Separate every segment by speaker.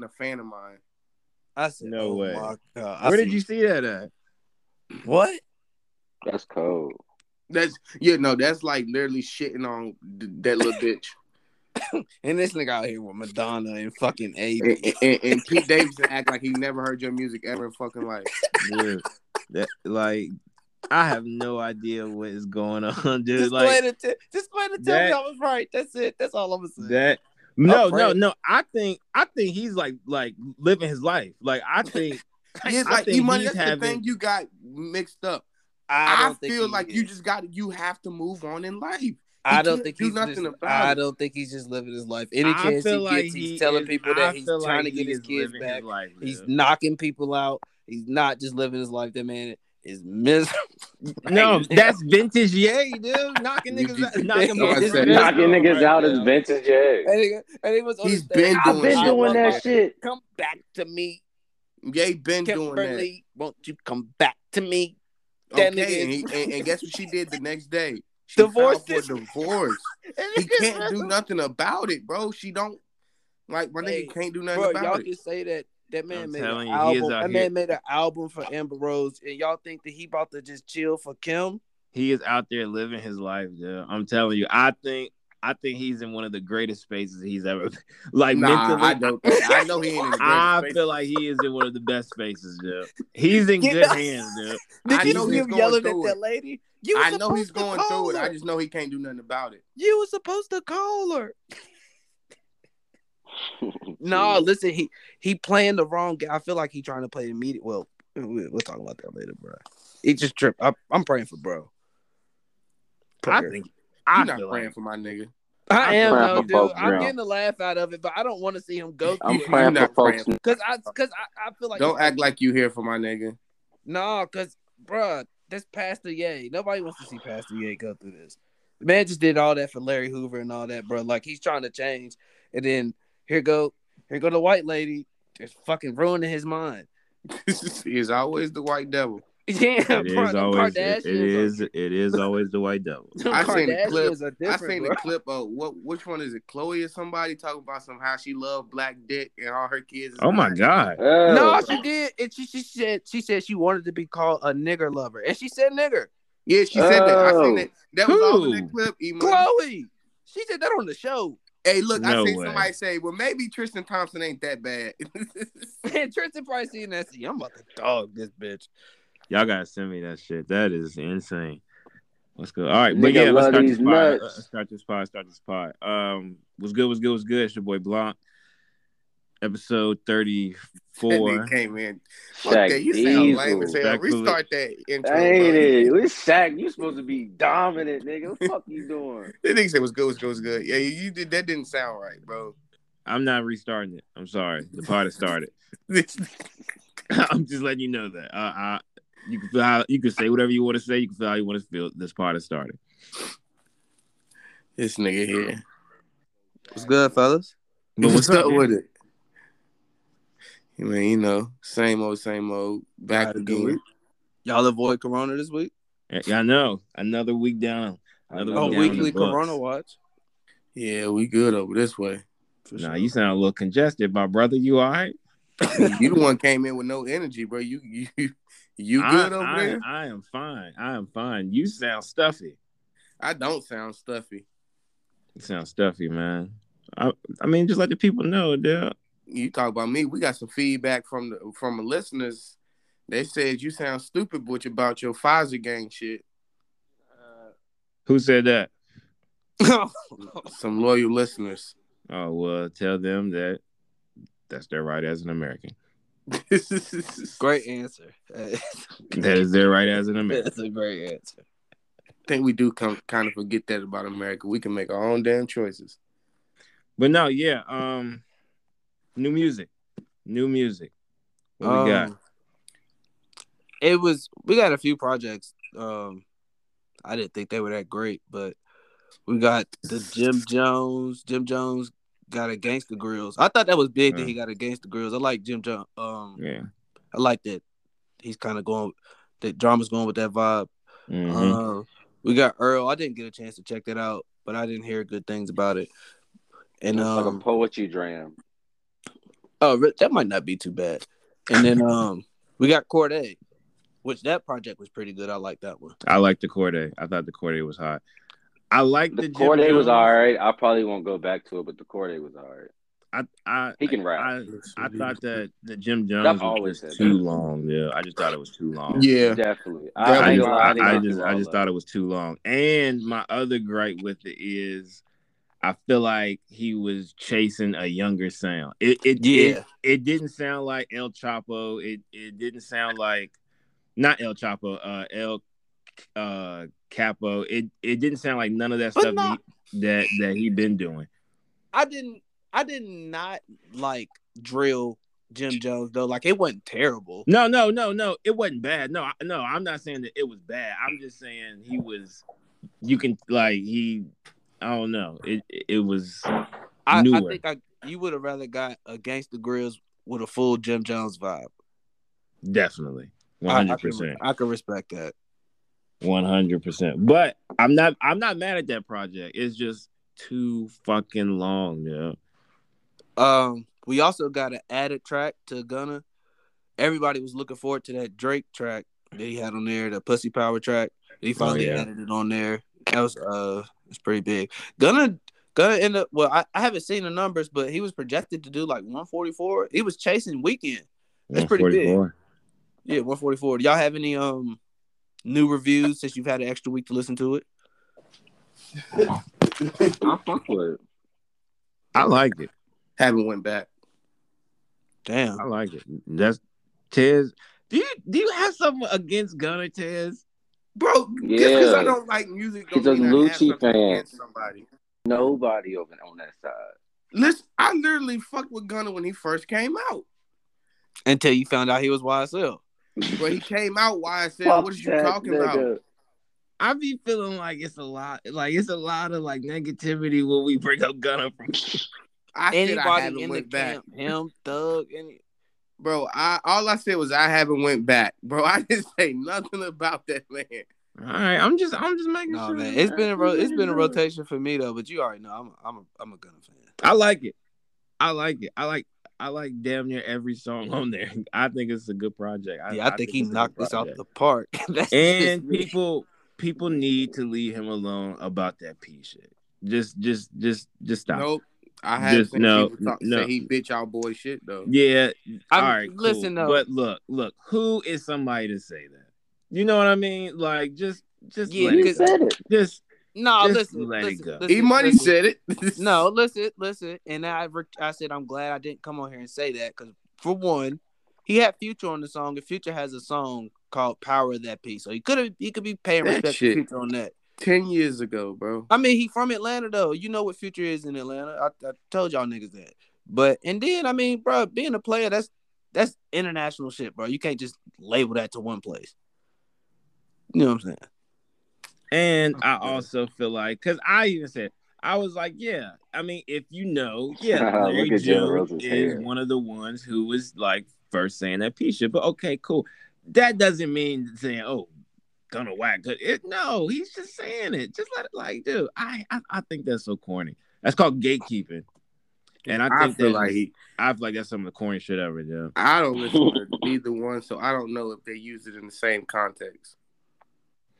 Speaker 1: and a fan of mine.
Speaker 2: I said,
Speaker 3: No
Speaker 2: oh
Speaker 3: way.
Speaker 2: My God. I
Speaker 3: Where did
Speaker 2: said,
Speaker 3: you see that at?
Speaker 2: What?
Speaker 4: That's cold.
Speaker 1: That's yeah, no, that's like literally shitting on th- that little bitch.
Speaker 2: And this nigga out here with Madonna and fucking
Speaker 1: And,
Speaker 2: Aiden.
Speaker 1: and- and Pete Davidson act like he never heard your music ever in fucking life.
Speaker 3: Dude, that like I have no idea what is going on, dude.
Speaker 2: Just
Speaker 3: like
Speaker 2: play to t- just play to tell me
Speaker 3: that-
Speaker 2: I was right. That's it. That's all I'm saying.
Speaker 3: that no, no,
Speaker 2: Upbringing.
Speaker 3: no. I think I think he's like like living his life. Like I think
Speaker 1: It's
Speaker 3: I
Speaker 1: like
Speaker 3: think
Speaker 1: E Money.
Speaker 3: he's
Speaker 1: That's
Speaker 3: having-
Speaker 1: the thing you got mixed up.
Speaker 2: I,
Speaker 1: I,
Speaker 2: don't think
Speaker 1: feel
Speaker 2: he
Speaker 1: like you
Speaker 2: is.
Speaker 1: just got you have to move on in life.
Speaker 2: I
Speaker 1: he
Speaker 2: don't
Speaker 1: can't
Speaker 2: think
Speaker 1: do
Speaker 2: he's
Speaker 1: nothing
Speaker 2: just,
Speaker 1: about
Speaker 2: I
Speaker 1: it.
Speaker 2: don't think he's just living his life. Any
Speaker 3: I
Speaker 2: chance he
Speaker 3: feel
Speaker 2: gets,
Speaker 3: like
Speaker 2: he's
Speaker 3: he
Speaker 2: telling
Speaker 3: is-
Speaker 2: people
Speaker 3: I
Speaker 2: that he's
Speaker 3: feel
Speaker 2: trying
Speaker 3: like
Speaker 2: to get
Speaker 3: he
Speaker 2: his
Speaker 3: is
Speaker 2: kids
Speaker 3: living his
Speaker 2: back.
Speaker 3: life,
Speaker 2: He's
Speaker 3: dude.
Speaker 2: knocking people out. He's not just living his life. That man is miserable.
Speaker 3: no, that's vintage yay, dude. Knocking
Speaker 1: You
Speaker 3: niggas
Speaker 1: just-
Speaker 3: out. Knocking
Speaker 1: No, I
Speaker 3: niggas
Speaker 1: said-
Speaker 3: out.
Speaker 4: Knocking niggas
Speaker 3: Right
Speaker 4: out is
Speaker 3: now.
Speaker 4: vintage Jay.
Speaker 2: And he, and he was on
Speaker 1: He's
Speaker 2: the stage,
Speaker 1: been
Speaker 4: I've been
Speaker 1: shit.
Speaker 4: doing
Speaker 2: I want
Speaker 4: that
Speaker 2: my-
Speaker 4: shit.
Speaker 2: Come back to me,
Speaker 1: Ye been doing that.
Speaker 2: Kimberly. Won't you come back to me? That
Speaker 1: Okay, and,
Speaker 2: nigga is-
Speaker 1: he- and- and guess what she did the next day? She
Speaker 2: Divorced
Speaker 1: filed for divorce. He can't do nothing about it, bro. She don't like my
Speaker 2: Hey,
Speaker 1: nigga can't do nothing
Speaker 2: Bro, y'all
Speaker 1: about it.
Speaker 2: can say that that man
Speaker 3: I'm
Speaker 2: made
Speaker 3: telling
Speaker 2: an
Speaker 3: you, he is
Speaker 2: album.
Speaker 3: out
Speaker 2: That
Speaker 3: here.
Speaker 2: man made an album for Amber Rose, and y'all think that he about to just chill for Kim?
Speaker 3: he is out there living his life, dude. I'm telling you, I think I think he's in one of the greatest spaces he's ever like
Speaker 1: Nah,
Speaker 3: mentally.
Speaker 1: I don't. think- I know he ain't in the greatest
Speaker 3: I
Speaker 1: space.
Speaker 3: feel like he is in one of the best spaces, dude. He's in
Speaker 2: Get
Speaker 3: good
Speaker 2: the-
Speaker 3: hands, dude.
Speaker 2: Did
Speaker 1: I
Speaker 2: you
Speaker 1: know
Speaker 2: see
Speaker 1: he's
Speaker 2: him
Speaker 1: going
Speaker 2: yelling at
Speaker 1: through
Speaker 2: that
Speaker 1: it.
Speaker 2: lady? You were
Speaker 1: I know he's
Speaker 2: supposed to
Speaker 1: going
Speaker 2: call
Speaker 1: through it.
Speaker 2: her.
Speaker 1: I just know he can't do nothing about it.
Speaker 2: You were supposed to call her. No, listen, he he playing the wrong guy. I feel like he trying to play the media. Well, we- we'll talk about that later, bro. He just tripped. I'm, I'm praying for bro.
Speaker 3: I
Speaker 2: Prayer.
Speaker 3: think
Speaker 1: You're
Speaker 3: I
Speaker 1: not
Speaker 3: feel
Speaker 1: praying
Speaker 3: like
Speaker 1: for my nigga.
Speaker 2: I am
Speaker 4: praying
Speaker 2: though,
Speaker 4: for
Speaker 2: dude.
Speaker 4: both
Speaker 2: I'm
Speaker 4: Brown.
Speaker 2: getting a laugh out of it, but I don't want to see him go
Speaker 4: I'm
Speaker 2: through it.
Speaker 4: praying
Speaker 1: You're
Speaker 4: for
Speaker 1: not
Speaker 4: folks.
Speaker 2: Cause I, cause I, I feel like
Speaker 1: Don't act like you here for my nigga.
Speaker 2: No, cause bruh, that's Pastor Yay. Nobody wants to see Pastor Yay go through this. The man just did all that for Larry Hoover and all that, bro. Like he's trying to change, and then here go, here go the white lady, just fucking ruining his mind.
Speaker 1: he is always the white devil.
Speaker 2: Yeah, bro,
Speaker 3: it is
Speaker 2: them
Speaker 3: always it
Speaker 2: Kardashians
Speaker 3: is it is always the white devil.
Speaker 2: Are, them
Speaker 1: I seen the
Speaker 2: Kardashians are
Speaker 1: I
Speaker 2: different,
Speaker 1: seen
Speaker 2: bro.
Speaker 1: the clip of what? Which one is it? Chloe or somebody talking about some how she loved black dick and all her kids. is
Speaker 3: Oh my
Speaker 1: black.
Speaker 3: god.
Speaker 2: No,
Speaker 4: No,
Speaker 2: she did, and she, she said she said she wanted to be called a nigger lover, and she said nigger.
Speaker 1: Yeah, she said that. I seen that. That was all in
Speaker 3: Oh. Who?
Speaker 1: that clip. E-Money.
Speaker 2: Chloe, she said that on the show.
Speaker 1: Hey, look,
Speaker 3: No
Speaker 1: I seen
Speaker 3: way.
Speaker 1: somebody say, "Well, maybe Tristan Thompson ain't that bad."
Speaker 2: And Tristan Price seen that. See, I'm about to dog this bitch.
Speaker 3: Y'all gotta send me that shit. That is insane. Let's go. All right,
Speaker 4: Nigga
Speaker 3: but yeah, let's
Speaker 4: love
Speaker 3: start
Speaker 4: these
Speaker 3: this pod.
Speaker 4: nuts.
Speaker 3: Let's start this pod. Start this pod. Um, what's good? What's good? What's good? It's your boy Blanc. Episode
Speaker 1: and
Speaker 3: thirty-four.
Speaker 1: then came in. Fuck
Speaker 4: Shaq
Speaker 1: that. You sound lame as
Speaker 4: Diesel.
Speaker 1: hell.
Speaker 3: Respectfully.
Speaker 1: Restart that intro.
Speaker 4: That ain't
Speaker 1: bro.
Speaker 4: it. It's Shaq. You supposed to be dominant, nigga. What the fuck you doing?
Speaker 1: That nigga said was good, was good, was good. Yeah, you- you did that didn't sound right, bro.
Speaker 3: I'm not restarting it. I'm sorry. The pod has started.
Speaker 1: This-
Speaker 3: I'm just letting you know that. Uh, I, you can feel how, you can say whatever you want to say. You can feel how you want to feel. This pod has started.
Speaker 1: this nigga here.
Speaker 2: What's good, fellas?
Speaker 3: But what's up with
Speaker 1: it? I mean, you know, same old, same old. Back
Speaker 2: Had a good
Speaker 1: again.
Speaker 2: week. Y'all avoid Corona this week?
Speaker 3: it? I know another week down. Another
Speaker 2: Oh,
Speaker 3: week down in
Speaker 2: weekly
Speaker 3: the books.
Speaker 2: Corona watch.
Speaker 1: Yeah, we good over this way.
Speaker 3: Nah, you sound a little congested, my brother. You all right?
Speaker 1: you the one came in with no energy, bro. You you you
Speaker 3: I-
Speaker 1: good over
Speaker 3: I,
Speaker 1: there?
Speaker 3: I am fine. I am fine. You sound stuffy.
Speaker 1: I don't sound stuffy.
Speaker 3: You sound stuffy, man. I, I mean, just let the people know, dude.
Speaker 1: You talk about me. We got some feedback from the from the listeners. They said you sound stupid, Butch, about your Pfizer gang shit.
Speaker 3: Who said that?
Speaker 1: Some loyal listeners.
Speaker 3: Oh well, tell them that that's their right as an American.
Speaker 2: great answer. Hey,
Speaker 3: That is their right as an American.
Speaker 2: That's a great answer.
Speaker 1: think we do come kind of forget that about America. We can make our own damn choices.
Speaker 3: But no, yeah. Um, new music, new music. What we
Speaker 4: Oh.
Speaker 3: got?
Speaker 2: Um, It was we got a few projects. Um, I didn't think they were that great, but we got the Jim Jones. Jim Jones got a Gangsta Grills. I thought that was big that
Speaker 3: Mm.
Speaker 2: he got a Gangsta Grills. I like Jim Jones. Um,
Speaker 4: Uh-huh.
Speaker 3: Yeah.
Speaker 2: I like that he's kind of going. That drama's going with that vibe.
Speaker 3: Mhm.
Speaker 2: Uh, we got Earl. I didn't get a chance to check that out, but I didn't hear good things about it. And
Speaker 4: It's like a
Speaker 2: um,
Speaker 4: poetry dram.
Speaker 2: Oh, re- that might not be too bad. And then um, we got Corday, which that project was pretty good. I like that one.
Speaker 3: I like the Corday. I thought the Corday was hot. I like the,
Speaker 4: The
Speaker 3: Jim
Speaker 4: Corday was
Speaker 3: Jones.
Speaker 4: all right. I probably won't go back to it, but the Corday was all right.
Speaker 3: I I
Speaker 4: He can rap.
Speaker 3: I, I thought that the Jim Jones
Speaker 4: I've
Speaker 3: was
Speaker 4: always
Speaker 3: just
Speaker 4: said that.
Speaker 3: too long. Yeah, I just thought it was too long.
Speaker 1: Yeah.
Speaker 4: Definitely.
Speaker 3: I,
Speaker 1: Definitely.
Speaker 4: ain't
Speaker 3: just,
Speaker 4: gonna lie,
Speaker 3: I,
Speaker 4: didn't
Speaker 3: I
Speaker 4: go
Speaker 3: just
Speaker 4: through
Speaker 3: I
Speaker 4: all
Speaker 3: just
Speaker 4: that.
Speaker 3: thought it was too long. And my other gripe with it is, I feel like he was chasing a younger sound. It it
Speaker 2: Yeah.
Speaker 3: it, it didn't sound like El Chapo. It it didn't sound like not El Chapo. Uh, El uh Capo. It it didn't sound like none of that
Speaker 2: But
Speaker 3: stuff
Speaker 2: not-
Speaker 3: that he- that that he been doing.
Speaker 2: I didn't. I did not like drill Jim Jones though. Like it wasn't terrible.
Speaker 3: No, no, no, no. It wasn't bad. No, I, no. I'm not saying that it was bad. I'm just saying he was. You can like he. I don't know. It it was.
Speaker 2: I, I
Speaker 3: Newer.
Speaker 2: think I you would have rather got against the grills with a full Jim Jones vibe.
Speaker 3: Definitely. One
Speaker 2: I- I
Speaker 3: hundred
Speaker 2: can re-
Speaker 3: percent.
Speaker 2: I can respect that.
Speaker 3: One hundred percent. But I'm not I'm not mad at that project. It's just too fucking long, yeah.
Speaker 2: Um, we also got an added track to Gunna. Everybody was looking forward to that Drake track that he had on there, the Pussy Power track. He finally
Speaker 3: yeah.
Speaker 2: added it on there. That was uh, it's pretty big. Gunna, Gunna end up. Well, I, I haven't seen the numbers, but he was projected to do like 144. He was chasing Weekend. That's pretty big.
Speaker 3: 144.
Speaker 2: Yeah, 144. Do y'all have any um new reviews since you've had an extra week to listen to it?
Speaker 4: I fuck with it.
Speaker 3: I like it.
Speaker 1: Haven't went back.
Speaker 2: Damn.
Speaker 3: I like it. That's Tez. Do you do you have something against Gunner Tez?
Speaker 1: Bro, yeah.
Speaker 4: Yeah.
Speaker 1: because I don't like music.
Speaker 4: He's
Speaker 1: don't
Speaker 4: a
Speaker 1: mean I have
Speaker 4: Lucci
Speaker 1: something
Speaker 4: fan.
Speaker 1: against Somebody.
Speaker 4: Nobody over on that side.
Speaker 1: Listen, I literally fucked with Gunna when he first came out.
Speaker 2: Until you found out he was YSL.
Speaker 1: But he came out YSL.
Speaker 4: Fuck
Speaker 1: what are you
Speaker 4: that
Speaker 1: talking about?
Speaker 4: nigga.
Speaker 3: I be feeling like it's a lot, like it's a lot of like negativity when we bring up Gunner from
Speaker 1: I said I
Speaker 2: Anybody
Speaker 1: haven't
Speaker 2: in the
Speaker 1: went back.
Speaker 2: camp, him, Thug, any
Speaker 1: Bro, I all I said was I haven't went back. Bro, I didn't say nothing about that man.
Speaker 3: All right, I'm just, I'm just making
Speaker 2: No
Speaker 3: sure.
Speaker 2: man, it's been a ro- it's been a
Speaker 3: rotation.
Speaker 2: rotation for me though, but you already know I'm I'm a, I'm a Gunna fan.
Speaker 3: I like it. I like it. I like I like damn near every song on there. I think it's a good project.
Speaker 2: yeah, I, think he
Speaker 3: it's a good
Speaker 2: knocked this out
Speaker 3: project.
Speaker 2: the park. That's just
Speaker 3: And
Speaker 2: me.
Speaker 3: people people need to leave him alone about that pee shit. Just just just just stop.
Speaker 1: Nope. I haven't
Speaker 3: Just
Speaker 1: seen
Speaker 3: no,
Speaker 1: people talk,
Speaker 3: no.
Speaker 1: say he bitch out boy shit though.
Speaker 3: Yeah.
Speaker 2: I'm-
Speaker 3: all right. cool.
Speaker 2: listen, though.
Speaker 3: But look, look, who is somebody to say that? You know what I mean? Like just just
Speaker 2: Yeah,
Speaker 3: let
Speaker 4: He
Speaker 3: it go.
Speaker 4: said it.
Speaker 3: Just
Speaker 2: no,
Speaker 3: just
Speaker 2: listen,
Speaker 3: let it
Speaker 2: listen,
Speaker 3: go.
Speaker 2: listen,
Speaker 1: E Money
Speaker 2: listen.
Speaker 1: said it.
Speaker 2: No, listen, listen, and I re- I said I'm glad I didn't come on here and say that because for one, he had Future on the song, and Future has a song called "Power of That Piece," so he could have he could be paying
Speaker 1: That
Speaker 2: respect to
Speaker 1: shit.
Speaker 2: Future on that.
Speaker 1: ten years ago, bro.
Speaker 2: I mean, he from Atlanta though. You know what Future is in Atlanta. I, I told y'all niggas that. But and then I mean, bro, being a player, that's that's international shit, bro. You can't just label that to one place. You know what I'm saying?
Speaker 3: And I also feel like, because I even said, I was like, yeah. I mean, if you know, yeah,
Speaker 4: Look
Speaker 3: Larry
Speaker 4: at Jalen
Speaker 3: Jones
Speaker 4: Rose's
Speaker 3: is
Speaker 4: hair.
Speaker 3: one of the ones who was like first saying that piece shit. But okay, cool. That doesn't mean saying, oh, gonna whack. Good. It, no, he's just saying it. Just let it like, dude. I, I I think that's so corny. That's called gatekeeping. And I,
Speaker 1: I,
Speaker 3: think
Speaker 1: feel
Speaker 3: that-
Speaker 1: like he
Speaker 3: I feel like that's some of the corny shit ever, yeah.
Speaker 1: I don't listen to neither one, so I don't know if they use it in the same context.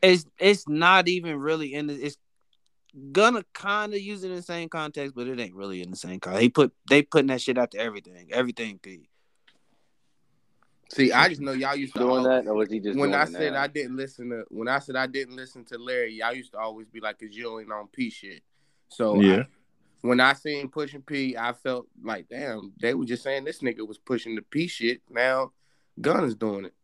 Speaker 2: It's it's not even really in the it's gonna kinda use it in the same context, but it ain't really in the same context. He put they putting that shit out to everything. Everything P.
Speaker 1: See, I just know y'all used to
Speaker 4: Doing
Speaker 1: all-
Speaker 4: that, or was he just
Speaker 1: when
Speaker 4: doing
Speaker 1: I
Speaker 4: it
Speaker 1: said
Speaker 4: now?
Speaker 1: I didn't listen to when I said I didn't listen to Larry, y'all used to always be like, "Cause you ain't on P shit." So
Speaker 3: Yeah.
Speaker 1: I- when I seen pushing P, I felt like, damn, they were just saying this nigga was pushing the P shit. Now Gun is doing it.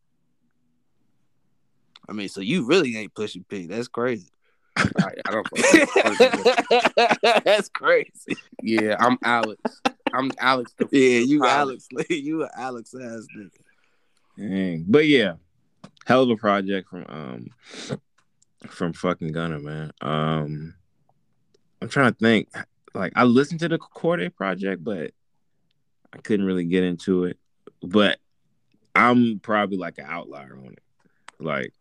Speaker 2: I mean, so you really ain't pushing P. That's crazy.
Speaker 1: I, I don't. fucking-
Speaker 2: That's crazy.
Speaker 1: yeah, I'm Alex. I'm Alex. the-
Speaker 2: Yeah, you
Speaker 1: Wow.
Speaker 2: Alex. You a Alex ass nigga.
Speaker 3: Dang. But yeah, hell of a project from um from fucking Gunner, man. Um I'm trying to think. Like I listened to the Corday project, but I couldn't really get into it. But I'm probably like an outlier on it. Like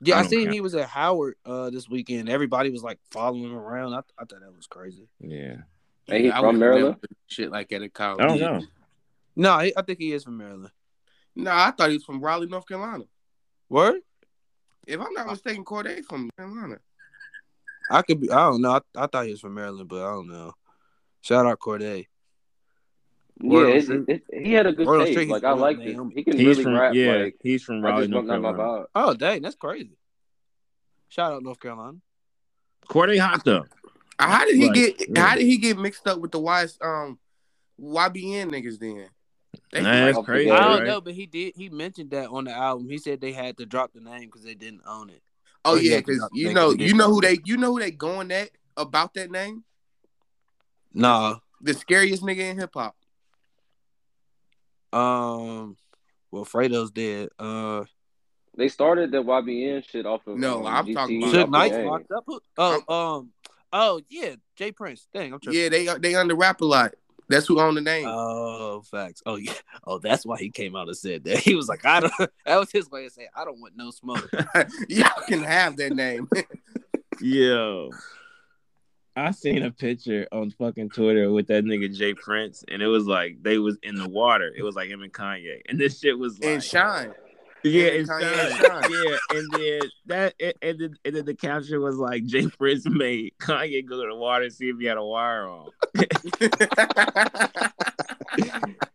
Speaker 2: Yeah,
Speaker 3: I
Speaker 2: I,
Speaker 3: don't
Speaker 2: seen
Speaker 3: count.
Speaker 2: he was at Howard uh this weekend. Everybody was like following him around. I, I thought that was crazy.
Speaker 3: yeah.
Speaker 4: Ain't he
Speaker 1: I
Speaker 4: from
Speaker 1: would
Speaker 4: Maryland?
Speaker 1: never do Shit like at a college.
Speaker 3: I don't know.
Speaker 2: No, he, I think he is from Maryland.
Speaker 1: Nah, I thought he was from Raleigh, North Carolina.
Speaker 2: Word?
Speaker 1: If I'm not mistaken, Corday from Carolina.
Speaker 2: I could be. I don't know. I, I thought he was from Maryland, but I don't know. Shout out Corday.
Speaker 4: Yeah,
Speaker 2: Word on
Speaker 4: it,
Speaker 2: street.
Speaker 4: it, he had a good
Speaker 2: Word on street,
Speaker 4: taste.
Speaker 2: he's
Speaker 4: Like I
Speaker 2: from
Speaker 4: like
Speaker 2: Miami.
Speaker 4: him. He can
Speaker 3: He's
Speaker 4: really
Speaker 3: from
Speaker 4: rap.
Speaker 3: yeah,
Speaker 4: like,
Speaker 3: he's from
Speaker 4: I
Speaker 3: Raleigh,
Speaker 4: just
Speaker 3: North
Speaker 4: bumped out my
Speaker 3: Carolina.
Speaker 4: vibe.
Speaker 2: Oh, dang, that's crazy. Shout out North Carolina.
Speaker 3: Corday hot though.
Speaker 1: How did he
Speaker 3: Right,
Speaker 1: get?
Speaker 3: yeah.
Speaker 1: How did he get mixed up with the YS, um YBN niggas? Then They-
Speaker 3: Nah, that's
Speaker 4: off the
Speaker 3: crazy.
Speaker 4: Yeah,
Speaker 2: I don't
Speaker 3: right?
Speaker 2: know, but he did. He mentioned that on the album. He said they had to drop the name because they didn't own it.
Speaker 1: oh
Speaker 2: Oh, yeah,
Speaker 1: yeah, because
Speaker 2: 'cause
Speaker 1: you
Speaker 2: they
Speaker 1: know,
Speaker 2: can get
Speaker 1: you know who
Speaker 2: them.
Speaker 1: they, you know who they going at about that name?
Speaker 2: Nah.
Speaker 1: The scariest nigga in hip hop.
Speaker 2: Um. Well, Fredo's dead. Uh.
Speaker 4: They started the YBN shit off of
Speaker 1: No,
Speaker 4: um,
Speaker 1: I'm
Speaker 4: GT,
Speaker 1: talking about-
Speaker 4: off
Speaker 2: Suge
Speaker 4: of
Speaker 2: Knight's
Speaker 4: A.
Speaker 2: locked up. Who- Oh. Um. Oh yeah, Jay Prince. Dang, I'm tripping.
Speaker 1: Yeah, they they under rap a lot. That's who owned the name.
Speaker 2: Oh, facts. Oh yeah. Oh, that's why he came out and said that. He was like, I don't. That was his way of saying, I don't want no smoke.
Speaker 1: Y'all can have that name.
Speaker 3: Yo. I seen a picture on fucking Twitter with that nigga Jay Prince, and it was like they was in the water. It was like him and Kanye, and this shit was like
Speaker 1: and shine.
Speaker 3: yeah,
Speaker 1: him
Speaker 3: and
Speaker 1: and Kanye and
Speaker 3: Shine. yeah, and then that, and, and, then, and then the caption was like Jay Prince made Kanye go to the water and see if he had a wire on.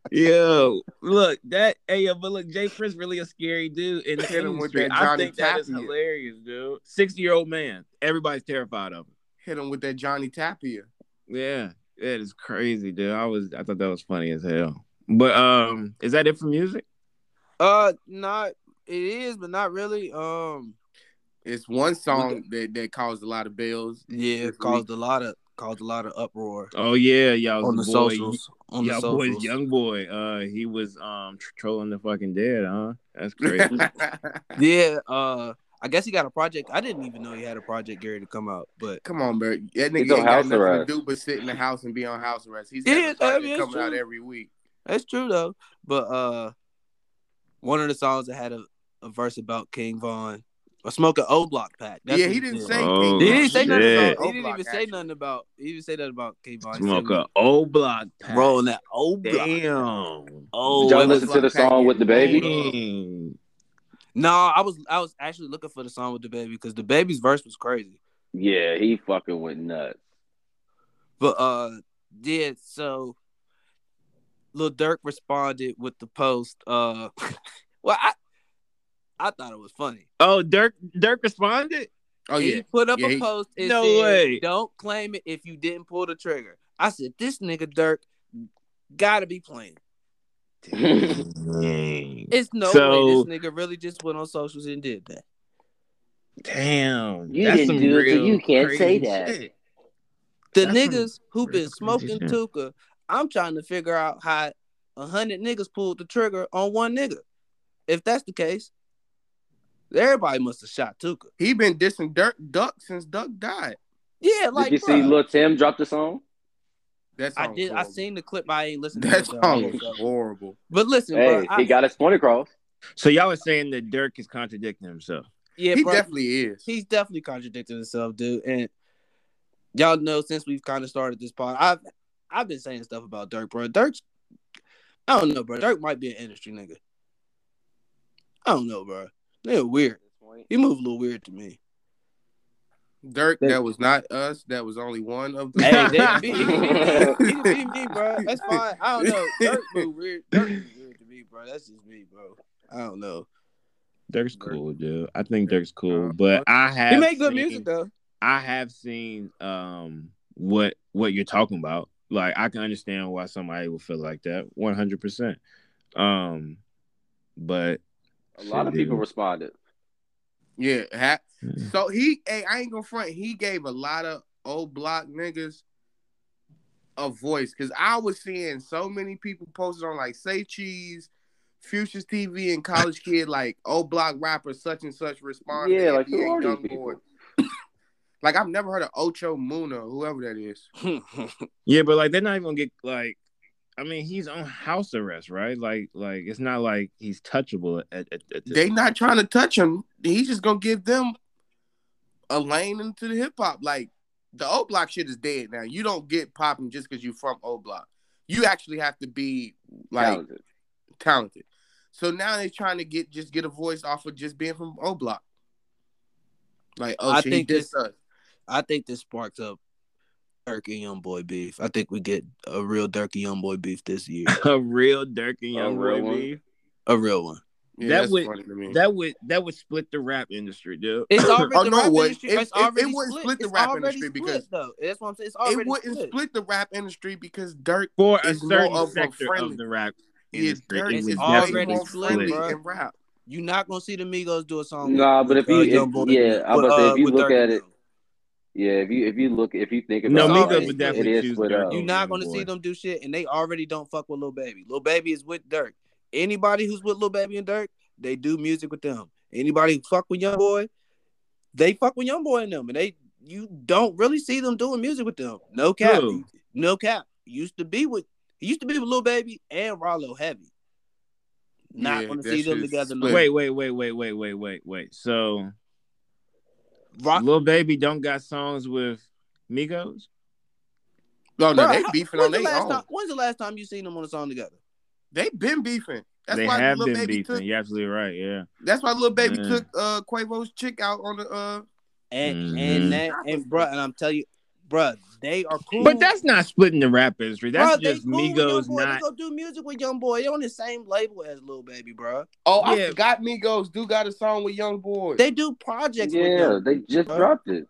Speaker 3: Yo, look that. Hey, yo, but look, Jay Prince really a scary dude in the
Speaker 1: Hit him with
Speaker 3: industry.
Speaker 1: that
Speaker 3: I
Speaker 1: Johnny
Speaker 3: think that is
Speaker 1: Tapia.
Speaker 3: hilarious, dude. Sixty year old man, everybody's terrified of him.
Speaker 1: Hit him with that Johnny Tapia.
Speaker 3: Yeah, that is crazy, dude. I was, I thought that was funny as hell. But um, is that it for music?
Speaker 2: uh, not. It is, but not really. Um.
Speaker 1: It's one song that, that caused a lot of bells.
Speaker 2: Yeah, it caused a lot of caused a lot of uproar
Speaker 3: Oh yeah, y'all
Speaker 2: on the
Speaker 3: boy,
Speaker 2: socials. On the
Speaker 3: Y'all boys,
Speaker 2: socials.
Speaker 3: young boy, uh, he was um tr- trolling the fucking dead, huh? That's crazy.
Speaker 1: Come
Speaker 2: Yeah. Uh. I guess he got a project. I didn't even know he had a project Gary to come out, but
Speaker 1: on, bro. That nigga
Speaker 4: He's
Speaker 1: ain't
Speaker 4: on
Speaker 1: got
Speaker 4: house
Speaker 1: nothing
Speaker 4: arrest.
Speaker 1: to do but sit in the house and be on house arrest. He's got
Speaker 2: Yeah,
Speaker 1: a project
Speaker 2: I mean, it's
Speaker 1: coming out
Speaker 2: true.
Speaker 1: every week.
Speaker 2: That's true though. But uh one of the songs that had a, a verse about King Vaughn or smoke an O block pack.
Speaker 1: yeah,
Speaker 2: what
Speaker 1: he didn't
Speaker 2: did.
Speaker 1: say.
Speaker 3: Oh,
Speaker 2: He didn't say nothing
Speaker 3: shit.
Speaker 2: about, he didn't even say
Speaker 1: nothing.
Speaker 2: nothing about he didn't say nothing about King Vaughn. He
Speaker 3: Smoke
Speaker 2: said,
Speaker 3: a old block pack.
Speaker 2: rolling that O block.
Speaker 3: Damn.
Speaker 2: Oh,
Speaker 4: Did y'all
Speaker 2: it was
Speaker 4: listen to the
Speaker 1: like
Speaker 4: song with the baby?
Speaker 3: Dang.
Speaker 2: No, I was I was actually looking for the song with the baby because the baby's verse was crazy.
Speaker 4: Yeah, he fucking went nuts.
Speaker 2: But uh yeah, so Lil Durk responded with the post. Uh well I I thought it was funny.
Speaker 3: Oh, Dirk Dirk responded?
Speaker 1: Oh
Speaker 2: And
Speaker 1: yeah,
Speaker 2: He put up
Speaker 1: Yeah,
Speaker 2: a
Speaker 1: he-
Speaker 2: post and
Speaker 3: No
Speaker 2: said,
Speaker 3: way.
Speaker 2: "Don't claim it if you didn't pull the trigger." I said, "This nigga Dirk gotta be playing."
Speaker 3: Dang.
Speaker 2: It's no
Speaker 3: So-
Speaker 2: way this nigga really just went on socials and did that.
Speaker 3: Damn.
Speaker 4: You
Speaker 3: That's
Speaker 4: didn't
Speaker 3: some
Speaker 4: do it, so
Speaker 3: real
Speaker 4: you can't
Speaker 3: crazy
Speaker 4: say that.
Speaker 3: shit.
Speaker 2: The
Speaker 3: That's some
Speaker 2: niggas who been
Speaker 3: real crazy
Speaker 2: smoking
Speaker 3: shit.
Speaker 2: Tuka, I'm trying to figure out how a hundred niggas pulled the trigger on one nigga. If that's the case, everybody must have shot Tuka.
Speaker 1: he been dissing Dirk Duck since Duck died.
Speaker 2: Yeah, like
Speaker 4: Did you see
Speaker 2: bruh,
Speaker 4: Lil Tim drop the song?
Speaker 1: That
Speaker 2: I
Speaker 1: song
Speaker 2: did. I
Speaker 1: horrible.
Speaker 2: seen the clip. I ain't listening.
Speaker 1: that
Speaker 2: to it, so I
Speaker 1: song
Speaker 2: don't
Speaker 1: was
Speaker 2: know.
Speaker 1: horrible.
Speaker 2: But listen,
Speaker 4: Hey,
Speaker 2: bruh, I-
Speaker 4: he got his point across.
Speaker 3: So y'all are saying that Dirk is contradicting himself.
Speaker 2: yeah,
Speaker 1: he
Speaker 2: bruh,
Speaker 1: definitely is.
Speaker 2: he's definitely contradicting himself, dude. And y'all know since we've kind of started this pod, I've I've been saying stuff about Dirk, bro. Dirk's I don't know, bro. Dirk might be an industry nigga. I don't know, bro. They're weird. He moved a little weird to me.
Speaker 1: Dirk, that was not us. That was only one of the.
Speaker 2: Hey, they didn't beat, he didn't beat, he didn't beat me, bro. That's fine. I don't know. Dirk moved weird. Dirk moved weird to me, bro. That's just me, bro. I don't know.
Speaker 3: Dirk's
Speaker 1: Dirk.
Speaker 3: cool, dude. I think Dirk's cool, but I have
Speaker 2: He make good
Speaker 3: seen-
Speaker 2: music though.
Speaker 3: I have seen um what what you're talking about. Like I can understand why somebody would feel like that 100%. Um but
Speaker 4: A lot of
Speaker 3: Shit,
Speaker 4: people
Speaker 3: dude.
Speaker 4: responded.
Speaker 1: yeah, ha- So he, hey, I ain't gonna front. He gave a lot of old block niggas a voice because I was seeing so many people posted on like Say Cheese, Futures TV, and College Kid like old block rapper such and such respond.
Speaker 4: Yeah,
Speaker 1: to
Speaker 4: like who
Speaker 1: NBA
Speaker 4: are these
Speaker 1: Youngboy.
Speaker 4: people?
Speaker 1: Like I've never heard of Ocho Muna, whoever that is.
Speaker 4: Hmm.
Speaker 3: Yeah, but like they're not even gonna get like I mean he's on house arrest, right? Like like it's not like he's touchable at, at, at this
Speaker 1: They not trying to touch him. He's just gonna give them a lane into the hip hop. Like the old block shit is dead now. You don't get popping just because you from old block. you actually have to be like
Speaker 4: Talented.
Speaker 1: talented. So now they're trying to get just get a voice off of just being from O Block. Like, oh,
Speaker 2: I
Speaker 1: shit,
Speaker 2: think
Speaker 1: he dissed
Speaker 2: this-
Speaker 1: us.
Speaker 2: I think this sparks up Dirk and Young Boy beef. I think we get a real Dirk and Young Boy beef this year,
Speaker 3: a real Dirk and Young
Speaker 4: A real
Speaker 3: Boy
Speaker 4: one.
Speaker 3: beef.
Speaker 2: a real one.
Speaker 1: Yeah,
Speaker 3: That
Speaker 1: that's
Speaker 3: would-
Speaker 1: funny to me.
Speaker 3: That would that would split the rap industry, dude.
Speaker 2: It's already
Speaker 1: Oh,
Speaker 2: the
Speaker 1: no,
Speaker 2: rap
Speaker 1: it wouldn't.
Speaker 2: industry.
Speaker 1: It-
Speaker 2: it's
Speaker 1: it- it
Speaker 2: already
Speaker 1: wouldn't
Speaker 2: split.
Speaker 1: split the
Speaker 2: It's
Speaker 1: rap
Speaker 2: already
Speaker 1: industry
Speaker 2: split,
Speaker 1: because-
Speaker 2: though. That's what I'm saying. It's already
Speaker 1: it wouldn't
Speaker 2: split.
Speaker 1: split the rap industry because Dirk
Speaker 3: for a
Speaker 1: It's more
Speaker 3: certain
Speaker 1: of a
Speaker 3: sector
Speaker 1: friendly-
Speaker 3: of the rap
Speaker 1: is
Speaker 3: industry.
Speaker 1: Dirk
Speaker 3: it
Speaker 1: is
Speaker 3: would
Speaker 1: already
Speaker 3: definitely
Speaker 1: more
Speaker 2: split,
Speaker 1: friendly
Speaker 2: bruh.
Speaker 1: in rap.
Speaker 2: You're not gonna see the Migos do a song.
Speaker 4: Nah, but if you-
Speaker 2: Young
Speaker 4: if-
Speaker 2: Boy
Speaker 4: yeah,
Speaker 2: beef
Speaker 4: I'm
Speaker 2: with,
Speaker 4: about to say, if
Speaker 2: uh,
Speaker 4: you
Speaker 2: with
Speaker 4: look
Speaker 2: Dirk
Speaker 4: at
Speaker 2: and
Speaker 4: it,
Speaker 2: Young.
Speaker 4: Yeah, if you if you look if you think
Speaker 3: No,
Speaker 4: about
Speaker 2: Migos
Speaker 4: it,
Speaker 2: would
Speaker 4: it,
Speaker 3: definitely
Speaker 4: it
Speaker 3: choose
Speaker 4: is split
Speaker 3: Dirk.
Speaker 4: up.
Speaker 3: Oh,
Speaker 2: You're not
Speaker 3: Young
Speaker 2: gonna see
Speaker 3: Boy.
Speaker 2: them do shit, and they already don't fuck with Lil Baby. Lil Baby is with Dirk. Anybody who's with Lil Baby and Dirk, they do music with them. Anybody who fuck with Young Boy, they fuck with Young Boy and them, and they you don't really see them doing music with them. No cap,
Speaker 3: Who?
Speaker 2: no cap. Used to be with he used to be with Lil Baby and Rollo Heavy. Not
Speaker 1: Yeah,
Speaker 2: gonna
Speaker 1: that
Speaker 2: see them
Speaker 1: shit is
Speaker 2: together. No.
Speaker 1: split.
Speaker 3: Wait, wait, wait, wait, wait, wait, wait, wait. So
Speaker 2: Rock,
Speaker 3: Lil Baby don't got songs with Migos?
Speaker 1: No, Oh, no,
Speaker 2: Bruh,
Speaker 1: they
Speaker 2: how-
Speaker 1: beefing on
Speaker 2: when's, the
Speaker 1: their
Speaker 2: last
Speaker 1: own.
Speaker 2: time, when's the last time you seen them on a song together?
Speaker 1: They been beefing. That's
Speaker 3: they
Speaker 1: why
Speaker 3: have
Speaker 1: Lil
Speaker 3: been
Speaker 1: Baby
Speaker 3: beefing.
Speaker 1: took.
Speaker 3: You're absolutely right. Yeah.
Speaker 1: That's why Lil Baby
Speaker 3: Yeah.
Speaker 1: took uh Quavo's chick out on the uh.
Speaker 2: And
Speaker 3: Mhm.
Speaker 2: and that and bruh, and I'm telling you, bruh, they are cool.
Speaker 3: But that's not splitting the rap industry. That's
Speaker 2: Bruh, they
Speaker 3: just
Speaker 2: cool with
Speaker 3: Migos
Speaker 2: Young boy.
Speaker 3: not.
Speaker 2: They go do music with Young Boy. They on the same label as Lil Baby, bro.
Speaker 1: Oh, I
Speaker 3: Yeah.
Speaker 1: forgot Migos do got a song with Young Boy.
Speaker 2: They do projects. with
Speaker 4: Yeah,
Speaker 2: Young
Speaker 4: they just
Speaker 2: Boy, bruh.
Speaker 4: dropped it.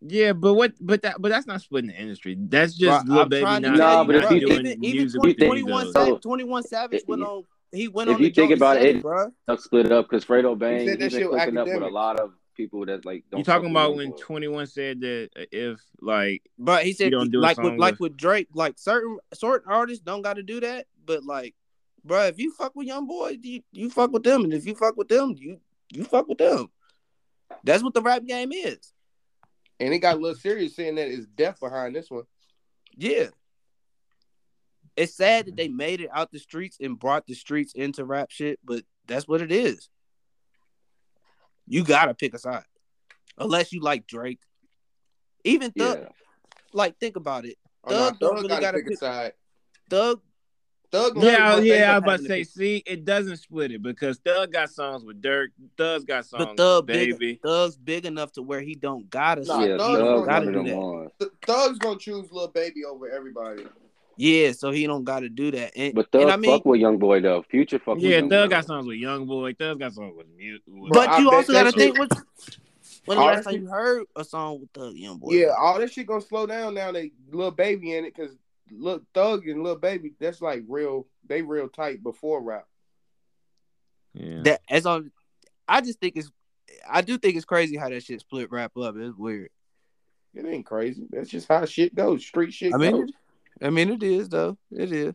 Speaker 3: Yeah, but what? But that. But that's not splitting the industry. That's just
Speaker 2: Bruh,
Speaker 3: Lil
Speaker 2: I'm
Speaker 3: Baby
Speaker 2: trying
Speaker 3: not,
Speaker 2: to
Speaker 4: Nah,
Speaker 2: tell you,
Speaker 3: not
Speaker 4: but if
Speaker 2: bruh,
Speaker 4: you-
Speaker 3: doing
Speaker 2: even even
Speaker 3: music
Speaker 2: 20,
Speaker 3: with
Speaker 2: 21
Speaker 3: Migos.
Speaker 4: Savage-
Speaker 2: Sav- 21 Savage went on. He went
Speaker 4: If
Speaker 2: on. the
Speaker 4: you think
Speaker 2: joint and
Speaker 4: about
Speaker 2: said
Speaker 4: it,
Speaker 2: bro.
Speaker 4: Stuff split up because Fredo
Speaker 1: said that
Speaker 4: Bang he's been
Speaker 1: shit
Speaker 4: cooking
Speaker 1: was
Speaker 4: up with
Speaker 1: academic.
Speaker 4: a lot of people that like don't.
Speaker 3: You
Speaker 4: fuck
Speaker 3: talking
Speaker 4: with
Speaker 3: about
Speaker 4: Young
Speaker 3: when
Speaker 4: Boy.
Speaker 3: Twenty One said that uh, if like
Speaker 2: But he said
Speaker 3: don't do a
Speaker 2: like
Speaker 3: song
Speaker 2: with like with Drake, like certain certain artists don't got to do that. But like, bro, if you fuck with Young Boy, you, you fuck with them, and if you fuck with them, you you fuck with them. That's what the rap game is.
Speaker 1: and it got a little serious saying that it's death behind this one.
Speaker 2: Yeah. It's sad that they made it out the streets and brought the streets into rap shit, but that's what it is. You gotta pick a side. Unless you like Drake. Even
Speaker 4: yeah,
Speaker 2: Thug, like think about it.
Speaker 1: Oh, no,
Speaker 2: Thug don't really
Speaker 1: gotta
Speaker 2: gotta
Speaker 1: pick a
Speaker 2: pick-
Speaker 1: side.
Speaker 2: Thug,
Speaker 1: Thug, gonna
Speaker 3: yeah,
Speaker 1: pick a
Speaker 3: yeah,
Speaker 1: side.
Speaker 3: I was about to say, see, it doesn't split it because Thug got songs with Dirk, Thug's got songs
Speaker 2: but Thug
Speaker 3: with
Speaker 2: big,
Speaker 3: Baby.
Speaker 2: Thug's big enough to where he don't gotta
Speaker 1: Nah,
Speaker 2: side.
Speaker 4: yeah,
Speaker 1: Thug
Speaker 2: He
Speaker 4: Thug
Speaker 2: don't
Speaker 1: don't
Speaker 4: one
Speaker 2: gotta
Speaker 4: of
Speaker 2: do
Speaker 4: them
Speaker 2: that.
Speaker 4: ones.
Speaker 1: Th- Thug's gonna choose Lil Baby over everybody.
Speaker 2: Yeah, so he don't gotta do that. And,
Speaker 4: But Thug
Speaker 2: and I mean
Speaker 4: fuck with Young Boy though. Future fuck with
Speaker 3: Yeah,
Speaker 4: Young
Speaker 3: Thug
Speaker 4: Boy.
Speaker 3: got songs with YoungBoy. Thug got songs with Mute.
Speaker 1: Bro,
Speaker 3: with-
Speaker 2: But
Speaker 1: I
Speaker 2: you
Speaker 1: bet
Speaker 2: also
Speaker 1: that
Speaker 2: gotta
Speaker 1: shit-
Speaker 2: think what when the last
Speaker 1: Honestly-
Speaker 2: time you heard a song with Thug Young Boy?
Speaker 1: Yeah, all that shit gonna slow down now that Lil Baby in it because Lil Thug and Lil Baby, that's like real, they real tight before rap.
Speaker 3: yeah.
Speaker 2: That as on, I just think it's, I do think it's crazy how that shit split wrap up. It's weird.
Speaker 1: It ain't crazy. That's just how shit goes. Street shit
Speaker 2: I mean,
Speaker 1: goes.
Speaker 2: I mean, it is though. It is.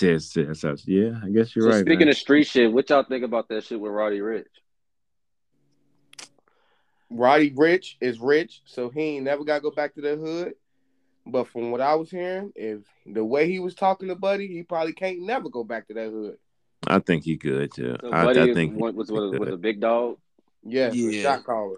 Speaker 3: Yes, yes, yes. yeah, I guess you're
Speaker 4: So
Speaker 3: right.
Speaker 4: speaking
Speaker 3: man.
Speaker 4: of street shit, what y'all think about that shit with Roddy Rich?
Speaker 1: Roddy Rich is rich, so he ain't never gotta go back to the hood. But from what I was hearing, if the way he was talking to Buddy, he probably can't never go back to that hood.
Speaker 3: I think he good too.
Speaker 4: So
Speaker 3: I,
Speaker 4: Buddy
Speaker 3: I think
Speaker 4: was, was, was, was a big dog.
Speaker 1: Yeah,
Speaker 2: Yeah.
Speaker 1: yeah. shot caller.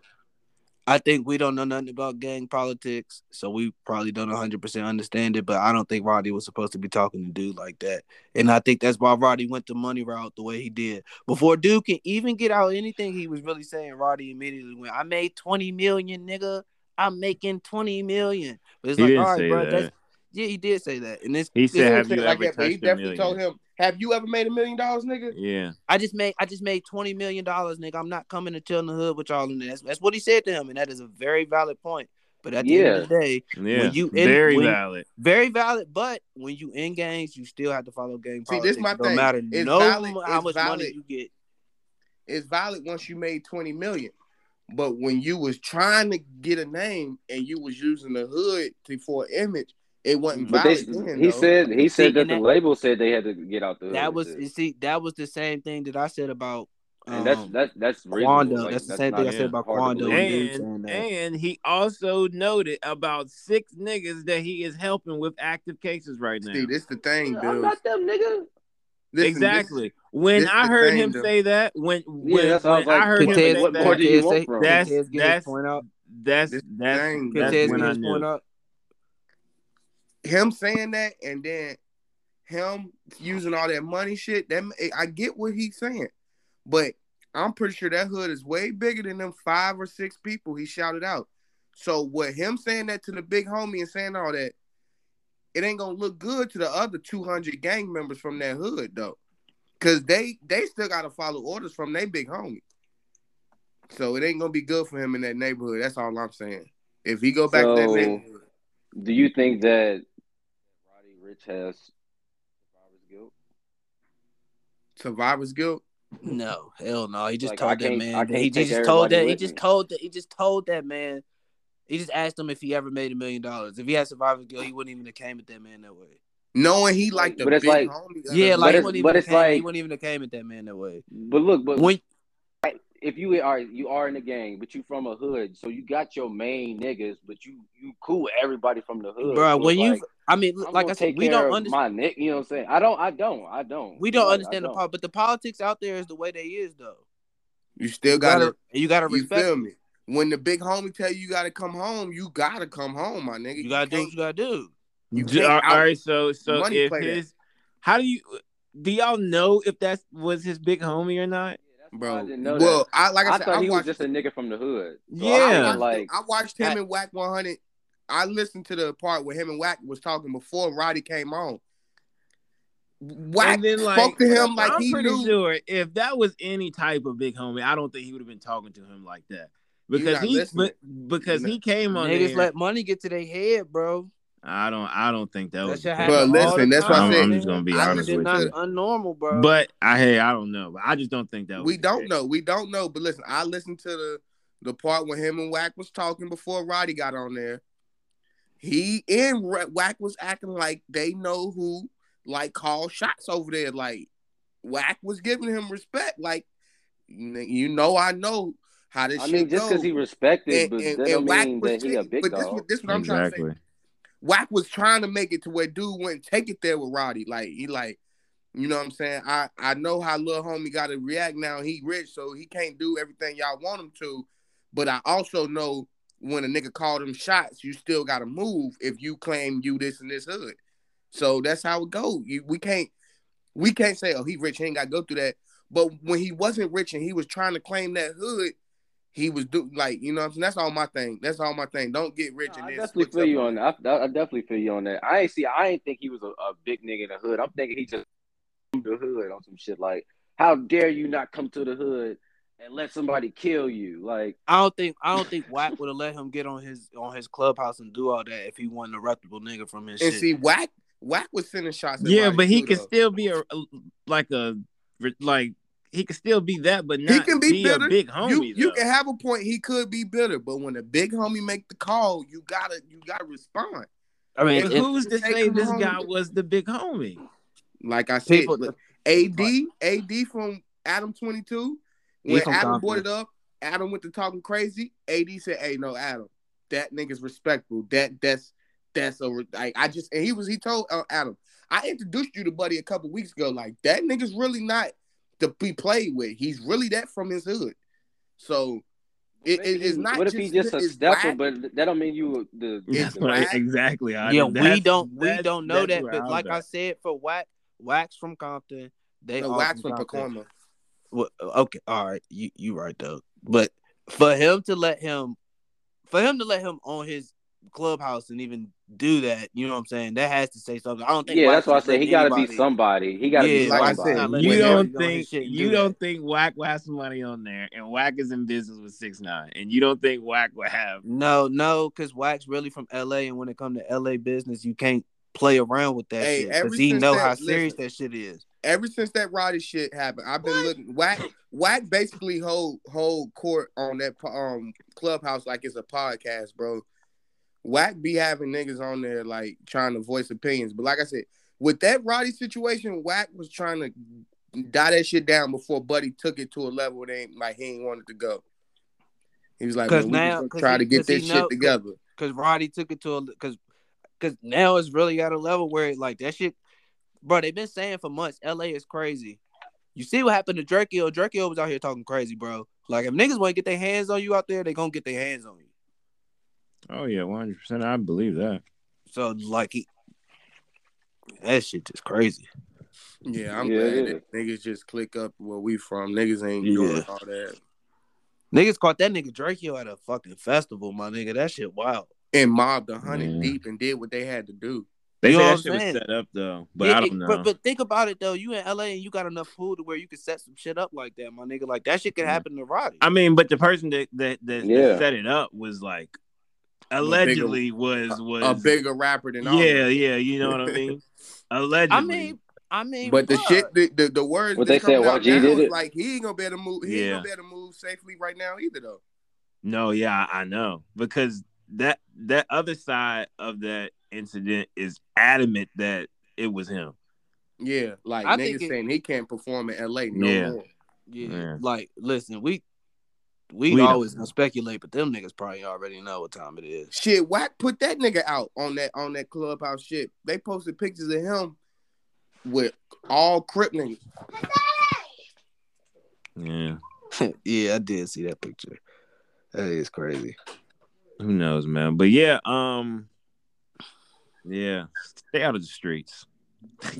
Speaker 2: I think we don't know nothing about gang politics, so we probably don't 100% understand it. But I don't think Roddy was supposed to be talking to Dude like that. And I think that's why Roddy went the money route the way he did. Before Dude can even get out anything, he was really saying Roddy immediately went, I made 20 million, nigga. I'm making 20 million. But it's
Speaker 3: He
Speaker 2: like,
Speaker 3: didn't
Speaker 2: all right,
Speaker 3: say
Speaker 2: bro.
Speaker 3: that.
Speaker 2: That's, yeah, he did say that. And this,
Speaker 3: he
Speaker 1: He
Speaker 3: said,
Speaker 1: didn't
Speaker 3: "Have
Speaker 1: say
Speaker 3: you
Speaker 1: it like
Speaker 3: ever
Speaker 1: that, but he
Speaker 3: touched a
Speaker 1: definitely
Speaker 3: million?
Speaker 1: told him, "Have you ever made a million dollars, nigga?"
Speaker 3: Yeah,
Speaker 2: I just made I just made twenty million dollars, nigga. I'm not coming to chill in the hood with y'all in there. That's, that's what he said to him, and that is a very valid point. But at the end of the day,
Speaker 3: yeah.
Speaker 2: When you in-
Speaker 3: Very
Speaker 2: when-
Speaker 3: valid.
Speaker 2: very valid. But when you in games, you still have to follow game
Speaker 1: See,
Speaker 2: politics.
Speaker 1: this my
Speaker 2: it don't
Speaker 1: thing.
Speaker 2: matter
Speaker 1: It's
Speaker 2: no
Speaker 1: valid-
Speaker 2: how
Speaker 1: it's
Speaker 2: much money
Speaker 1: valid.
Speaker 2: you get.
Speaker 1: It's valid once you made 20 million. But when you was trying to get a name and you was using the hood to, for an image, it wasn't
Speaker 4: But they,
Speaker 1: valid then,
Speaker 4: he
Speaker 1: though.
Speaker 4: said he
Speaker 2: See,
Speaker 4: said that
Speaker 2: and
Speaker 4: the
Speaker 2: that-
Speaker 4: label said they had to get out the hood.
Speaker 2: That was
Speaker 4: and
Speaker 2: you see, that was the same thing that I said about um,
Speaker 4: And that's that's that's reasonable.
Speaker 2: Quando.
Speaker 4: Like,
Speaker 2: that's the same thing I
Speaker 4: not
Speaker 2: said about
Speaker 4: hard to
Speaker 2: Quando.
Speaker 4: believe.
Speaker 2: and Dude
Speaker 3: And-
Speaker 2: saying that.
Speaker 3: And he also noted about six niggas that he is helping with active cases right now.
Speaker 1: See, this the thing, dude.
Speaker 4: I'm not them nigga.
Speaker 1: Listen, this-
Speaker 3: exactly. when
Speaker 1: this
Speaker 3: I
Speaker 1: the
Speaker 3: heard
Speaker 1: thing,
Speaker 3: him
Speaker 1: though.
Speaker 3: say that, when
Speaker 4: Yeah,
Speaker 3: when,
Speaker 4: that's what I was
Speaker 3: when I
Speaker 4: like,
Speaker 3: heard him
Speaker 2: Could
Speaker 4: what-
Speaker 3: say
Speaker 2: Ted,
Speaker 4: what
Speaker 2: could
Speaker 4: more do
Speaker 3: that,
Speaker 4: you
Speaker 2: Ted
Speaker 4: want
Speaker 2: say-
Speaker 4: from
Speaker 2: could
Speaker 4: him?
Speaker 3: That's-
Speaker 2: Ted get his
Speaker 3: that's-
Speaker 2: point out?
Speaker 3: that's
Speaker 1: This
Speaker 3: that's
Speaker 1: thing,
Speaker 2: Could
Speaker 3: that's
Speaker 2: Ted
Speaker 3: when
Speaker 2: get
Speaker 3: I
Speaker 2: his point
Speaker 3: knew.
Speaker 2: out?
Speaker 1: him saying that and then him using all that money shit. That I get what he's saying, but I'm pretty sure that hood is way bigger than them five or six people he shouted out. So with him saying that to the big homie and saying all that, it ain't gonna look good to the other 200 gang members from that hood though, because they they still gotta follow orders from their big homie. So it ain't gonna be good for him in that neighborhood. That's all I'm saying. If he go back to that
Speaker 4: So-
Speaker 1: neighborhood,
Speaker 4: Do you think that Roddy Rich has survivor's guilt?
Speaker 1: survivor's guilt.
Speaker 2: No, hell no. He just
Speaker 4: Like, I
Speaker 2: told that
Speaker 4: can't- I
Speaker 2: man.
Speaker 4: can't
Speaker 2: He
Speaker 4: take
Speaker 2: just told
Speaker 4: everybody
Speaker 2: that. He
Speaker 4: with
Speaker 2: just
Speaker 4: me.
Speaker 2: told that. He just told that man. He just asked him if he ever made a million dollars. If he had survivor's guilt, he wouldn't even have came at that man that way.
Speaker 1: Knowing he like the
Speaker 4: But it's
Speaker 1: big
Speaker 4: like-
Speaker 1: homie. of
Speaker 2: Yeah,
Speaker 1: the-
Speaker 2: like he
Speaker 4: it's-
Speaker 2: wouldn't
Speaker 4: but
Speaker 2: even have
Speaker 4: it's
Speaker 2: came. he
Speaker 4: like-
Speaker 2: wouldn't even have came at that man that way.
Speaker 4: But look, but
Speaker 2: When
Speaker 4: if you are you are in the gang, but you from a hood, so you got your main niggas, but you you cool with everybody from the hood.
Speaker 2: Bruh,
Speaker 4: so it's
Speaker 2: when you-
Speaker 4: like,
Speaker 2: I mean,
Speaker 4: I'm
Speaker 2: like
Speaker 4: gonna
Speaker 2: I said,
Speaker 4: take
Speaker 2: we
Speaker 4: care
Speaker 2: don't
Speaker 4: of
Speaker 2: understand.
Speaker 4: my nick. You know what I'm saying? I don't. I don't. I don't.
Speaker 2: We don't
Speaker 4: Like, I
Speaker 2: understand the
Speaker 4: don't.
Speaker 2: part, but the politics out there is the way they is though.
Speaker 1: you still
Speaker 2: You gotta,
Speaker 1: gotta
Speaker 2: you gotta
Speaker 1: You
Speaker 2: respect.
Speaker 1: feel
Speaker 2: it.
Speaker 1: me? When the big homie tell you you gotta come home, you gotta come home, my nigga.
Speaker 2: You gotta do what
Speaker 1: can't-
Speaker 2: you gotta do.
Speaker 1: You
Speaker 3: J-
Speaker 1: can't
Speaker 3: all- all
Speaker 1: out-
Speaker 3: right, so so
Speaker 1: money
Speaker 3: if
Speaker 1: play that.
Speaker 3: his, how do you do y'all know if that was his big homie or not?
Speaker 4: bro. I
Speaker 1: bro.
Speaker 4: didn't know
Speaker 1: well,
Speaker 4: that.
Speaker 1: I like I,
Speaker 4: I,
Speaker 1: said,
Speaker 4: thought
Speaker 1: I
Speaker 4: he was
Speaker 1: watched,
Speaker 4: just a nigga from the hood. So
Speaker 1: I
Speaker 3: Yeah.
Speaker 4: I
Speaker 1: watched him,
Speaker 4: feel like
Speaker 1: I watched him
Speaker 2: I-
Speaker 1: and Whack 100. I listened to the part where him and Whack was talking before Roddy came on. Whack
Speaker 3: And then, like,
Speaker 1: spoke to him like
Speaker 3: I'm
Speaker 1: he
Speaker 3: pretty
Speaker 1: knew.
Speaker 3: sure if that was any type of big homie, I don't think he would have been talking to him like that because
Speaker 1: not
Speaker 3: he
Speaker 1: listening.
Speaker 3: but- because
Speaker 1: You're
Speaker 3: he came on
Speaker 2: Niggas
Speaker 3: there.
Speaker 2: let money get to their head, bro.
Speaker 3: I don't I don't think that,
Speaker 2: That
Speaker 3: was.
Speaker 2: shit
Speaker 3: the
Speaker 2: happen
Speaker 1: But
Speaker 2: all
Speaker 3: case.
Speaker 1: listen,
Speaker 2: the
Speaker 1: that's why I
Speaker 2: time,
Speaker 1: said-
Speaker 3: I'm, I'm
Speaker 2: nigga.
Speaker 3: just gonna be
Speaker 1: I
Speaker 3: honest
Speaker 1: listened
Speaker 2: It's
Speaker 3: with
Speaker 1: to
Speaker 2: not
Speaker 3: you.
Speaker 1: it.
Speaker 2: unnormal, bro.
Speaker 3: But I hey I don't know. I just don't think that was
Speaker 1: We
Speaker 3: the
Speaker 1: don't
Speaker 3: case.
Speaker 1: know. We don't know. But listen, I listened to the the part where him and Whack was talking before Roddy got on there. He and Ra- Whack was acting like they know who like called shots over there. Like Whack was giving him respect. Like n- you know, I know how this
Speaker 4: I
Speaker 1: shit
Speaker 4: mean, just
Speaker 1: goes.
Speaker 4: because he respected,
Speaker 1: and,
Speaker 4: but
Speaker 1: and,
Speaker 4: that
Speaker 1: and
Speaker 4: don't
Speaker 1: Whack
Speaker 4: mean
Speaker 1: was
Speaker 4: that he a
Speaker 1: taking-
Speaker 4: big
Speaker 1: but this
Speaker 4: dog.
Speaker 1: what this what I'm trying to say.
Speaker 3: Exactly.
Speaker 1: Whack was trying to make it to where dude wouldn't take it there with Roddy. Like he like, you know what I'm saying? I I know how little homie got to react now. He rich, so he can't do everything y'all want him to. But I also know when a nigga called him shots, you still got to move if you claim you this and this hood. So that's how it go. You, we can't we can't say oh he rich he ain't got to go through that. But when he wasn't rich and he was trying to claim that hood, he was do like you know what I'm saying. That's all my thing. That's all my thing. Don't get rich
Speaker 4: No,
Speaker 1: and
Speaker 4: I
Speaker 1: then
Speaker 4: definitely
Speaker 1: switch
Speaker 4: feel
Speaker 1: up
Speaker 4: you on that. I, I definitely feel you on that. I ain't see. I ain't think he was a, a big nigga in the hood. I'm thinking he just from the hood on some shit. Like, how dare you not come to the hood and let somebody kill you? Like,
Speaker 2: I don't think I don't think Wack would have let him get on his on his clubhouse and do all that if he wasn't a reputable nigga from his
Speaker 1: And
Speaker 2: shit.
Speaker 1: see, Whack Whack was sending shots. At
Speaker 3: Yeah,
Speaker 1: Roddy,
Speaker 3: but he
Speaker 1: too,
Speaker 3: could
Speaker 1: though.
Speaker 3: still be a a- like a like he could still be that, but not
Speaker 1: can be
Speaker 3: a
Speaker 1: bitter.
Speaker 3: big homie.
Speaker 1: you you
Speaker 3: though.
Speaker 1: can have a point. He could be bitter, but when the big homie make the call, you gotta you gotta respond.
Speaker 2: I mean,
Speaker 3: And
Speaker 2: if
Speaker 3: who's to
Speaker 1: Take
Speaker 3: say
Speaker 1: him
Speaker 3: this
Speaker 1: home.
Speaker 3: guy was the big homie?
Speaker 1: Like I said,
Speaker 2: people,
Speaker 1: look, AD AD from Adam twenty two.
Speaker 2: He
Speaker 1: When
Speaker 2: from
Speaker 1: Adam
Speaker 2: Compton.
Speaker 1: brought it up, Adam went to talking crazy. AD said, "Hey, no, Adam, that nigga's respectful. That that's that's a re- like I just and he was he told uh, Adam, I introduced you to Buddy a couple weeks ago. Like that nigga's really not to be played with. He's really that from his hood. So it, it- it's not.
Speaker 4: what if
Speaker 1: just,
Speaker 4: he just a
Speaker 1: it's
Speaker 4: stepper?
Speaker 1: whack.
Speaker 4: But that don't mean you the.
Speaker 1: It's
Speaker 3: That's
Speaker 4: the-
Speaker 3: what I-
Speaker 1: whack.
Speaker 3: exactly. Otto.
Speaker 2: yeah, we
Speaker 3: That's-
Speaker 2: don't we
Speaker 3: that's-
Speaker 2: don't know
Speaker 3: that's
Speaker 2: that,
Speaker 3: where
Speaker 2: but
Speaker 3: was
Speaker 2: like I
Speaker 3: at.
Speaker 2: said, for Wack, Wack's from Compton. They
Speaker 1: The
Speaker 2: are
Speaker 1: wax from
Speaker 2: Compton.
Speaker 1: Pacoima.
Speaker 2: Well, okay, all right, you you right though. But for him to let him, for him to let him on his clubhouse and even do that, you know what I'm saying? That has to say something. I don't think.
Speaker 4: yeah,
Speaker 2: Wack
Speaker 4: that's why I
Speaker 2: just let
Speaker 4: said he got to be
Speaker 2: anybody-
Speaker 4: somebody. He got to be
Speaker 2: Yeah, like
Speaker 1: I
Speaker 4: somebody.
Speaker 1: said,
Speaker 2: not letting
Speaker 3: You
Speaker 1: Whenever
Speaker 3: don't
Speaker 2: nobody go on his
Speaker 3: think
Speaker 2: shit and
Speaker 3: you
Speaker 2: do that.
Speaker 3: don't think Wack will have somebody on there, and Wack is in business with six nine, and you don't think Wack will have.
Speaker 2: No, no, because Wax really from LA, and when it come to LA business, you can't play around with that
Speaker 1: Hey,
Speaker 2: shit
Speaker 1: ever
Speaker 2: because he
Speaker 1: since
Speaker 2: know
Speaker 1: that-
Speaker 2: how serious
Speaker 1: listen.
Speaker 2: that shit is.
Speaker 1: Ever since that Roddy shit happened, I've been looking whack. Whack basically hold hold court on that po- um clubhouse like it's a podcast, bro. Whack be having niggas on there like trying to voice opinions, but like I said, with that Roddy situation, Whack was trying to die that shit down before Buddy took it to a level it ain't like he ain't wanted to go. He was like,
Speaker 2: 'Cause
Speaker 1: man, we
Speaker 2: now-
Speaker 1: just gonna
Speaker 2: 'cause
Speaker 1: try
Speaker 2: he-
Speaker 1: to get
Speaker 2: 'cause he
Speaker 1: this
Speaker 2: know-
Speaker 1: shit together.
Speaker 2: Because Roddy took it to a because because now it's really at a level where like that shit, bro. They've been saying for months, LA is crazy. You see what happened to Drakeo? Drakeo was out here talking crazy, bro. Like if niggas want to get their hands on you out there, they gonna get their hands on you.
Speaker 3: Oh yeah, one hundred percent. I believe that.
Speaker 2: So like he, That shit just crazy.
Speaker 1: Yeah, I'm
Speaker 4: Yeah, it
Speaker 1: glad
Speaker 4: is.
Speaker 1: that niggas just click up where we from. Niggas ain't
Speaker 2: Yeah.
Speaker 1: doing all that.
Speaker 2: Niggas caught that nigga Drakeo at a fucking festival, my nigga. That shit wild.
Speaker 1: And mobbed a hundred
Speaker 3: Yeah.
Speaker 1: deep and did what they had to do.
Speaker 3: They
Speaker 2: You
Speaker 3: say
Speaker 2: know
Speaker 3: that
Speaker 2: what
Speaker 3: shit
Speaker 2: I'm
Speaker 3: was
Speaker 2: saying?
Speaker 3: set up though, but
Speaker 2: Yeah,
Speaker 3: I
Speaker 2: it-
Speaker 3: don't know.
Speaker 2: But, but think about it though. You in LA and you got enough food to where you can set some shit up like that, my nigga. Like that shit could
Speaker 3: Yeah.
Speaker 2: happen to Roddy.
Speaker 3: I mean, but the person that that, that, that
Speaker 4: Yeah.
Speaker 3: set it up was like
Speaker 1: bigger-
Speaker 3: allegedly was was
Speaker 1: A bigger rapper than all. of
Speaker 3: yeah
Speaker 1: them.
Speaker 3: yeah you know what I mean allegedly.
Speaker 2: I mean, I mean,
Speaker 1: But the
Speaker 2: fuck.
Speaker 1: shit, the, the, the words
Speaker 4: What
Speaker 1: that
Speaker 4: they said,
Speaker 1: coming out
Speaker 4: YG
Speaker 1: now is
Speaker 4: did it.
Speaker 1: like he ain't gonna be able to move. He ain't
Speaker 3: Yeah.
Speaker 1: gonna be able to move safely right now either though.
Speaker 3: no, yeah, I I know because that that other side of that incident is adamant that it was him.
Speaker 1: Yeah, like
Speaker 2: I think
Speaker 1: niggas
Speaker 2: it-
Speaker 1: saying he can't perform in LA no
Speaker 3: Yeah.
Speaker 1: more.
Speaker 2: Yeah,
Speaker 3: Yeah.
Speaker 2: like listen, we we,
Speaker 3: We don't
Speaker 2: always
Speaker 3: know.
Speaker 2: gonna speculate, but them niggas probably already know what time it is.
Speaker 1: Shit, whack put that nigga out on that on that clubhouse shit. They posted pictures of him with all Crip niggas.
Speaker 3: Yeah,
Speaker 2: yeah, I did see that picture. That is crazy.
Speaker 3: who knows, man? But yeah, um, yeah, stay out of the streets.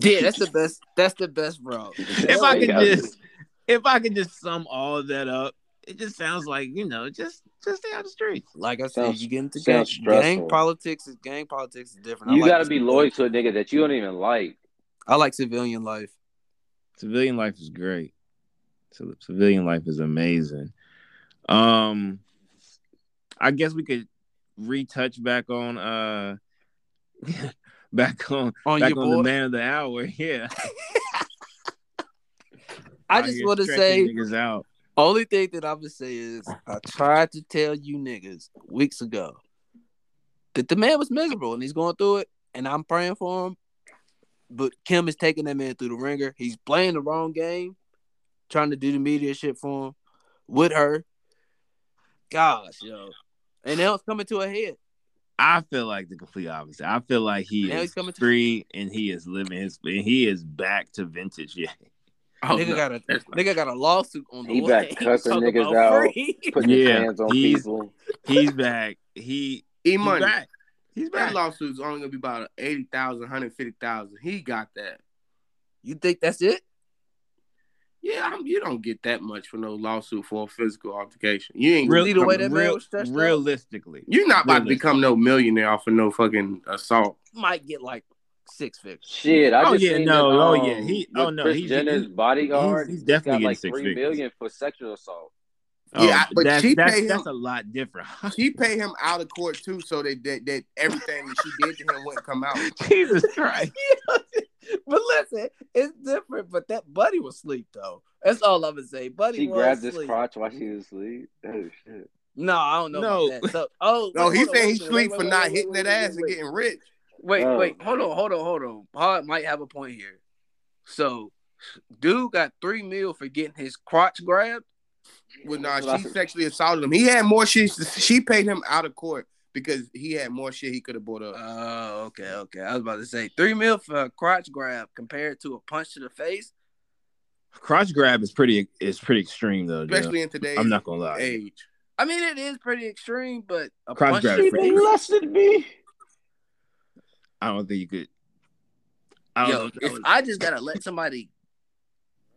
Speaker 2: Yeah, that's the best. That's the best route.
Speaker 3: if I
Speaker 4: Stay
Speaker 3: could
Speaker 4: out of the
Speaker 3: just if I could just sum all of that up, it just sounds like you know, just just stay out the streets.
Speaker 2: Like I said,
Speaker 4: Sounds-
Speaker 2: you get into gang,
Speaker 4: sounds
Speaker 2: gang
Speaker 4: stressful.
Speaker 2: politics. Is gang politics is different. I
Speaker 4: You
Speaker 2: like
Speaker 4: gotta
Speaker 2: the
Speaker 4: be
Speaker 2: civilian-
Speaker 4: loyal to a nigga that you don't even like.
Speaker 2: I like civilian life.
Speaker 3: Civilian life is great. Civ- Civilian life is amazing. Um, I guess we could retouch back on uh, back on
Speaker 2: On
Speaker 3: back
Speaker 2: your
Speaker 3: on
Speaker 2: boy,
Speaker 3: the man of the hour. Yeah,
Speaker 2: I
Speaker 3: Out
Speaker 2: just
Speaker 3: here
Speaker 2: want to
Speaker 3: stretching
Speaker 2: say,
Speaker 3: niggas out.
Speaker 2: only thing that I'm gonna say is, I tried to tell you niggas weeks ago that the man was miserable and he's going through it, and I'm praying for him. But Kim is taking that man through the ringer. He's playing the wrong game, trying to do the media shit for him with her. Gosh, yo. And now it's coming to a head.
Speaker 3: I feel like the complete opposite. I feel like he
Speaker 2: Now he's
Speaker 3: is
Speaker 2: coming to-
Speaker 3: free and he is living his. And he is back to vintage. Yeah.
Speaker 1: Oh,
Speaker 2: nigga
Speaker 1: no.
Speaker 2: got a nigga got a lawsuit on the
Speaker 4: He
Speaker 2: way.
Speaker 4: back cussing
Speaker 2: Talk
Speaker 4: niggas
Speaker 2: about
Speaker 4: out.
Speaker 2: free.
Speaker 4: Putting his
Speaker 3: Yeah,
Speaker 4: hands on
Speaker 3: he's-
Speaker 4: people.
Speaker 3: He's back. He
Speaker 1: E
Speaker 3: he's
Speaker 1: money.
Speaker 3: back. He's
Speaker 1: That
Speaker 3: back.
Speaker 1: lawsuit's only gonna be about 80,000, 150,000. He got that.
Speaker 2: You think that's it?
Speaker 1: Yeah, I'm, you don't get that much for no lawsuit for a physical altercation. You ain't
Speaker 2: Really? See the way that man was stretched out?
Speaker 3: realistically,
Speaker 1: you're not about to
Speaker 3: Really?
Speaker 1: become no millionaire off of no fucking assault.
Speaker 2: Might get like six figures.
Speaker 4: Shit, I
Speaker 3: Oh,
Speaker 4: just
Speaker 3: yeah,
Speaker 4: seen
Speaker 3: no,
Speaker 4: that,
Speaker 3: oh,
Speaker 4: um,
Speaker 3: yeah, he-
Speaker 4: with
Speaker 3: oh, no,
Speaker 4: Kris
Speaker 3: he's-
Speaker 4: Jenner's
Speaker 3: he's-
Speaker 4: bodyguard.
Speaker 3: he's- he's
Speaker 4: just
Speaker 3: definitely
Speaker 4: got like
Speaker 3: getting six
Speaker 4: three
Speaker 3: figures.
Speaker 4: million for sexual assault.
Speaker 1: Yeah, I- but
Speaker 3: Oh, that's,
Speaker 1: she
Speaker 3: that's,
Speaker 1: paid
Speaker 3: that's
Speaker 1: him-
Speaker 3: a lot different.
Speaker 1: She paid him out of court too, so that that, that everything that she did to him wouldn't come out.
Speaker 3: Jesus Christ!
Speaker 2: but listen, it's different. But that buddy was asleep though. That's all I'm gonna say. Buddy
Speaker 4: She
Speaker 2: was
Speaker 4: grabbed his
Speaker 2: asleep.
Speaker 4: crotch while she was asleep. Oh shit.
Speaker 2: No, I don't know.
Speaker 3: No.
Speaker 2: about that. So, oh,
Speaker 1: No,
Speaker 2: wait,
Speaker 1: he's
Speaker 2: hold on,
Speaker 1: saying
Speaker 2: wait
Speaker 1: he
Speaker 2: a minute, wait,
Speaker 1: sleep
Speaker 2: wait,
Speaker 1: for
Speaker 2: wait,
Speaker 1: not
Speaker 2: wait,
Speaker 1: hitting
Speaker 2: wait,
Speaker 1: that
Speaker 2: wait,
Speaker 1: ass and
Speaker 2: wait.
Speaker 1: getting rich.
Speaker 2: Wait,
Speaker 4: Oh.
Speaker 2: wait, hold on, hold on, hold on. Pod might have a point here. So, dude got three mil for getting his crotch grabbed.
Speaker 1: Well,
Speaker 4: That's
Speaker 1: nah,
Speaker 4: what
Speaker 1: she
Speaker 4: I-
Speaker 1: sexually assaulted him. He had more shit. She paid him out of court because he had more shit he could have bought
Speaker 2: Oh,
Speaker 1: up.
Speaker 2: okay, okay. I was about to say three mil for a crotch grab compared to a punch to the face.
Speaker 3: Crotch grab is pretty is pretty extreme though. Joe.
Speaker 1: especially in today's
Speaker 3: I'm not gonna lie.
Speaker 1: age.
Speaker 2: I mean, it is pretty extreme, but a
Speaker 3: Crotch
Speaker 2: punch
Speaker 3: grab
Speaker 2: to the
Speaker 3: is pretty-
Speaker 4: They
Speaker 2: face-
Speaker 4: lusted me.
Speaker 3: I don't think you could. I
Speaker 2: Yo,
Speaker 3: don't,
Speaker 2: if I just gotta let somebody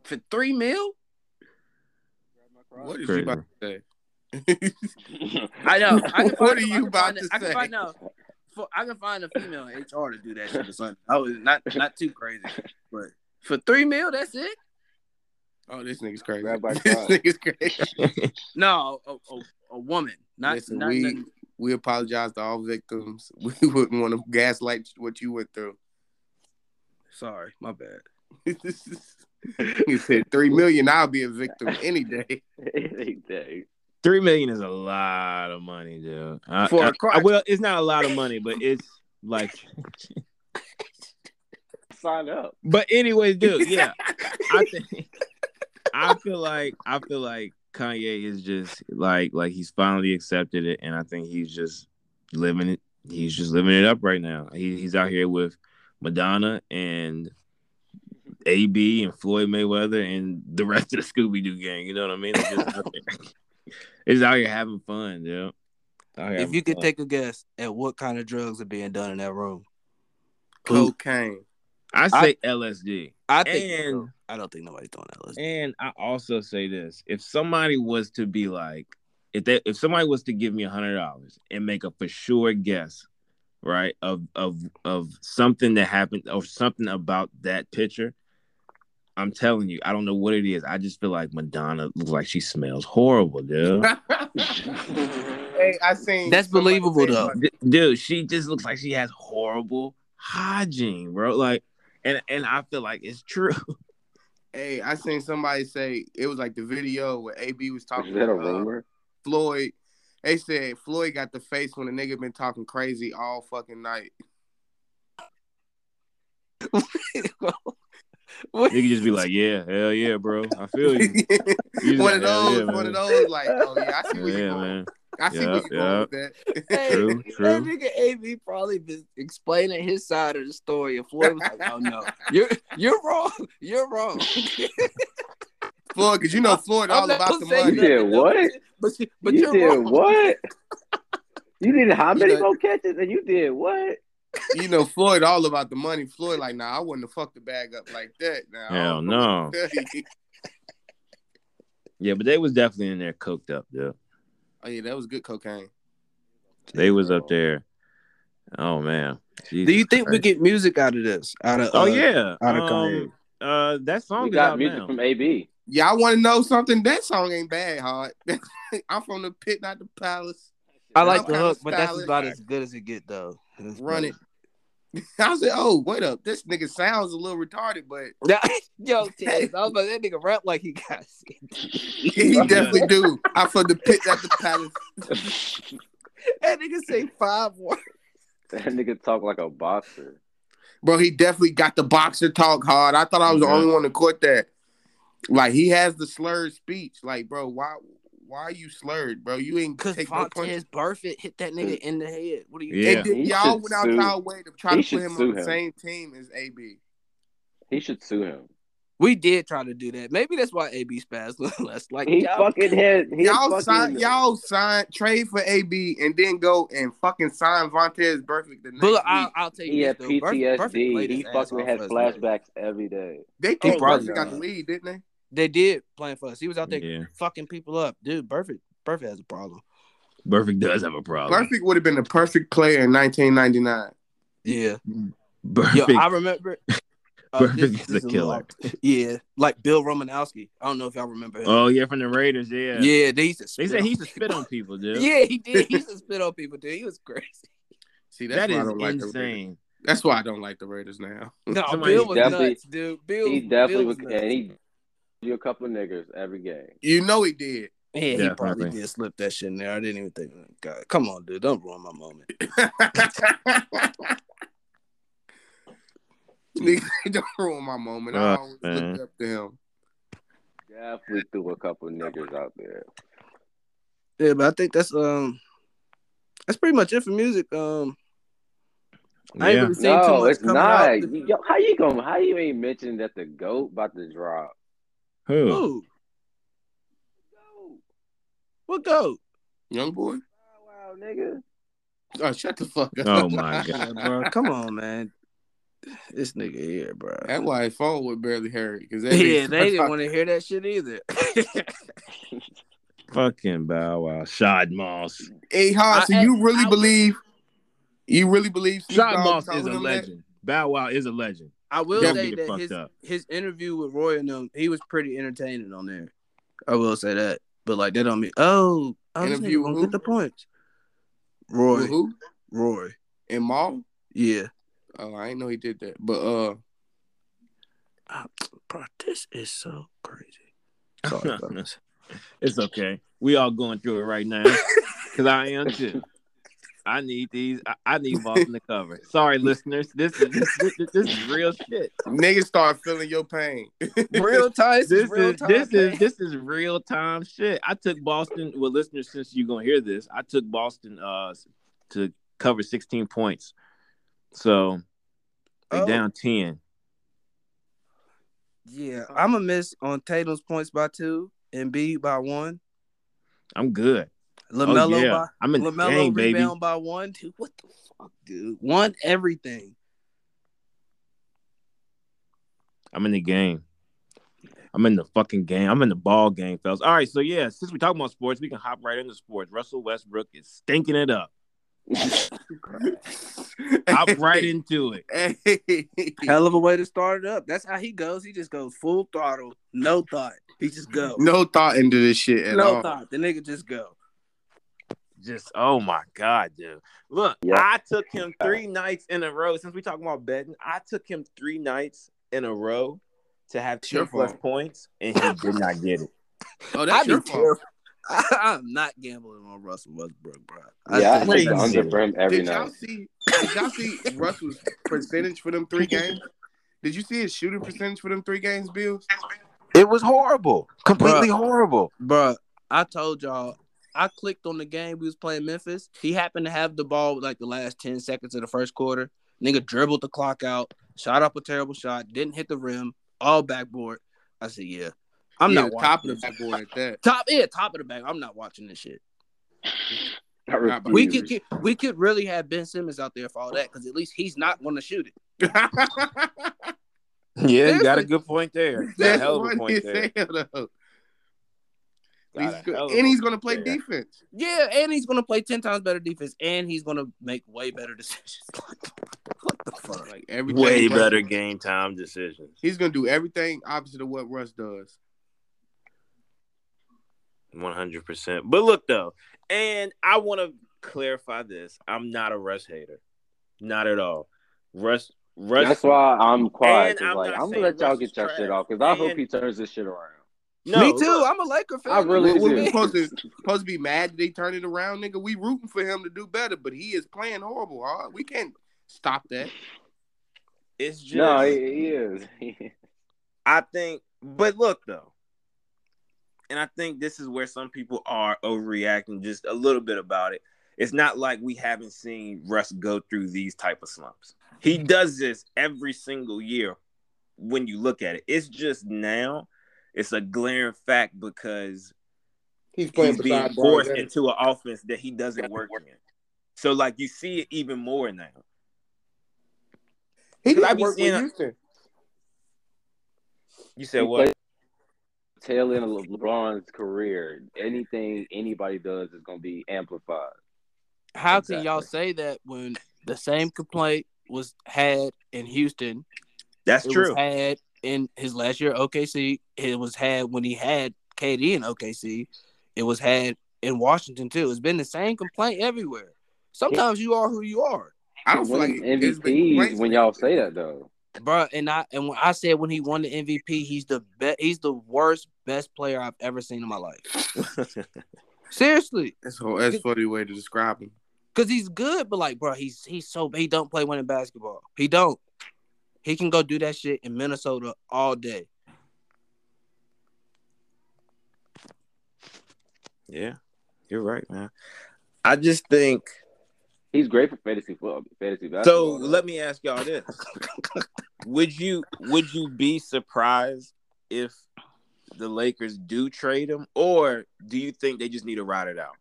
Speaker 2: for three mil,
Speaker 1: What is
Speaker 3: Crazy.
Speaker 1: you about to say?
Speaker 2: I know. I can
Speaker 1: What
Speaker 2: find
Speaker 1: are
Speaker 2: a- I
Speaker 1: you
Speaker 2: can
Speaker 1: about
Speaker 2: find a-
Speaker 1: to
Speaker 2: I can
Speaker 1: say?
Speaker 2: find a, for, I can find a female in HR to do that shit or something. I was not not too crazy, but for three mil, that's it.
Speaker 1: Oh, this nigga's crazy.
Speaker 4: Grab by
Speaker 1: This
Speaker 4: crotch.
Speaker 1: nigga's crazy.
Speaker 2: No, a, a, a woman, not
Speaker 1: Listen,
Speaker 2: not.
Speaker 1: we
Speaker 2: nothing.
Speaker 1: we apologize to all victims. We wouldn't want to gaslight what you went through.
Speaker 2: Sorry, my bad.
Speaker 1: you said three million. I'll be a victim any day.
Speaker 3: Three million is a lot of money, dude. I,
Speaker 2: For a
Speaker 3: I- I-
Speaker 2: crotch-
Speaker 3: well, it's not a lot of money, but it's like.
Speaker 4: Sign up.
Speaker 3: But anyways, dude, yeah, I think I feel like I feel like Kanye is just like like he's finally accepted it, and I think he's just living it. He's just living it up right now. He, he's out here with Madonna and AB and Floyd Mayweather and the rest of the Scooby Doo gang. You know what I mean? Like, just out there. It's out here having fun, yo.
Speaker 2: If you
Speaker 1: uh,
Speaker 2: could take a guess at what kind of drugs are being done in that room, Clue.
Speaker 1: Cocaine.
Speaker 3: I say LSD.
Speaker 2: I think
Speaker 3: And-
Speaker 2: I don't think nobody's doing LSD.
Speaker 3: And I also say this: if somebody was to be like, if they, if somebody was to give me a hundred dollars and make a for sure guess, right, of of of something that happened or something about that picture, I'm telling you, I don't know what it is. I just feel like Madonna looks like she smells horrible, dude.
Speaker 1: hey, I seen
Speaker 2: That's
Speaker 1: somebody
Speaker 2: believable,
Speaker 1: say
Speaker 2: though.
Speaker 1: something.
Speaker 3: D- dude, she just looks like she has horrible hygiene, bro. Like, and and I feel like it's true.
Speaker 1: Hey, I seen somebody say it was like the video where AB was talking
Speaker 4: Is that a
Speaker 1: about, uh,
Speaker 4: rumor?
Speaker 1: Floyd. They said Floyd got the face when a nigga been talking crazy all fucking night.
Speaker 3: You can just be like, yeah, hell yeah, bro. I feel you. You just
Speaker 1: one of
Speaker 3: like, "Hell
Speaker 1: those,
Speaker 3: yeah,
Speaker 1: one
Speaker 3: man."
Speaker 1: of those, like, oh yeah, I see where you're
Speaker 3: Yeah,
Speaker 1: going.
Speaker 3: man.
Speaker 1: I see where
Speaker 3: Yup,
Speaker 1: you're going with that.
Speaker 2: Hey,
Speaker 3: True,
Speaker 2: That
Speaker 3: true.
Speaker 2: nigga AB probably been explaining his side of the story, and Floyd was like, "Oh no, you're you're wrong, you're wrong."
Speaker 1: Floyd, because you know Floyd
Speaker 2: I'm
Speaker 1: all
Speaker 2: not
Speaker 1: about the
Speaker 2: gonna say
Speaker 1: money.
Speaker 4: You did
Speaker 2: nothing, though,
Speaker 4: what?
Speaker 2: But you- but
Speaker 4: you
Speaker 2: you are
Speaker 4: did
Speaker 2: wrong.
Speaker 4: what? you did how
Speaker 1: You
Speaker 4: many
Speaker 1: know-
Speaker 4: more catches and you did what?
Speaker 1: You know Floyd all about the money. Floyd, like, nah, I wouldn't have fucked the bag up like that. Now, I
Speaker 3: Hell
Speaker 1: don't know
Speaker 3: no.
Speaker 1: what to tell you.
Speaker 3: Yeah, but they was definitely in there coked up, though.
Speaker 1: Oh yeah, that was good cocaine.
Speaker 3: They was up there. Oh man.
Speaker 2: Do you
Speaker 3: Jesus
Speaker 2: think we
Speaker 3: Christ.
Speaker 2: get music out of this? Out of
Speaker 3: Oh
Speaker 2: uh,
Speaker 3: yeah.
Speaker 2: out of
Speaker 3: Um,
Speaker 2: Kanye.
Speaker 3: uh, that song
Speaker 4: We
Speaker 3: is
Speaker 4: got
Speaker 3: out
Speaker 4: music
Speaker 3: now.
Speaker 4: from AB.
Speaker 1: Y'all want to know something? That song ain't bad, hard. I'm from the pit, not the palace.
Speaker 2: I like
Speaker 1: I'm
Speaker 2: the
Speaker 1: kinda
Speaker 2: hook, but that's
Speaker 1: stylish.
Speaker 2: about as good as it get though. That's
Speaker 1: Run
Speaker 2: about-
Speaker 1: it. I was like, oh, wait up. This nigga sounds a little retarded, but
Speaker 2: Yeah, yo, Taz, I was like, that nigga rap like he got.
Speaker 1: yeah, he definitely do. I'm from the pit, not the palace.
Speaker 2: that nigga say five words.
Speaker 4: That nigga talk like a boxer.
Speaker 1: Bro, he definitely got the boxer talk hard. I thought I was the
Speaker 3: Yeah.
Speaker 1: only one to caught that. Like he has the slurred speech. Like, bro, why why are you slurred, bro? You ain't
Speaker 2: Cause
Speaker 1: take no punch.
Speaker 2: Fontez Burfitt hit that nigga in the head. What do you?
Speaker 3: Yeah.
Speaker 1: And then
Speaker 4: He
Speaker 1: y'all
Speaker 4: should
Speaker 1: went out
Speaker 4: sue.
Speaker 1: y'all way to try
Speaker 4: He
Speaker 1: to
Speaker 4: should
Speaker 1: put him
Speaker 4: sue
Speaker 1: on the
Speaker 4: him.
Speaker 1: same team as AB.
Speaker 4: He should sue him.
Speaker 2: We did try to do that. Maybe that's why AB spazzed on us. Like
Speaker 4: He
Speaker 2: y'all-
Speaker 4: fucking had he
Speaker 1: y'all
Speaker 4: fucking,
Speaker 1: sign, y'all sign, trade for AB, and then go and fucking sign Vontez Perfect the next
Speaker 2: But
Speaker 1: week.
Speaker 2: look, I'll, I'll take
Speaker 4: He
Speaker 2: this,
Speaker 4: had
Speaker 2: though. Burfitt-
Speaker 4: PTSD.
Speaker 2: Burfitt played
Speaker 4: he
Speaker 2: his ass
Speaker 4: fucking
Speaker 2: off
Speaker 4: had
Speaker 2: for us, man.
Speaker 4: flashbacks every day.
Speaker 1: They
Speaker 2: Oh,
Speaker 1: think
Speaker 2: probably
Speaker 1: Perfect got the
Speaker 2: not.
Speaker 1: lead, didn't they?
Speaker 2: They did playing for us. He was out there
Speaker 3: Yeah.
Speaker 2: fucking people up, dude. Burfitt, Burfitt has a problem.
Speaker 3: Perfect does have a problem.
Speaker 1: Perfect would have been the perfect player in 1999.
Speaker 2: Yeah,
Speaker 3: Perfect.
Speaker 2: yo, I remember. uh,
Speaker 3: Burfitt
Speaker 2: this- this
Speaker 3: is a
Speaker 2: little
Speaker 3: killer.
Speaker 2: off- yeah, like Bill Romanowski. I don't know if y'all remember him.
Speaker 3: oh yeah, from the Raiders. Yeah.
Speaker 2: yeah. they used to.
Speaker 3: They
Speaker 2: Spit
Speaker 3: said
Speaker 2: on-
Speaker 3: he used to spit on people, dude.
Speaker 2: Yeah, he did. He used to spit on people, dude. He was crazy.
Speaker 1: See, that's
Speaker 3: That
Speaker 1: why I
Speaker 3: is
Speaker 1: don't like the Raiders.
Speaker 3: insane.
Speaker 1: That's why I don't like the Raiders now.
Speaker 2: No,
Speaker 3: Somebody-
Speaker 2: Bill was
Speaker 4: Definitely-
Speaker 2: nuts, dude. Bill,
Speaker 4: He definitely
Speaker 2: Bill was
Speaker 4: was,
Speaker 2: nuts.
Speaker 4: and he you a couple of niggas every game.
Speaker 1: You know he did.
Speaker 2: Yeah, he
Speaker 3: Definitely.
Speaker 2: probably did slip that shit in there. I didn't even think. God, come on, dude, don't ruin my moment.
Speaker 1: Nigga, don't ruin my moment. I
Speaker 3: Uh,
Speaker 1: always
Speaker 3: man.
Speaker 1: looked up to him.
Speaker 4: Definitely threw a couple of niggas out there.
Speaker 2: Yeah, but I think that's um, that's pretty much it for music. Um, I ain't
Speaker 3: Yeah.
Speaker 2: really seen too
Speaker 4: No,
Speaker 2: much
Speaker 4: it's
Speaker 2: coming out.
Speaker 4: not. Yo, how you going? How you ain't mentioning that the goat about to drop?
Speaker 3: Who?
Speaker 2: Who? What goat?
Speaker 1: Young boy?
Speaker 4: Wow, nigga.
Speaker 1: Oh, shut the fuck up.
Speaker 3: Oh, my
Speaker 2: Yeah, bro, come on, man. This nigga here, bro.
Speaker 1: That's why his phone would barely hurt. Because
Speaker 2: Yeah, they didn't want to hear that shit either.
Speaker 3: Fucking Bow Wow. Shad Moss.
Speaker 1: Hey, Hod,
Speaker 2: I-
Speaker 1: so you
Speaker 2: I-
Speaker 1: really
Speaker 2: I-
Speaker 1: believe? You really believe? Snoop
Speaker 3: Shad
Speaker 1: Dogg
Speaker 3: Moss
Speaker 1: told
Speaker 3: is a
Speaker 1: him that?
Speaker 3: legend. Bow Wow is a legend.
Speaker 2: I will
Speaker 1: Definitely
Speaker 2: say
Speaker 3: get
Speaker 2: that
Speaker 3: fucked
Speaker 2: his
Speaker 3: up.
Speaker 2: his interview with Roy and them, he was pretty entertaining on there. I will say that, but like that don't mean oh, I was
Speaker 1: Interview
Speaker 2: gonna
Speaker 1: who?
Speaker 2: get the points. Roy,
Speaker 1: With Who?
Speaker 2: Roy,
Speaker 1: And Maul?
Speaker 2: yeah.
Speaker 1: Oh, I didn't know he did that. But uh,
Speaker 2: Ah, bro, this is so crazy. Sorry, bro.
Speaker 3: It's okay. We all going through it right now. Cause I am too. I need these. I, I need Boston to cover. Sorry, listeners. This is this, this, this is real shit.
Speaker 1: niggas start feeling your pain.
Speaker 2: real time. This,
Speaker 3: This
Speaker 2: is real
Speaker 3: is
Speaker 2: time.
Speaker 3: this
Speaker 2: man.
Speaker 3: is this is real time shit. I took Boston. Well, listeners, since you're gonna hear this, I took Boston uh to cover 16 points. So they
Speaker 2: Oh.
Speaker 3: down 10.
Speaker 2: Yeah, I'm a miss on Tatum's points by two, Embiid by one,
Speaker 3: I'm good. Oh,
Speaker 2: Lamelo
Speaker 3: yeah. I'm
Speaker 2: by
Speaker 3: in the
Speaker 2: Lamelo
Speaker 3: game, baby.
Speaker 2: rebound by one. Dude, what the fuck, dude? One everything.
Speaker 3: I'm in the game. I'm in the fucking game. I'm in the ball game, fellas. All right, so yeah, since we talking about sports, we can hop right into sports. Russell Westbrook is stinking it up. Hop right into it.
Speaker 1: Hey,
Speaker 2: Hell of a way to start it up. That's how he goes. He just goes full throttle, no thought. He just goes.
Speaker 1: no thought into this shit at
Speaker 2: no
Speaker 1: all.
Speaker 2: thought. The nigga just go.
Speaker 3: Just oh my god, dude. Look,
Speaker 4: Yeah.
Speaker 3: I took him three nights in a row. Since we talking about betting, I took him three nights in a row to have
Speaker 1: It's
Speaker 3: two
Speaker 1: your
Speaker 3: plus
Speaker 1: fault.
Speaker 3: points, and he did not get it.
Speaker 1: Oh, that's
Speaker 2: I be
Speaker 1: your fault.
Speaker 2: terrified. I, am not gambling on Russell Westbrook, bro. I
Speaker 4: yeah, I
Speaker 2: think-
Speaker 3: crazy.
Speaker 4: take the under for him every
Speaker 1: Did y'all
Speaker 4: night.
Speaker 1: see? Did y'all see Russell's percentage for them three games? Did you see his shooting percentage for them three games, Bills?
Speaker 3: It was horrible, completely horrible.
Speaker 2: Bruh, I told y'all, I clicked on the game we was playing Memphis. He happened to have the ball with like the last 10 seconds of the first quarter. Nigga dribbled the clock out, shot up a terrible shot, didn't hit the rim, all backboard. I said, yeah, I'm
Speaker 1: Yeah,
Speaker 2: not watching
Speaker 1: top of the
Speaker 2: this.
Speaker 1: backboard at that.
Speaker 2: Top, yeah, top of the back. I'm not watching this shit.
Speaker 4: I refuse.
Speaker 2: We could, get- we could really have Ben Simmons out there for all that because at least he's not going to shoot it.
Speaker 3: Yeah, you got a
Speaker 2: Seriously.
Speaker 3: good point there. You Got a
Speaker 1: that's
Speaker 3: hell of
Speaker 1: funny
Speaker 3: a point
Speaker 1: as
Speaker 3: there.
Speaker 1: hell, though.
Speaker 3: Got
Speaker 1: He's
Speaker 3: a
Speaker 1: good.
Speaker 3: hell of a
Speaker 1: and he's
Speaker 3: point
Speaker 1: gonna play
Speaker 3: there.
Speaker 1: defense.
Speaker 2: Yeah, and he's going to play 10 times better defense and he's going to make way better decisions. what the fuck?
Speaker 1: Like everything
Speaker 3: Way better game time decisions.
Speaker 1: He's gonna do everything opposite of what Russ does.
Speaker 3: One hundred percent. But look though, and I want to clarify this: I'm not a Russ hater, not at all. Russ, Russ.
Speaker 4: That's why I'm
Speaker 3: And
Speaker 4: quiet. 'cause,
Speaker 3: I'm
Speaker 4: like
Speaker 3: not
Speaker 4: I'm gonna
Speaker 3: saying
Speaker 4: let y'all
Speaker 3: Russell's
Speaker 4: get your
Speaker 3: trash.
Speaker 4: shit off because I hope
Speaker 3: And-
Speaker 4: he turns this shit around.
Speaker 3: no,
Speaker 2: Me too.
Speaker 3: look,
Speaker 2: I'm a Laker fan.
Speaker 4: I really
Speaker 1: What, what
Speaker 4: do.
Speaker 1: we supposed to supposed to be mad that they turn it around, nigga? We rooting for him to do better, but he is playing horrible. Hard. We can't stop that.
Speaker 3: it's just
Speaker 4: No, he, he is.
Speaker 3: I think, but look though, and I think this is where some people are overreacting just a little bit about it. It's not like we haven't seen Russ go through these type of slumps. He does this every single year when you look at it. It's just now it's a glaring fact because
Speaker 1: He's
Speaker 3: he's being forced into an offense that he doesn't work in. So like you see it even more now.
Speaker 1: He
Speaker 3: I
Speaker 1: didn't
Speaker 3: be
Speaker 1: work with
Speaker 3: seeing-
Speaker 1: Houston.
Speaker 3: You
Speaker 4: He
Speaker 3: said what?
Speaker 4: played tail end of LeBron's career. Anything anybody does is gonna be amplified.
Speaker 2: How
Speaker 3: Exactly.
Speaker 2: can y'all say that when the same complaint was had in Houston?
Speaker 3: That's
Speaker 2: it
Speaker 3: true.
Speaker 2: was had in his last year at OKC. It was had when he had KD in OKC. It was had in Washington too. It's been the same complaint everywhere. Sometimes you are who you are,
Speaker 1: I don't feel like
Speaker 4: Winning
Speaker 1: it's been
Speaker 4: MVPs
Speaker 1: great.
Speaker 4: when y'all say that though.
Speaker 2: Bruh, And I and when I said when he won the MVP, he's the best. He's the worst best player I've ever seen in my life. Seriously,
Speaker 1: That's a that's a funny way to describe him.
Speaker 2: because he's good, but like, bro, he's he's so he don't play winning basketball. He don't. He can go do that shit in Minnesota all day.
Speaker 3: Yeah, you're right, man. I just think
Speaker 4: He's great for fantasy football, fantasy
Speaker 3: so.
Speaker 4: basketball. though.
Speaker 3: Let me ask y'all this: Would you would you be surprised if the Lakers do trade him, or do you think they just need to ride it out?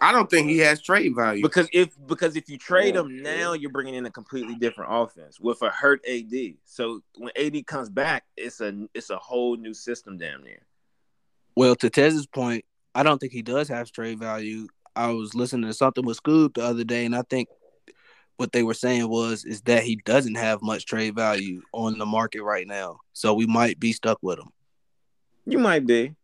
Speaker 1: I don't think he has trade value.
Speaker 3: Because if because if you trade
Speaker 4: Yeah,
Speaker 3: him now, you're bringing in a completely different offense with a hurt AD. So when AD comes back, it's a it's a whole new system damn near.
Speaker 2: Well, to Tez's point, I don't think he does have trade value. I was listening to something with Scoob the other day, and I think what they were saying was is that he doesn't have much trade value on the market right now. So we might be stuck with him.
Speaker 3: You might be,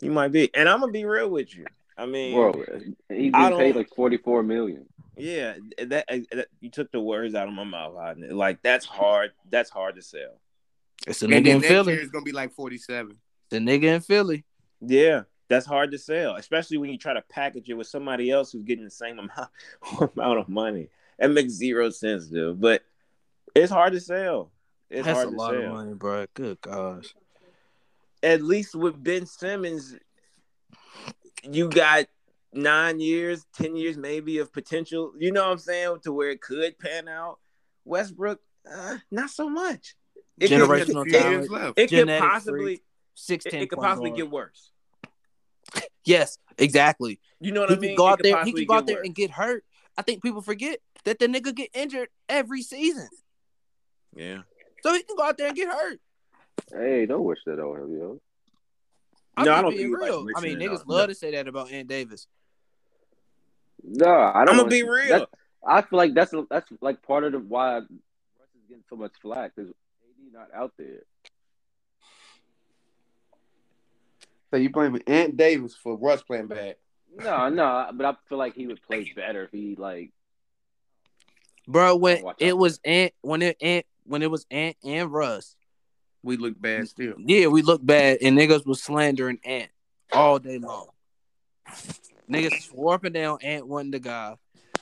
Speaker 3: you might be, and I'm gonna be real with you. I mean,
Speaker 4: Bro, he's
Speaker 3: I
Speaker 4: been paid
Speaker 3: don't-
Speaker 4: like forty four million.
Speaker 3: Yeah, that, that you took the words out of my mouth. Hodnett. Like that's hard. That's hard to sell.
Speaker 2: It's a
Speaker 1: and
Speaker 2: nigga
Speaker 1: then
Speaker 2: in
Speaker 1: next
Speaker 2: Philly.
Speaker 1: year it's gonna be like forty-seven.
Speaker 2: The nigga in Philly.
Speaker 3: Yeah, that's hard to sell, especially when you try to package it with somebody else who's getting the same amount amount of money. It makes zero sense, dude. But it's hard to sell. It's
Speaker 2: That's a
Speaker 3: hard to
Speaker 2: lot
Speaker 3: sell.
Speaker 2: of money, bro. Good gosh.
Speaker 3: At least with Ben Simmons, you got nine years, ten years maybe of potential. You know what I'm saying? To where it could pan out. Westbrook, uh, not so much. It
Speaker 1: He
Speaker 3: could-
Speaker 1: has a
Speaker 2: Generational
Speaker 1: few
Speaker 2: talent.
Speaker 1: years left.
Speaker 3: It could
Speaker 2: Genetic
Speaker 3: possibly
Speaker 2: freak, Six
Speaker 3: it,
Speaker 2: ten.
Speaker 3: it could possibly get worse.
Speaker 2: Yes, exactly.
Speaker 3: You know what
Speaker 2: He
Speaker 3: I
Speaker 2: could
Speaker 3: mean?
Speaker 2: go
Speaker 3: It
Speaker 2: out
Speaker 3: could
Speaker 2: there. He
Speaker 3: possibly
Speaker 2: could go out
Speaker 3: get
Speaker 2: there
Speaker 3: worse.
Speaker 2: and get hurt. I think people forget that the nigga get injured every season.
Speaker 3: Yeah.
Speaker 2: So he can go out there and get hurt.
Speaker 4: Hey, don't wish that on him, yo.
Speaker 2: I'm
Speaker 3: No, I
Speaker 2: just
Speaker 3: don't
Speaker 2: being
Speaker 3: think
Speaker 2: real.
Speaker 3: like
Speaker 2: I mean,
Speaker 3: Richmond at
Speaker 2: niggas
Speaker 3: all.
Speaker 2: love to say that about Ant Davis.
Speaker 4: No, I don't.
Speaker 3: I'm gonna
Speaker 4: wish-
Speaker 3: be
Speaker 4: that-
Speaker 3: real.
Speaker 4: I feel like that's that's like part of the why Russ is getting so much flack because AD not out there.
Speaker 1: So you blaming Ant Davis for Russ playing bad?
Speaker 4: No, no, but I feel like he would play better if he like.
Speaker 2: Bro, when
Speaker 4: Watch out.
Speaker 2: it was Ant, when it Ant, when it was Ant and Russ,
Speaker 1: We look bad still.
Speaker 2: yeah, we looked bad and niggas was slandering Ant all day long. Niggas swore up and down Ant wasn't the guy.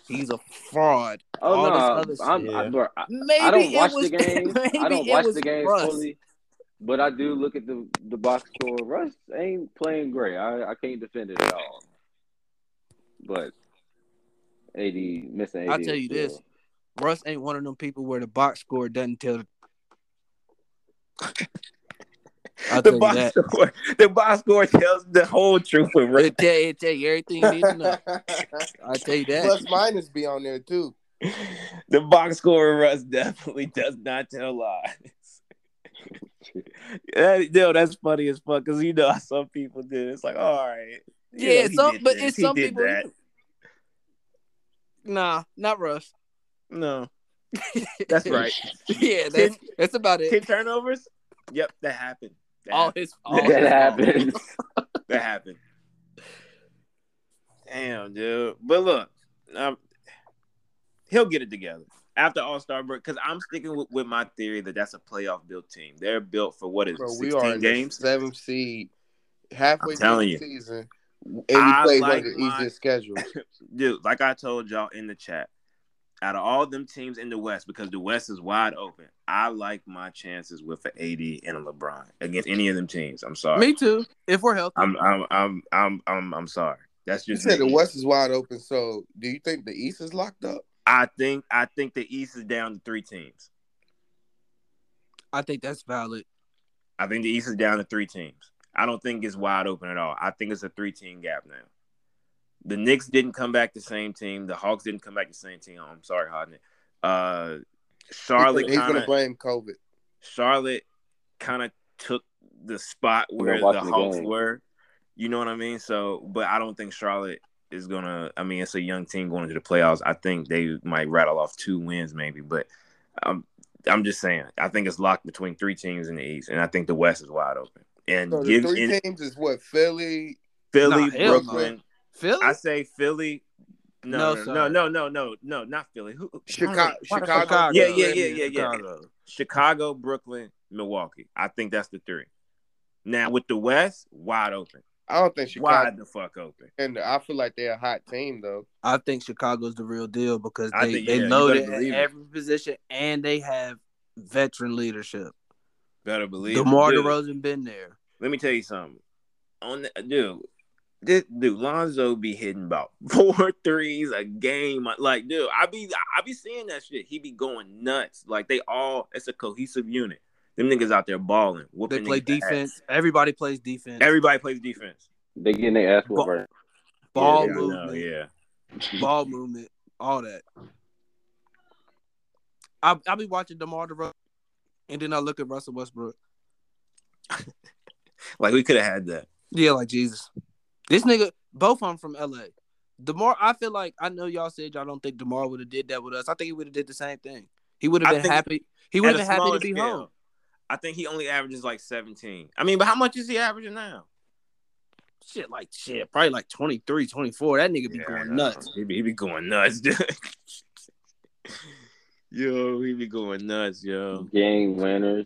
Speaker 2: He's a fraud.
Speaker 4: Oh
Speaker 2: All
Speaker 4: no,
Speaker 2: this other
Speaker 4: I'm,
Speaker 3: shit.
Speaker 4: I, bro, I,
Speaker 2: Maybe
Speaker 4: I don't
Speaker 2: it
Speaker 4: watch
Speaker 2: was,
Speaker 4: the games. I
Speaker 2: maybe
Speaker 4: don't
Speaker 2: it
Speaker 4: watch
Speaker 2: was
Speaker 4: the games
Speaker 2: Russ. Mm-hmm.
Speaker 4: fully, but I do look at the the box score. Russ ain't playing great. I, I can't defend it at all. But AD missing. AD
Speaker 2: I'll tell you this.
Speaker 4: still.
Speaker 2: Russ ain't one of them people where the box score doesn't tell. I'll tell
Speaker 3: the
Speaker 2: you
Speaker 3: box
Speaker 2: that.
Speaker 3: score, the box score tells the whole truth. With Russ.
Speaker 2: It tell, it tell you everything you need to know. I'll tell you that.
Speaker 1: Plus minus be on there too.
Speaker 3: the box score with Russ definitely does not tell lies. that, yo, that's funny as fuck because you know how some people do. It's like, all right, you
Speaker 2: yeah,
Speaker 3: know, he
Speaker 2: some,
Speaker 3: did
Speaker 2: but
Speaker 3: this,
Speaker 2: it's
Speaker 3: he
Speaker 2: some
Speaker 3: did
Speaker 2: people.
Speaker 3: that.
Speaker 2: Nah, not Russ.
Speaker 3: No, that's right.
Speaker 2: yeah, that's, that's about it.
Speaker 3: Ten turnovers. Yep, that happened. That,
Speaker 2: All
Speaker 3: happened.
Speaker 2: his, all
Speaker 4: that
Speaker 2: his fault.
Speaker 4: happens.
Speaker 3: that happened. Damn, dude. But look, um, he'll get it together after All Star break. Because I'm sticking with, with my theory that that's a playoff built team. They're built for what is it,
Speaker 1: Bro, we are
Speaker 3: 16
Speaker 1: in
Speaker 3: games.
Speaker 1: the seventh seed, halfway
Speaker 3: I'm
Speaker 1: through
Speaker 3: telling
Speaker 1: the
Speaker 3: you.
Speaker 1: season, and
Speaker 3: I
Speaker 1: we play
Speaker 3: like
Speaker 1: one of the
Speaker 3: my-
Speaker 1: easiest schedules.
Speaker 3: dude, like I told y'all in the chat, out of all them teams in the West, because the West is wide open, I like my chances with an AD and a LeBron against any of them teams. I'm sorry.
Speaker 2: Me too. If we're healthy,
Speaker 3: I'm I'm I'm I'm I'm, I'm sorry. That's
Speaker 1: You
Speaker 3: just
Speaker 1: said the
Speaker 3: me.
Speaker 1: West is wide open, so do you think the East is locked up?
Speaker 3: I think I think the East is down to three teams.
Speaker 2: I think that's valid.
Speaker 3: I think the East is down to three teams. I don't think it's wide open at all. I think it's a three team gap now. The Knicks didn't come back the same team. The Hawks didn't come back the same team. Oh, I'm sorry, Hodnett. Uh, Charlotte.
Speaker 1: He's gonna
Speaker 3: kinda-
Speaker 1: blame COVID.
Speaker 3: Charlotte kind of took the spot where the
Speaker 4: watching the
Speaker 3: Hawks
Speaker 4: game.
Speaker 3: were. You know what I mean? So, but I don't think Charlotte is gonna. I mean, it's a young team going into the playoffs. I think they might rattle off two wins, maybe. But I'm, I'm just saying. I think it's locked between three teams in the East, and I think the West is wide open. And
Speaker 1: So the
Speaker 3: give
Speaker 1: three
Speaker 3: in
Speaker 1: teams is what Philly,
Speaker 3: Philly,
Speaker 2: Nah, hell no.
Speaker 3: Brooklyn.
Speaker 2: Philly,
Speaker 3: I say Philly.
Speaker 2: No,
Speaker 3: No, no, no,
Speaker 2: sorry.
Speaker 3: no, no, no, no, not Philly. Who? who-
Speaker 1: Chicago,
Speaker 3: why the
Speaker 1: Chicago,
Speaker 3: fuck- Yeah, yeah, yeah,
Speaker 2: Miami,
Speaker 3: yeah,
Speaker 2: and
Speaker 3: yeah.
Speaker 2: Chicago.
Speaker 3: Chicago, Brooklyn, Milwaukee. I think that's the three. Now with the West, wide open,
Speaker 1: I don't think
Speaker 3: wide
Speaker 1: Chicago.
Speaker 3: the fuck open.
Speaker 1: And I feel like they're a hot team though.
Speaker 2: I think Chicago's the real deal because
Speaker 3: I
Speaker 2: they,
Speaker 3: think- yeah,
Speaker 2: they
Speaker 3: you
Speaker 2: loaded
Speaker 3: better
Speaker 2: at
Speaker 3: believe it.
Speaker 2: every position and they have veteran leadership.
Speaker 3: Better believe. it.
Speaker 2: DeMar
Speaker 3: Dude,
Speaker 2: DeRozan been there.
Speaker 3: Let me tell you something. On the, dude, this dude Lonzo be hitting about four threes a game. Like, dude, I be I be seeing that shit. He be going nuts. Like they all, it's a cohesive unit. Them niggas out there balling.
Speaker 2: They
Speaker 3: Whooping
Speaker 2: play
Speaker 3: niggas' ass.
Speaker 2: defense. Everybody plays defense.
Speaker 3: Everybody plays defense.
Speaker 4: They getting their ass
Speaker 2: Ball-
Speaker 4: whooped.
Speaker 2: ball
Speaker 3: yeah, I know,
Speaker 2: movement,
Speaker 3: yeah.
Speaker 2: ball movement, all that. I I be watching DeMar DeRozan, and then I look at Russell Westbrook.
Speaker 3: Like we could have had that.
Speaker 2: Yeah, like Jesus. This nigga, both of them from LA. DeMar, I feel like I know y'all said y'all don't think DeMar would have did that with us. I think he would have did the same thing. He would
Speaker 3: I
Speaker 2: have been
Speaker 3: think-
Speaker 2: happy. He would
Speaker 3: At
Speaker 2: have been
Speaker 3: a
Speaker 2: happy to
Speaker 3: smaller
Speaker 2: be
Speaker 3: scale,
Speaker 2: home.
Speaker 3: I think he only averages like 17. I mean, but how much is he averaging now?
Speaker 2: Shit, like shit, probably like 23, 24. That nigga be going nuts.
Speaker 3: He be, he be going nuts, dude. yo, he be going nuts, yo.
Speaker 4: Game winners.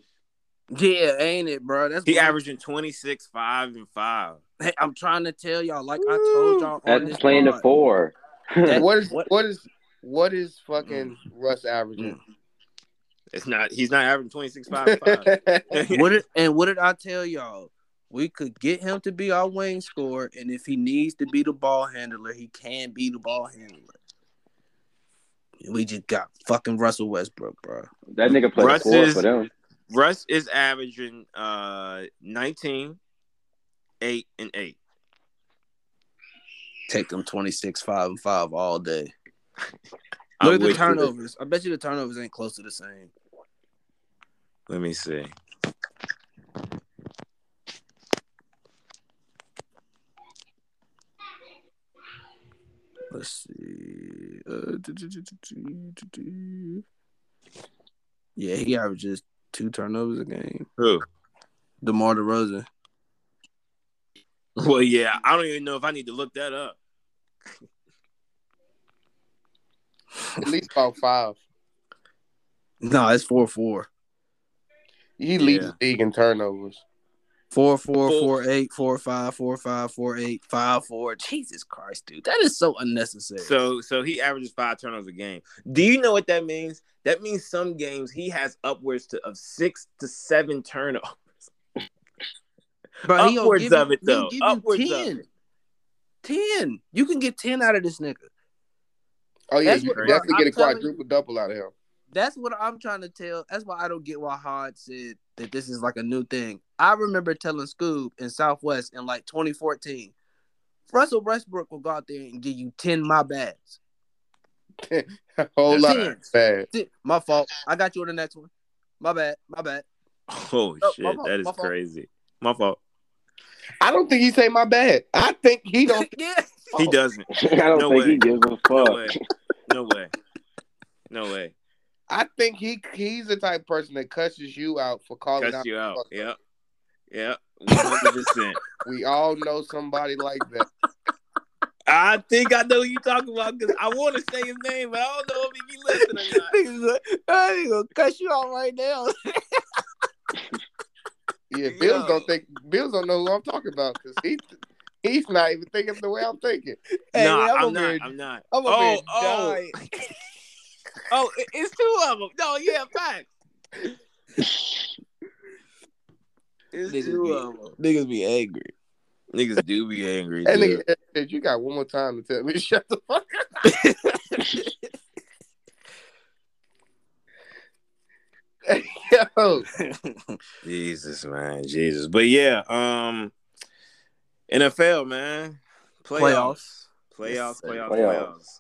Speaker 2: Yeah, ain't it, bro? That's
Speaker 3: He
Speaker 2: what I'm-
Speaker 3: averaging 26, 5, and 5.
Speaker 2: Hey, I'm trying to tell y'all, like I
Speaker 3: Woo!
Speaker 2: told y'all on
Speaker 4: That's
Speaker 2: this
Speaker 4: playing the
Speaker 2: pod.
Speaker 4: four.
Speaker 2: That-
Speaker 1: What is
Speaker 2: what-
Speaker 1: what is what is
Speaker 3: Mm.
Speaker 1: fucking Russ averaging?
Speaker 3: It's not he's not averaging 26, 5,
Speaker 2: Mm,
Speaker 3: and 5.
Speaker 2: what did, and what did I tell y'all? We could get him to be our wing scorer, and if he needs to be the ball handler, he can be the ball handler. And we just got fucking Russell Westbrook, bro.
Speaker 4: That nigga played the
Speaker 3: Russ
Speaker 4: four
Speaker 3: is-
Speaker 4: for them.
Speaker 3: Russ is averaging uh 19, 8, and 8.
Speaker 2: Take him 26, 5, and 5 all day.
Speaker 3: I
Speaker 2: Look at the
Speaker 3: wish-
Speaker 2: turnovers. I bet you the turnovers ain't close to the same.
Speaker 3: Let me see.
Speaker 2: Let's see. Uh, do, do, do, do, do, do, do. Yeah, he averages two turnovers a game.
Speaker 3: Who?
Speaker 2: DeMar DeRozan.
Speaker 3: Well, yeah, I don't even know if I need to look that up.
Speaker 1: At least about five.
Speaker 2: No, it's 4 4.
Speaker 1: He leads
Speaker 3: Yeah.
Speaker 1: the league in turnovers.
Speaker 2: 4 4 4 8 4 5 4 5 4 8 5 4. Jesus Christ, dude. That is so unnecessary.
Speaker 3: So, so he averages five turnovers a game. Do you know what that means? That means some games he has upwards to of six to seven Oh, turnovers.
Speaker 2: Bro, he gonna
Speaker 3: Upwards
Speaker 2: give you-
Speaker 3: of it,
Speaker 2: he gonna
Speaker 3: though.
Speaker 2: give you
Speaker 3: Upwards of
Speaker 2: 10. 10. You can get 10 out of this nigga.
Speaker 1: Oh yeah,
Speaker 2: That's
Speaker 1: you
Speaker 2: what-
Speaker 1: can definitely
Speaker 2: I'm
Speaker 1: get a
Speaker 2: telling you.
Speaker 1: quadruple double out of him.
Speaker 2: That's what I'm trying to tell. That's why I don't get why Hod said that this is like a new thing. I remember telling Scoob in Southwest in like 2014, Russell Westbrook will go out there and give you 10 my bads.
Speaker 1: A whole lot
Speaker 2: Ten.
Speaker 1: of bad.
Speaker 2: Th- My fault. I got you on the next one. My bad. My bad.
Speaker 3: Oh
Speaker 2: Oh,
Speaker 3: shit,
Speaker 2: my fault,
Speaker 3: that is
Speaker 2: my fault.
Speaker 3: crazy. My fault.
Speaker 1: I don't think he say my bad. I think he don't.
Speaker 2: yeah.
Speaker 3: He doesn't.
Speaker 4: I don't
Speaker 3: No
Speaker 4: think
Speaker 3: way.
Speaker 4: he gives a fuck.
Speaker 3: No way. No way. No way.
Speaker 1: I think he he's the type of person that cusses you out for calling
Speaker 3: Cuss
Speaker 1: out.
Speaker 3: you out. Yep. Yep. One hundred percent.
Speaker 1: We all know somebody like that.
Speaker 3: I think I know who you talking about because I want to say his name, but I don't know if he be listening or not.
Speaker 2: I'm gonna cut you out right now.
Speaker 1: Yeah, Bills
Speaker 3: Yo.
Speaker 1: don't think Bills don't know who I'm talking about because he he's not even thinking the way I'm thinking.
Speaker 2: Hey,
Speaker 3: nah,
Speaker 2: man, I'm
Speaker 3: I'm,
Speaker 2: over
Speaker 3: not.
Speaker 2: here-
Speaker 3: I'm not.
Speaker 2: I'm over
Speaker 3: oh,
Speaker 2: here
Speaker 3: oh,
Speaker 2: dying.
Speaker 3: oh! it- It's two of them. No, yeah, fact. It's
Speaker 2: Niggas
Speaker 3: two
Speaker 2: be-
Speaker 3: of them.
Speaker 2: Niggas be angry.
Speaker 3: Niggas do be angry,
Speaker 1: And
Speaker 3: dude.
Speaker 1: nigga said, you got one more time to tell me to shut the fuck up. Hey, Yo,
Speaker 3: Jesus, man, Jesus. But yeah, um, NFL, man,
Speaker 2: Playoffs.
Speaker 3: playoffs, playoffs,
Speaker 4: sir.
Speaker 3: playoffs,
Speaker 4: Playoffs.
Speaker 3: playoffs.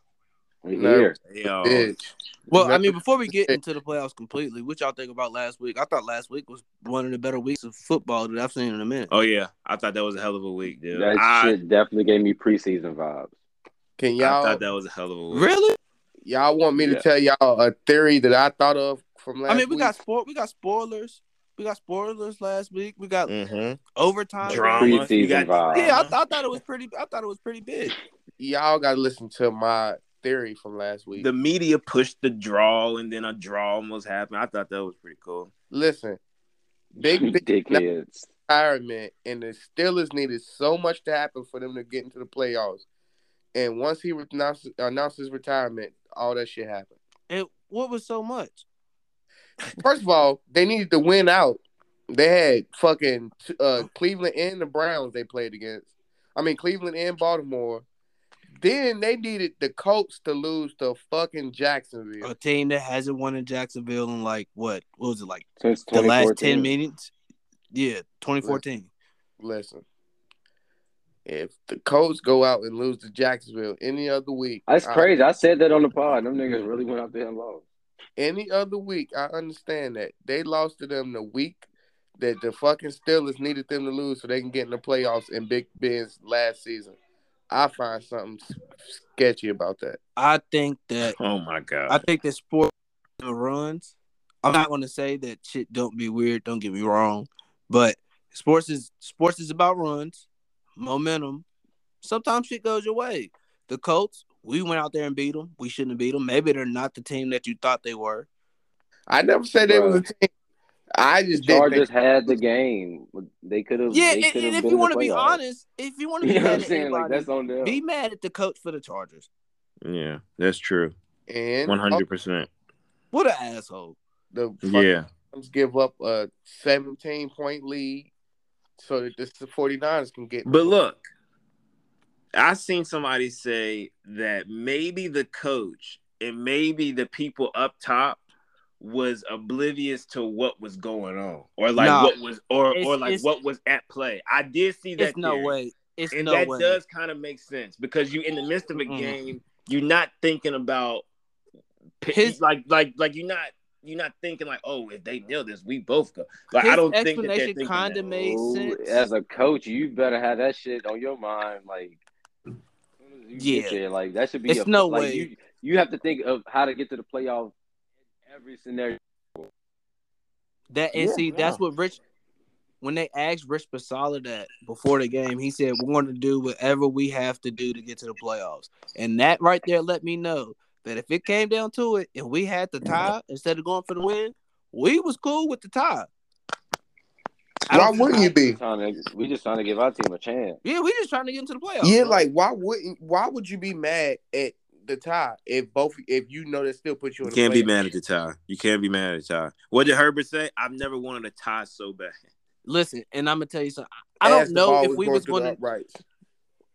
Speaker 4: We
Speaker 1: No.
Speaker 4: here.
Speaker 3: Yo,
Speaker 1: bitch.
Speaker 2: Well, I mean, before we get into the playoffs completely, what y'all think about last week? I thought last week was one of the better weeks of football that I've seen in a minute.
Speaker 3: oh yeah, I thought that was a hell of a week, dude.
Speaker 4: That
Speaker 3: I,
Speaker 4: shit definitely gave me preseason vibes.
Speaker 1: Can
Speaker 3: I
Speaker 1: y'all
Speaker 3: thought that was a hell of a week.
Speaker 2: Really?
Speaker 1: y'all want me to
Speaker 4: Yeah.
Speaker 1: tell y'all a theory that I thought of from last?
Speaker 2: I mean, we
Speaker 1: week?
Speaker 2: got sport, we got spoilers, we got spoilers last week. We got
Speaker 3: Mm-hmm.
Speaker 2: overtime.
Speaker 3: Drama.
Speaker 4: Preseason
Speaker 3: You got-
Speaker 4: vibes.
Speaker 2: Yeah, I, th- I thought it was pretty. I thought it was pretty big.
Speaker 1: y'all got to listen to my theory from last week.
Speaker 3: The media pushed the draw, and then a draw almost happened. I thought that was pretty cool.
Speaker 1: listen, Big Ben-
Speaker 4: dickheads.
Speaker 1: retirement, and the Steelers needed so much to happen for them to get into the playoffs. And once he announced, announced his retirement, all that shit happened.
Speaker 2: And what was so much?
Speaker 1: First of all, they needed to win out. They had fucking uh, Cleveland and the Browns they played against. I mean, Cleveland and Baltimore. Then they needed the Colts to lose to fucking Jacksonville.
Speaker 2: A team that hasn't won in Jacksonville in like what? What was it like?
Speaker 4: Since
Speaker 2: The last ten
Speaker 4: 2014.
Speaker 2: meetings? Yeah, 2014.
Speaker 1: Listen, if the Colts go out and lose to Jacksonville any other week,
Speaker 4: That's
Speaker 1: I-
Speaker 4: crazy. I said that on the pod. Them niggas really went out there and lost.
Speaker 1: any other week, I understand that they lost to them the week that the fucking Steelers needed them to lose so they can get in the playoffs in Big Ben's last season. I find something s- sketchy about that.
Speaker 2: I think that
Speaker 3: Oh my god.
Speaker 2: I think that sport runs. I'm not going to say that shit don't be weird. Don't get me wrong, but sports is sports is about runs, momentum. Sometimes shit goes your way. The Colts, we went out there and beat them. We shouldn't have beat them. Maybe they're not the team that you thought they were.
Speaker 1: I never said they was a team. I
Speaker 4: The
Speaker 1: just didn't
Speaker 4: Chargers
Speaker 1: think
Speaker 4: had the game. They could have.
Speaker 2: Yeah,
Speaker 4: they
Speaker 2: and,
Speaker 4: could
Speaker 2: and
Speaker 4: have
Speaker 2: if you
Speaker 4: been in the
Speaker 2: want to be
Speaker 4: playoffs.
Speaker 2: honest, if you want to be
Speaker 4: you know what
Speaker 2: mad
Speaker 4: I'm
Speaker 2: at
Speaker 4: saying? Like
Speaker 2: anybody,
Speaker 4: that's on them.
Speaker 2: be mad at the coach for the Chargers.
Speaker 3: Yeah, that's true.
Speaker 1: and
Speaker 3: One hundred percent.
Speaker 2: What an asshole!
Speaker 1: the fucking
Speaker 3: Yeah,
Speaker 1: Rams give up a 17 point lead so that this, the 49ers can get.
Speaker 3: but look, I seen somebody say that maybe the coach and maybe the people up top was oblivious to what was going on, or like
Speaker 2: Nah.
Speaker 3: what was, or
Speaker 2: It's-
Speaker 3: or like
Speaker 2: it's-
Speaker 3: what was at play. I did see that.
Speaker 2: It's no
Speaker 3: theory.
Speaker 2: way. It's
Speaker 3: and
Speaker 2: no
Speaker 3: that
Speaker 2: way.
Speaker 3: does kind of make sense because you in the midst of a
Speaker 2: Mm-mm.
Speaker 3: game, you're not thinking about
Speaker 2: His-
Speaker 3: his like like like you're not you're not thinking like, oh, if they nail this, we both go. But I
Speaker 2: His
Speaker 3: don't think that they're
Speaker 2: explanation
Speaker 3: thinking
Speaker 2: kinda
Speaker 3: that.
Speaker 2: made- Makes
Speaker 4: Ooh,
Speaker 2: sense.
Speaker 4: As a coach, you better have that shit on your mind. Like, as soon as you get
Speaker 2: Yeah.
Speaker 4: there, like that should be.
Speaker 2: It's
Speaker 4: a,
Speaker 2: no
Speaker 4: like,
Speaker 2: way.
Speaker 4: You, you have to think of how to get to the playoff. in Every scenario.
Speaker 2: That and
Speaker 4: Yeah,
Speaker 2: see, that's what Rich. When they asked Rich Basala that before the game, he said, "We're going to do whatever we have to do to get to the playoffs." And that right there let me know that if it came down to it, and we had the tie instead of going for the win, we was cool with the tie.
Speaker 1: Why
Speaker 2: I don't-
Speaker 1: wouldn't you be?
Speaker 4: Trying to, we just trying to give our team a chance.
Speaker 2: Yeah, we just trying to get into the playoffs.
Speaker 1: Yeah,
Speaker 2: bro.
Speaker 1: like why wouldn't? Why would you be mad at the tie if both if you know that still puts you
Speaker 3: You
Speaker 1: in? the
Speaker 3: can't be
Speaker 1: playoffs?
Speaker 3: mad at the tie. You can't be mad at the tie. What did Herbert say? I've never wanted a tie so bad.
Speaker 2: listen, and I'm gonna tell you something. I I don't
Speaker 1: As the
Speaker 2: know
Speaker 1: ball
Speaker 2: if we
Speaker 1: going
Speaker 2: was
Speaker 1: through the
Speaker 2: going to
Speaker 1: uprights.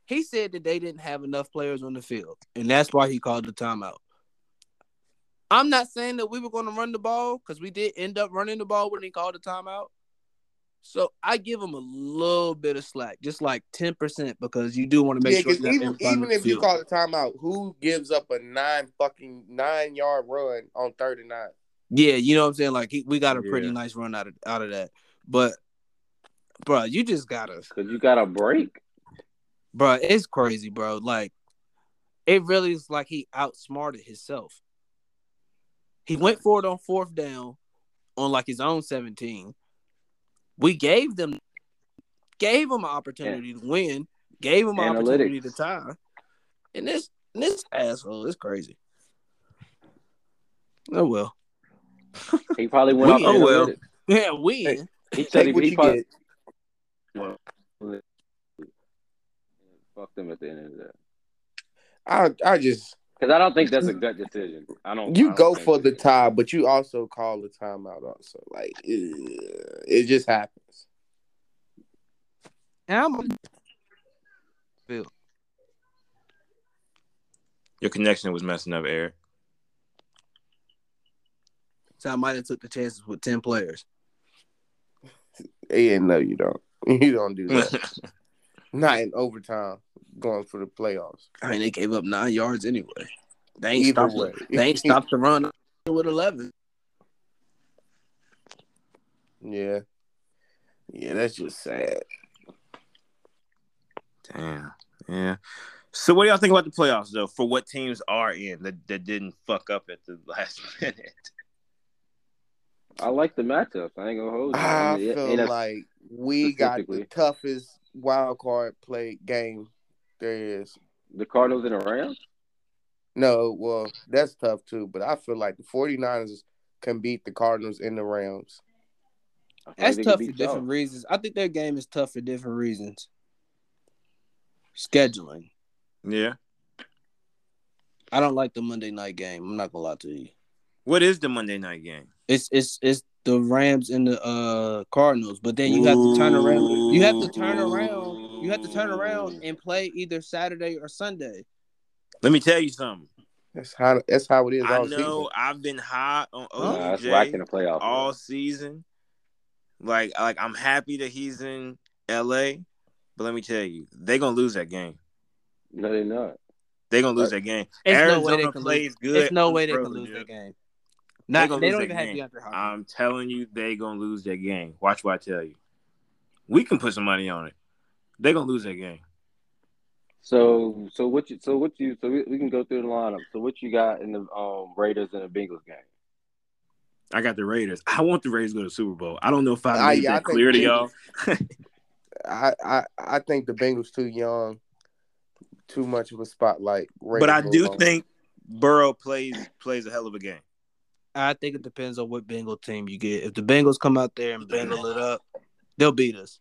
Speaker 2: he said that they didn't have enough players on the field, and that's why he called the timeout. I'm not saying that we were going to run the ball because we did end up running the ball when he called the timeout. So I give him a little bit of slack, just like ten percent, because you do want to make
Speaker 1: Yeah,
Speaker 2: sure.
Speaker 1: because
Speaker 2: you're
Speaker 1: even
Speaker 2: in front of
Speaker 1: even
Speaker 2: the
Speaker 1: if you
Speaker 2: field.
Speaker 1: call the timeout, who gives up a nine fucking nine yard run on third and nine?
Speaker 2: yeah, you know what I'm saying. Like he, we got a pretty
Speaker 3: Yeah.
Speaker 2: nice run out of out of that, but bro, you just gotta
Speaker 4: Cause you got a break.
Speaker 2: bro, it's crazy, bro. Like, it really is like he outsmarted himself. He went for it on fourth down, on like his own seventeen. We gave them, gave him an opportunity to win, gave him an opportunity to
Speaker 4: Analytics.
Speaker 2: tie, and this and this asshole is crazy. Oh well,
Speaker 4: He probably went off.
Speaker 2: We- oh,
Speaker 3: well.
Speaker 4: analytics.
Speaker 2: yeah, we.
Speaker 1: Hey.
Speaker 4: He said
Speaker 1: Take
Speaker 4: he,
Speaker 1: what
Speaker 4: he
Speaker 1: you
Speaker 4: probably
Speaker 1: get.
Speaker 4: fucked them at the end of the day.
Speaker 1: I I just
Speaker 4: Because I don't think that's a gut decision. I don't. I
Speaker 1: you
Speaker 4: don't
Speaker 1: go
Speaker 4: think
Speaker 1: for
Speaker 4: it
Speaker 1: the
Speaker 4: is.
Speaker 1: tie, but you also call the timeout. Also, like eh, it just happens.
Speaker 2: And I'm-
Speaker 3: Your connection was messing up, Eric.
Speaker 2: so I might have took the chances with ten players.
Speaker 1: Yeah, no, you don't. You don't do that. Not in overtime, going for the playoffs.
Speaker 2: I mean, they gave up nine yards anyway. They ain't
Speaker 1: Either
Speaker 2: stopped. the-
Speaker 1: way.
Speaker 2: They ain't stopped the run with eleven.
Speaker 1: Yeah, yeah, that's just sad.
Speaker 3: Damn. Yeah. So what do y'all think about the playoffs though? For what teams are in that, that didn't fuck up at the last minute?
Speaker 4: I like the matchup. I ain't gonna hold you.
Speaker 1: I
Speaker 4: mean,
Speaker 1: feel
Speaker 4: in a-
Speaker 1: like we got the
Speaker 4: specifically.
Speaker 1: toughest wild card play game there is.
Speaker 4: the Cardinals and the Rams.
Speaker 1: No, well, that's tough too, but I feel like the 49ers can beat the Cardinals in the Rams.
Speaker 4: I feel like
Speaker 2: That's
Speaker 4: they could
Speaker 2: tough for
Speaker 4: beat
Speaker 2: different
Speaker 4: y'all.
Speaker 2: reasons. I think their game is tough for different reasons. Scheduling.
Speaker 3: Yeah.
Speaker 2: I don't like the Monday night game. I'm not gonna lie to you.
Speaker 3: What is the Monday night game?
Speaker 2: It's it's it's the Rams and the uh Cardinals, but then you have to turn around. You have to turn around. You have to turn around and play either Saturday or Sunday.
Speaker 3: Let me tell you something.
Speaker 1: That's how that's how it is
Speaker 3: I
Speaker 1: all
Speaker 3: know
Speaker 1: season.
Speaker 3: I've been high on
Speaker 4: Nah, that's
Speaker 3: OBJ
Speaker 4: whacking the playoff.
Speaker 3: all season. Like like I'm happy that he's in LA, but let me tell you, they're gonna lose that game.
Speaker 4: no, they're not.
Speaker 3: They're gonna lose that game.
Speaker 2: It's no way
Speaker 3: Arizona
Speaker 2: they can lose.
Speaker 3: plays good.
Speaker 2: It's no way they
Speaker 3: Bro,
Speaker 2: can lose
Speaker 3: yeah.
Speaker 2: that game.
Speaker 3: They
Speaker 2: Not,
Speaker 3: gonna
Speaker 2: they
Speaker 3: lose
Speaker 2: don't
Speaker 3: that
Speaker 2: even have
Speaker 3: game.
Speaker 2: DeAndre Hopkins.
Speaker 3: I'm telling you, they gonna lose that game. Watch what I tell you. We can put some money on it. They gonna lose that game.
Speaker 4: So, so what you, so what you, so we, we can go through the lineup. So what you got in the um, Raiders and the Bengals game?
Speaker 3: I got the Raiders. I want the Raiders to go to the Super Bowl. I don't know if I
Speaker 1: Ah,
Speaker 3: made
Speaker 1: yeah, I
Speaker 3: that
Speaker 1: think
Speaker 3: clear to
Speaker 1: we-
Speaker 3: y'all.
Speaker 1: I, I I think the Bengals too young, too much of a spotlight.
Speaker 3: But I
Speaker 1: Raiders
Speaker 3: do
Speaker 1: alone.
Speaker 3: think Burrow plays plays a hell of a game.
Speaker 2: I think it depends on what Bengal team you get. If the Bengals come out there and Bengal it up, they'll beat us.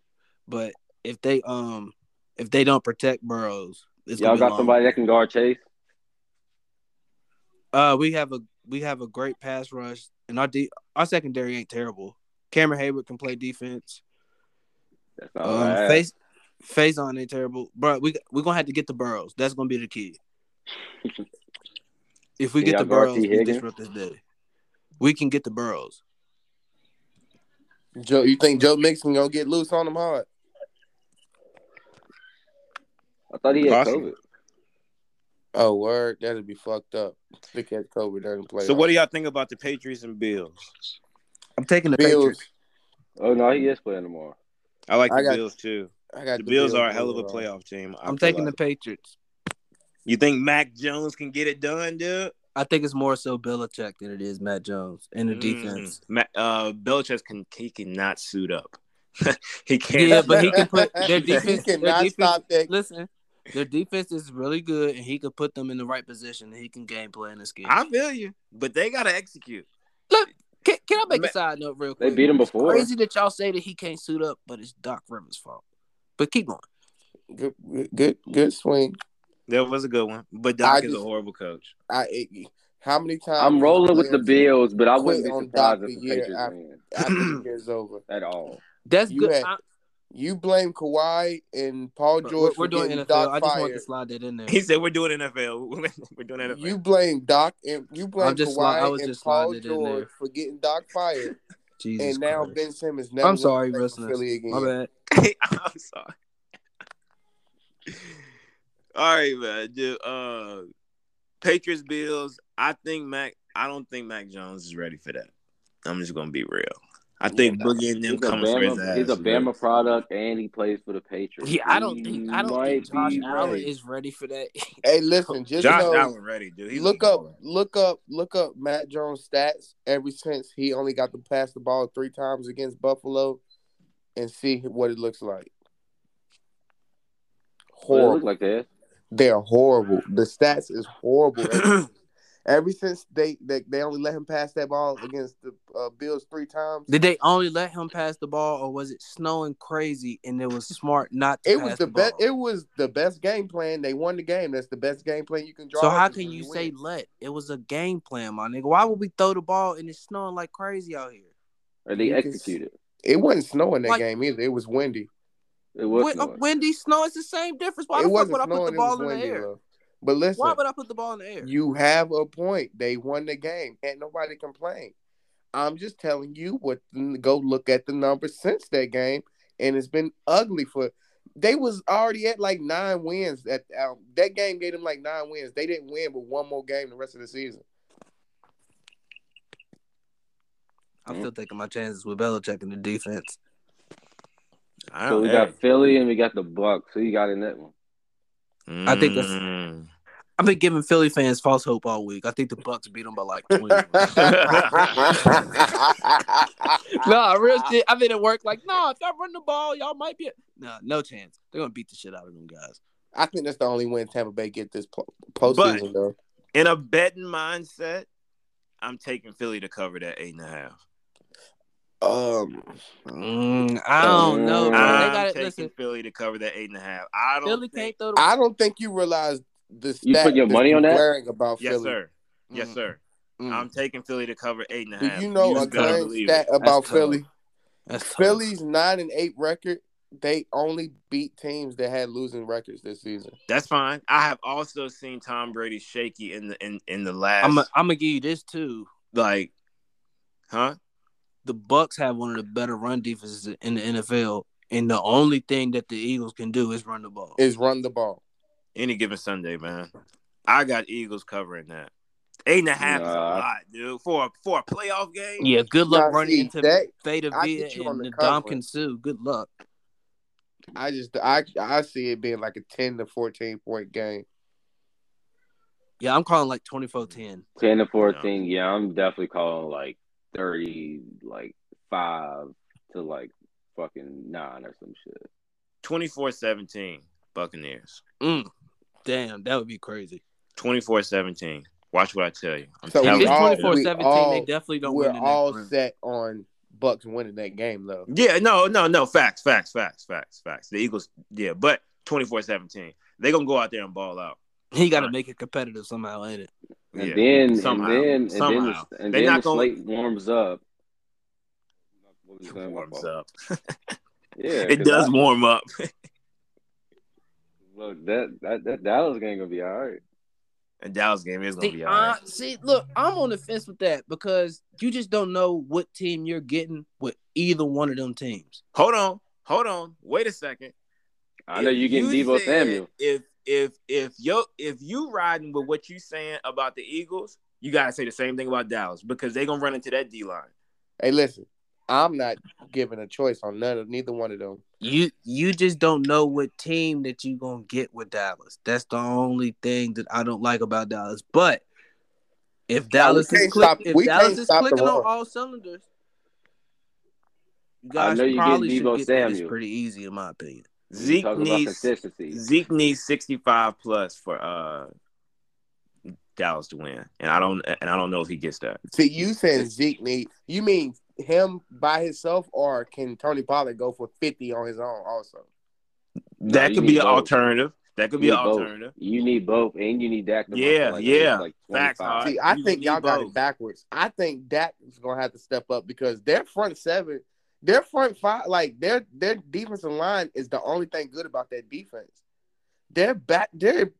Speaker 2: But if they um if they don't protect Burrows, it's
Speaker 4: y'all
Speaker 2: gonna be
Speaker 4: got
Speaker 2: long.
Speaker 4: somebody that can guard Chase.
Speaker 2: Uh, we have a we have a great pass rush, and our de- our secondary ain't terrible. Cameron Hayward can play defense.
Speaker 4: That's not what I
Speaker 2: Um,
Speaker 4: asked.
Speaker 2: face face on ain't terrible, bro. We we gonna have to get the Burrows. That's gonna be the key. if we
Speaker 4: Can
Speaker 2: get
Speaker 4: y'all
Speaker 2: the
Speaker 4: guard
Speaker 2: Burrows, we
Speaker 4: T. Higgins?
Speaker 2: disrupt this day. We can get the Burrows.
Speaker 1: Joe. You think Joe Mixon gonna get loose on them hard?
Speaker 4: I thought he had
Speaker 3: Possible.
Speaker 4: COVID.
Speaker 1: Oh, word, that'd be fucked up. Sick ass Kobe doesn't play.
Speaker 3: So what do y'all think about the Patriots and Bills?
Speaker 2: I'm taking the
Speaker 1: Bills?
Speaker 2: Patriots.
Speaker 4: Oh no, he is playing tomorrow.
Speaker 3: I like
Speaker 1: I
Speaker 3: the
Speaker 1: got-
Speaker 3: Bills too.
Speaker 1: I got
Speaker 3: The Bills are a hell of a
Speaker 1: bro.
Speaker 3: playoff team. I
Speaker 2: I'm
Speaker 3: feel
Speaker 2: taking the
Speaker 3: like.
Speaker 2: Patriots.
Speaker 3: You think Mac Jones can get it done, dude?
Speaker 2: I think it's more so Belichick than it is Matt Jones and the
Speaker 3: Mm.
Speaker 2: defense.
Speaker 3: Ma- uh, Belichick can he cannot suit up. he can't.
Speaker 2: Yeah, but he can put their
Speaker 1: he
Speaker 2: defense. their
Speaker 1: cannot
Speaker 2: defense-
Speaker 1: stop that.
Speaker 2: Listen, their defense is really good, and he could put them in the right position. And he can game plan this game.
Speaker 3: I feel you, but they gotta execute.
Speaker 2: Can, can I make
Speaker 3: Ma-
Speaker 2: a side note real
Speaker 4: They
Speaker 2: quick?
Speaker 4: beat him before.
Speaker 2: Crazy that y'all say that he can't suit up, but it's Doc Rivers' fault. But keep going.
Speaker 1: Good, good, good swing.
Speaker 3: That was a good one, but
Speaker 1: I
Speaker 3: Doc is
Speaker 1: just-
Speaker 3: a horrible coach.
Speaker 1: I. It, how many times?
Speaker 4: I'm rolling with the Bills, but I wouldn't be
Speaker 1: Quit on
Speaker 4: surprised
Speaker 1: Doc
Speaker 4: if
Speaker 1: the
Speaker 4: the
Speaker 1: year
Speaker 4: Patriots
Speaker 1: after-
Speaker 4: win
Speaker 1: After it's over.
Speaker 4: at all.
Speaker 2: That's
Speaker 1: You
Speaker 2: good.
Speaker 1: had-
Speaker 2: I-
Speaker 1: You blame Kawhi and Paul
Speaker 2: but
Speaker 1: George
Speaker 2: we're,
Speaker 1: for
Speaker 2: we're doing
Speaker 1: getting
Speaker 2: NFL.
Speaker 1: Doc
Speaker 2: I just want to
Speaker 1: fired.
Speaker 2: slide that in there.
Speaker 3: He said, "We're doing NFL. We're doing NFL."
Speaker 1: You blame Doc and you blame
Speaker 2: I'm just sli- I
Speaker 1: Kawhi
Speaker 2: was
Speaker 1: and
Speaker 2: just
Speaker 1: Paul
Speaker 2: sliding it in
Speaker 1: George
Speaker 2: there.
Speaker 1: for getting Doc fired,
Speaker 2: Jesus
Speaker 1: and now
Speaker 2: Christ.
Speaker 1: Ben Simmons never.
Speaker 2: I'm
Speaker 1: wants to
Speaker 2: sorry,
Speaker 1: play for
Speaker 2: listeners.
Speaker 1: Philly again.
Speaker 2: My bad.
Speaker 3: I'm sorry. All right, man. Dude, uh, Patriots Bills. I think Mac. I don't think Mac Jones is ready for that. I'm just gonna be real. I think Boogie and them
Speaker 4: He's a
Speaker 3: coming for his
Speaker 4: Bama,
Speaker 3: ass.
Speaker 4: he's a
Speaker 3: bro.
Speaker 4: Bama product, and he plays for the Patriots.
Speaker 2: Yeah, I don't
Speaker 4: He
Speaker 2: think I don't
Speaker 4: might
Speaker 2: think Josh
Speaker 4: be
Speaker 2: Allen
Speaker 4: ready.
Speaker 2: is ready for that.
Speaker 1: Hey, listen, just
Speaker 3: Josh
Speaker 1: know,
Speaker 3: Allen ready, dude. He's a
Speaker 1: look up,
Speaker 3: baller.
Speaker 1: look up, look up Matt Jones' stats ever since he only got to pass the ball three times against Buffalo, and see what it looks like.
Speaker 4: But it
Speaker 1: Horrible.
Speaker 4: look like that.
Speaker 1: They're horrible. The stats is horrible. Ever since they, they they only let him pass that ball against the uh, Bills three times.
Speaker 2: Did they only let him pass the ball, or was it snowing crazy and it was smart not to
Speaker 1: It
Speaker 2: pass
Speaker 1: was the
Speaker 2: ball?
Speaker 1: best. It was the best game plan. They won the game. That's the best game plan you can draw.
Speaker 2: So how
Speaker 1: up
Speaker 2: can
Speaker 1: when
Speaker 2: you say
Speaker 1: win.
Speaker 2: let? It was a game plan, my nigga. Why would we throw the ball and it's snowing like crazy out here?
Speaker 4: Or they
Speaker 1: You can s-
Speaker 4: executed.
Speaker 1: it wasn't snowing that
Speaker 2: Like-
Speaker 1: game either? It was windy.
Speaker 4: It was
Speaker 2: When,
Speaker 4: not.
Speaker 2: windy snow, it's the same difference. Why
Speaker 1: it
Speaker 2: the fuck
Speaker 1: wasn't
Speaker 2: would I put
Speaker 1: snowing.
Speaker 2: the
Speaker 1: It was
Speaker 2: ball in the
Speaker 1: windy.
Speaker 2: air?
Speaker 1: love. But listen,
Speaker 2: Why would I put the ball in the air?
Speaker 1: you have a point. They won the game. Can't nobody complain. I'm just telling you what. Go look at the numbers since that game, and it's been ugly for. They was already at like nine wins. At um, that game gave them like nine wins. They didn't win, but one more game the rest of the season.
Speaker 2: I'm still taking my chances with Belichick in the defense.
Speaker 3: I
Speaker 4: So
Speaker 3: don't
Speaker 4: we
Speaker 3: know.
Speaker 4: got Philly and we got the Bucks. Who you got in that one?
Speaker 2: I think that's-
Speaker 3: Mm.
Speaker 2: I've been giving Philly fans false hope all week. I think the Bucks beat them by like 20. nah, real shit. I've been at work like, nah, if y'all run the ball, y'all might be. Nah, no chance. They're gonna beat the shit out of them guys.
Speaker 1: I think that's the only win Tampa Bay get this po- postseason
Speaker 3: But-
Speaker 1: though.
Speaker 3: in a betting mindset. I'm taking Philly to cover that eight and a half.
Speaker 1: Um,
Speaker 2: Mm, I don't know. Man.
Speaker 3: I'm
Speaker 2: They got it.
Speaker 3: taking
Speaker 2: Listen,
Speaker 3: Philly to cover that eight and a half. I don't.
Speaker 2: Philly can't
Speaker 3: think-
Speaker 2: throw the.
Speaker 1: I don't think you realize the stat.
Speaker 4: You put your
Speaker 1: that
Speaker 4: money
Speaker 1: you're
Speaker 4: on that?
Speaker 1: Glaring about
Speaker 3: Yes,
Speaker 1: Philly.
Speaker 3: sir. Yes,
Speaker 2: Mm,
Speaker 3: sir.
Speaker 2: mm.
Speaker 3: I'm taking Philly to cover eight and a
Speaker 1: Do
Speaker 3: half.
Speaker 1: you know
Speaker 3: just
Speaker 1: a
Speaker 3: gotta
Speaker 1: claim
Speaker 3: believe
Speaker 1: stat
Speaker 3: it.
Speaker 1: about
Speaker 2: tough.
Speaker 1: Philly?
Speaker 2: That's tough.
Speaker 1: Philly's nine and eight record. They only beat teams that had losing records this season.
Speaker 3: That's fine. I have also seen Tom Brady shaky in the in, in the last
Speaker 2: I'm. i I'm gonna give you this too.
Speaker 3: like, huh?
Speaker 2: The Bucks have one of the better run defenses in the NFL, and the only thing that the Eagles can do is run the ball.
Speaker 1: Is run the ball.
Speaker 3: Any given Sunday, man. I got Eagles covering that. Eight and a half is a
Speaker 4: Nah.
Speaker 3: lot, dude. For a, for a playoff game,
Speaker 2: Yeah, good luck
Speaker 1: Now,
Speaker 2: running
Speaker 1: see,
Speaker 2: into
Speaker 1: that-
Speaker 2: Theta
Speaker 1: I
Speaker 2: Via
Speaker 1: get you on
Speaker 2: and
Speaker 1: the
Speaker 2: the
Speaker 1: cover.
Speaker 2: Domkin Sue. Good luck.
Speaker 1: I just I I see it being like a ten to fourteen point game.
Speaker 2: Yeah, I'm calling like 24-10.
Speaker 4: Ten to fourteen. Yeah, I'm definitely calling like thirty, like five to like fucking nine or some shit.
Speaker 3: 24-17 Buccaneers.
Speaker 2: Mm. Damn, that would be crazy.
Speaker 3: 24-17. Watch what I tell you. I'm
Speaker 1: So
Speaker 2: If
Speaker 3: telling
Speaker 1: we
Speaker 2: it's
Speaker 3: you.
Speaker 1: all-
Speaker 2: 24 17, they
Speaker 1: all-
Speaker 2: definitely don't
Speaker 1: We're
Speaker 2: win the
Speaker 1: all
Speaker 2: next round.
Speaker 1: set on Bucks winning that game though.
Speaker 3: Yeah, no, no, no. Facts, facts, facts, facts, facts. The Eagles, yeah, but 24-17. They're going to go out there and ball out.
Speaker 2: He got to make it competitive somehow, ain't it?
Speaker 4: And
Speaker 3: Yeah,
Speaker 4: then
Speaker 3: somehow,
Speaker 4: and then and
Speaker 3: somehow.
Speaker 4: then the, and
Speaker 3: They're
Speaker 4: then
Speaker 3: not
Speaker 4: the
Speaker 3: gonna-
Speaker 4: slate warms up. What was
Speaker 3: It
Speaker 4: that? My
Speaker 3: warms
Speaker 4: fault.
Speaker 3: up.
Speaker 4: Yeah,
Speaker 3: It
Speaker 4: 'cause
Speaker 3: does
Speaker 4: I-
Speaker 3: warm up.
Speaker 4: look, that that that Dallas game gonna be all right.
Speaker 3: And Dallas game is going to
Speaker 2: See,
Speaker 3: be all right.
Speaker 2: I- see, look, I'm on the fence with that because you just don't know what team you're getting with either one of them teams.
Speaker 3: Hold on. Hold on. Wait a second.
Speaker 4: I know
Speaker 3: If
Speaker 4: you're getting Debo
Speaker 3: said-
Speaker 4: Samuel.
Speaker 3: If if if yo if you riding with what you saying about the Eagles, you gotta say the same thing about Dallas because they gonna run into that D line.
Speaker 1: Hey, listen, I'm not giving a choice on none of neither one of them.
Speaker 2: You you just don't know what team that you gonna get with Dallas. That's the only thing that I don't like about Dallas. But if Dallas
Speaker 1: we
Speaker 2: is
Speaker 1: can't
Speaker 2: click,
Speaker 1: stop-
Speaker 2: if
Speaker 1: we
Speaker 2: Dallas
Speaker 1: can't
Speaker 2: is
Speaker 1: stop the
Speaker 2: clicking on
Speaker 1: run.
Speaker 2: all cylinders, you
Speaker 4: I
Speaker 2: guys
Speaker 4: know you get
Speaker 2: probably should
Speaker 4: Deebo
Speaker 2: get Samuel.
Speaker 4: Samuel.
Speaker 2: pretty easy in my opinion.
Speaker 4: You
Speaker 3: Zeke
Speaker 4: talk about
Speaker 3: needs
Speaker 4: consistency.
Speaker 3: Zeke needs sixty five plus for uh Dallas to win, and I don't and I don't know if he gets that.
Speaker 1: See, you saying Zeke need? You mean him by himself, or can Tony Pollard go for fifty on his own? Also,
Speaker 3: that
Speaker 4: you
Speaker 3: could
Speaker 4: need
Speaker 3: be an
Speaker 4: both.
Speaker 3: alternative. That could be
Speaker 4: You
Speaker 3: an
Speaker 4: need both.
Speaker 3: alternative.
Speaker 4: You need both, and you need Dak. To run
Speaker 3: Yeah,
Speaker 4: for, like,
Speaker 3: yeah.
Speaker 4: Like
Speaker 3: Facts,
Speaker 4: 25.
Speaker 3: Hart.
Speaker 1: see, I
Speaker 3: Uh, you
Speaker 1: think
Speaker 3: need
Speaker 1: y'all got
Speaker 3: both.
Speaker 1: it backwards. I think Dak is gonna have to step up because their front seven, their front five, like their their defensive line is the only thing good about that defense. Their back, their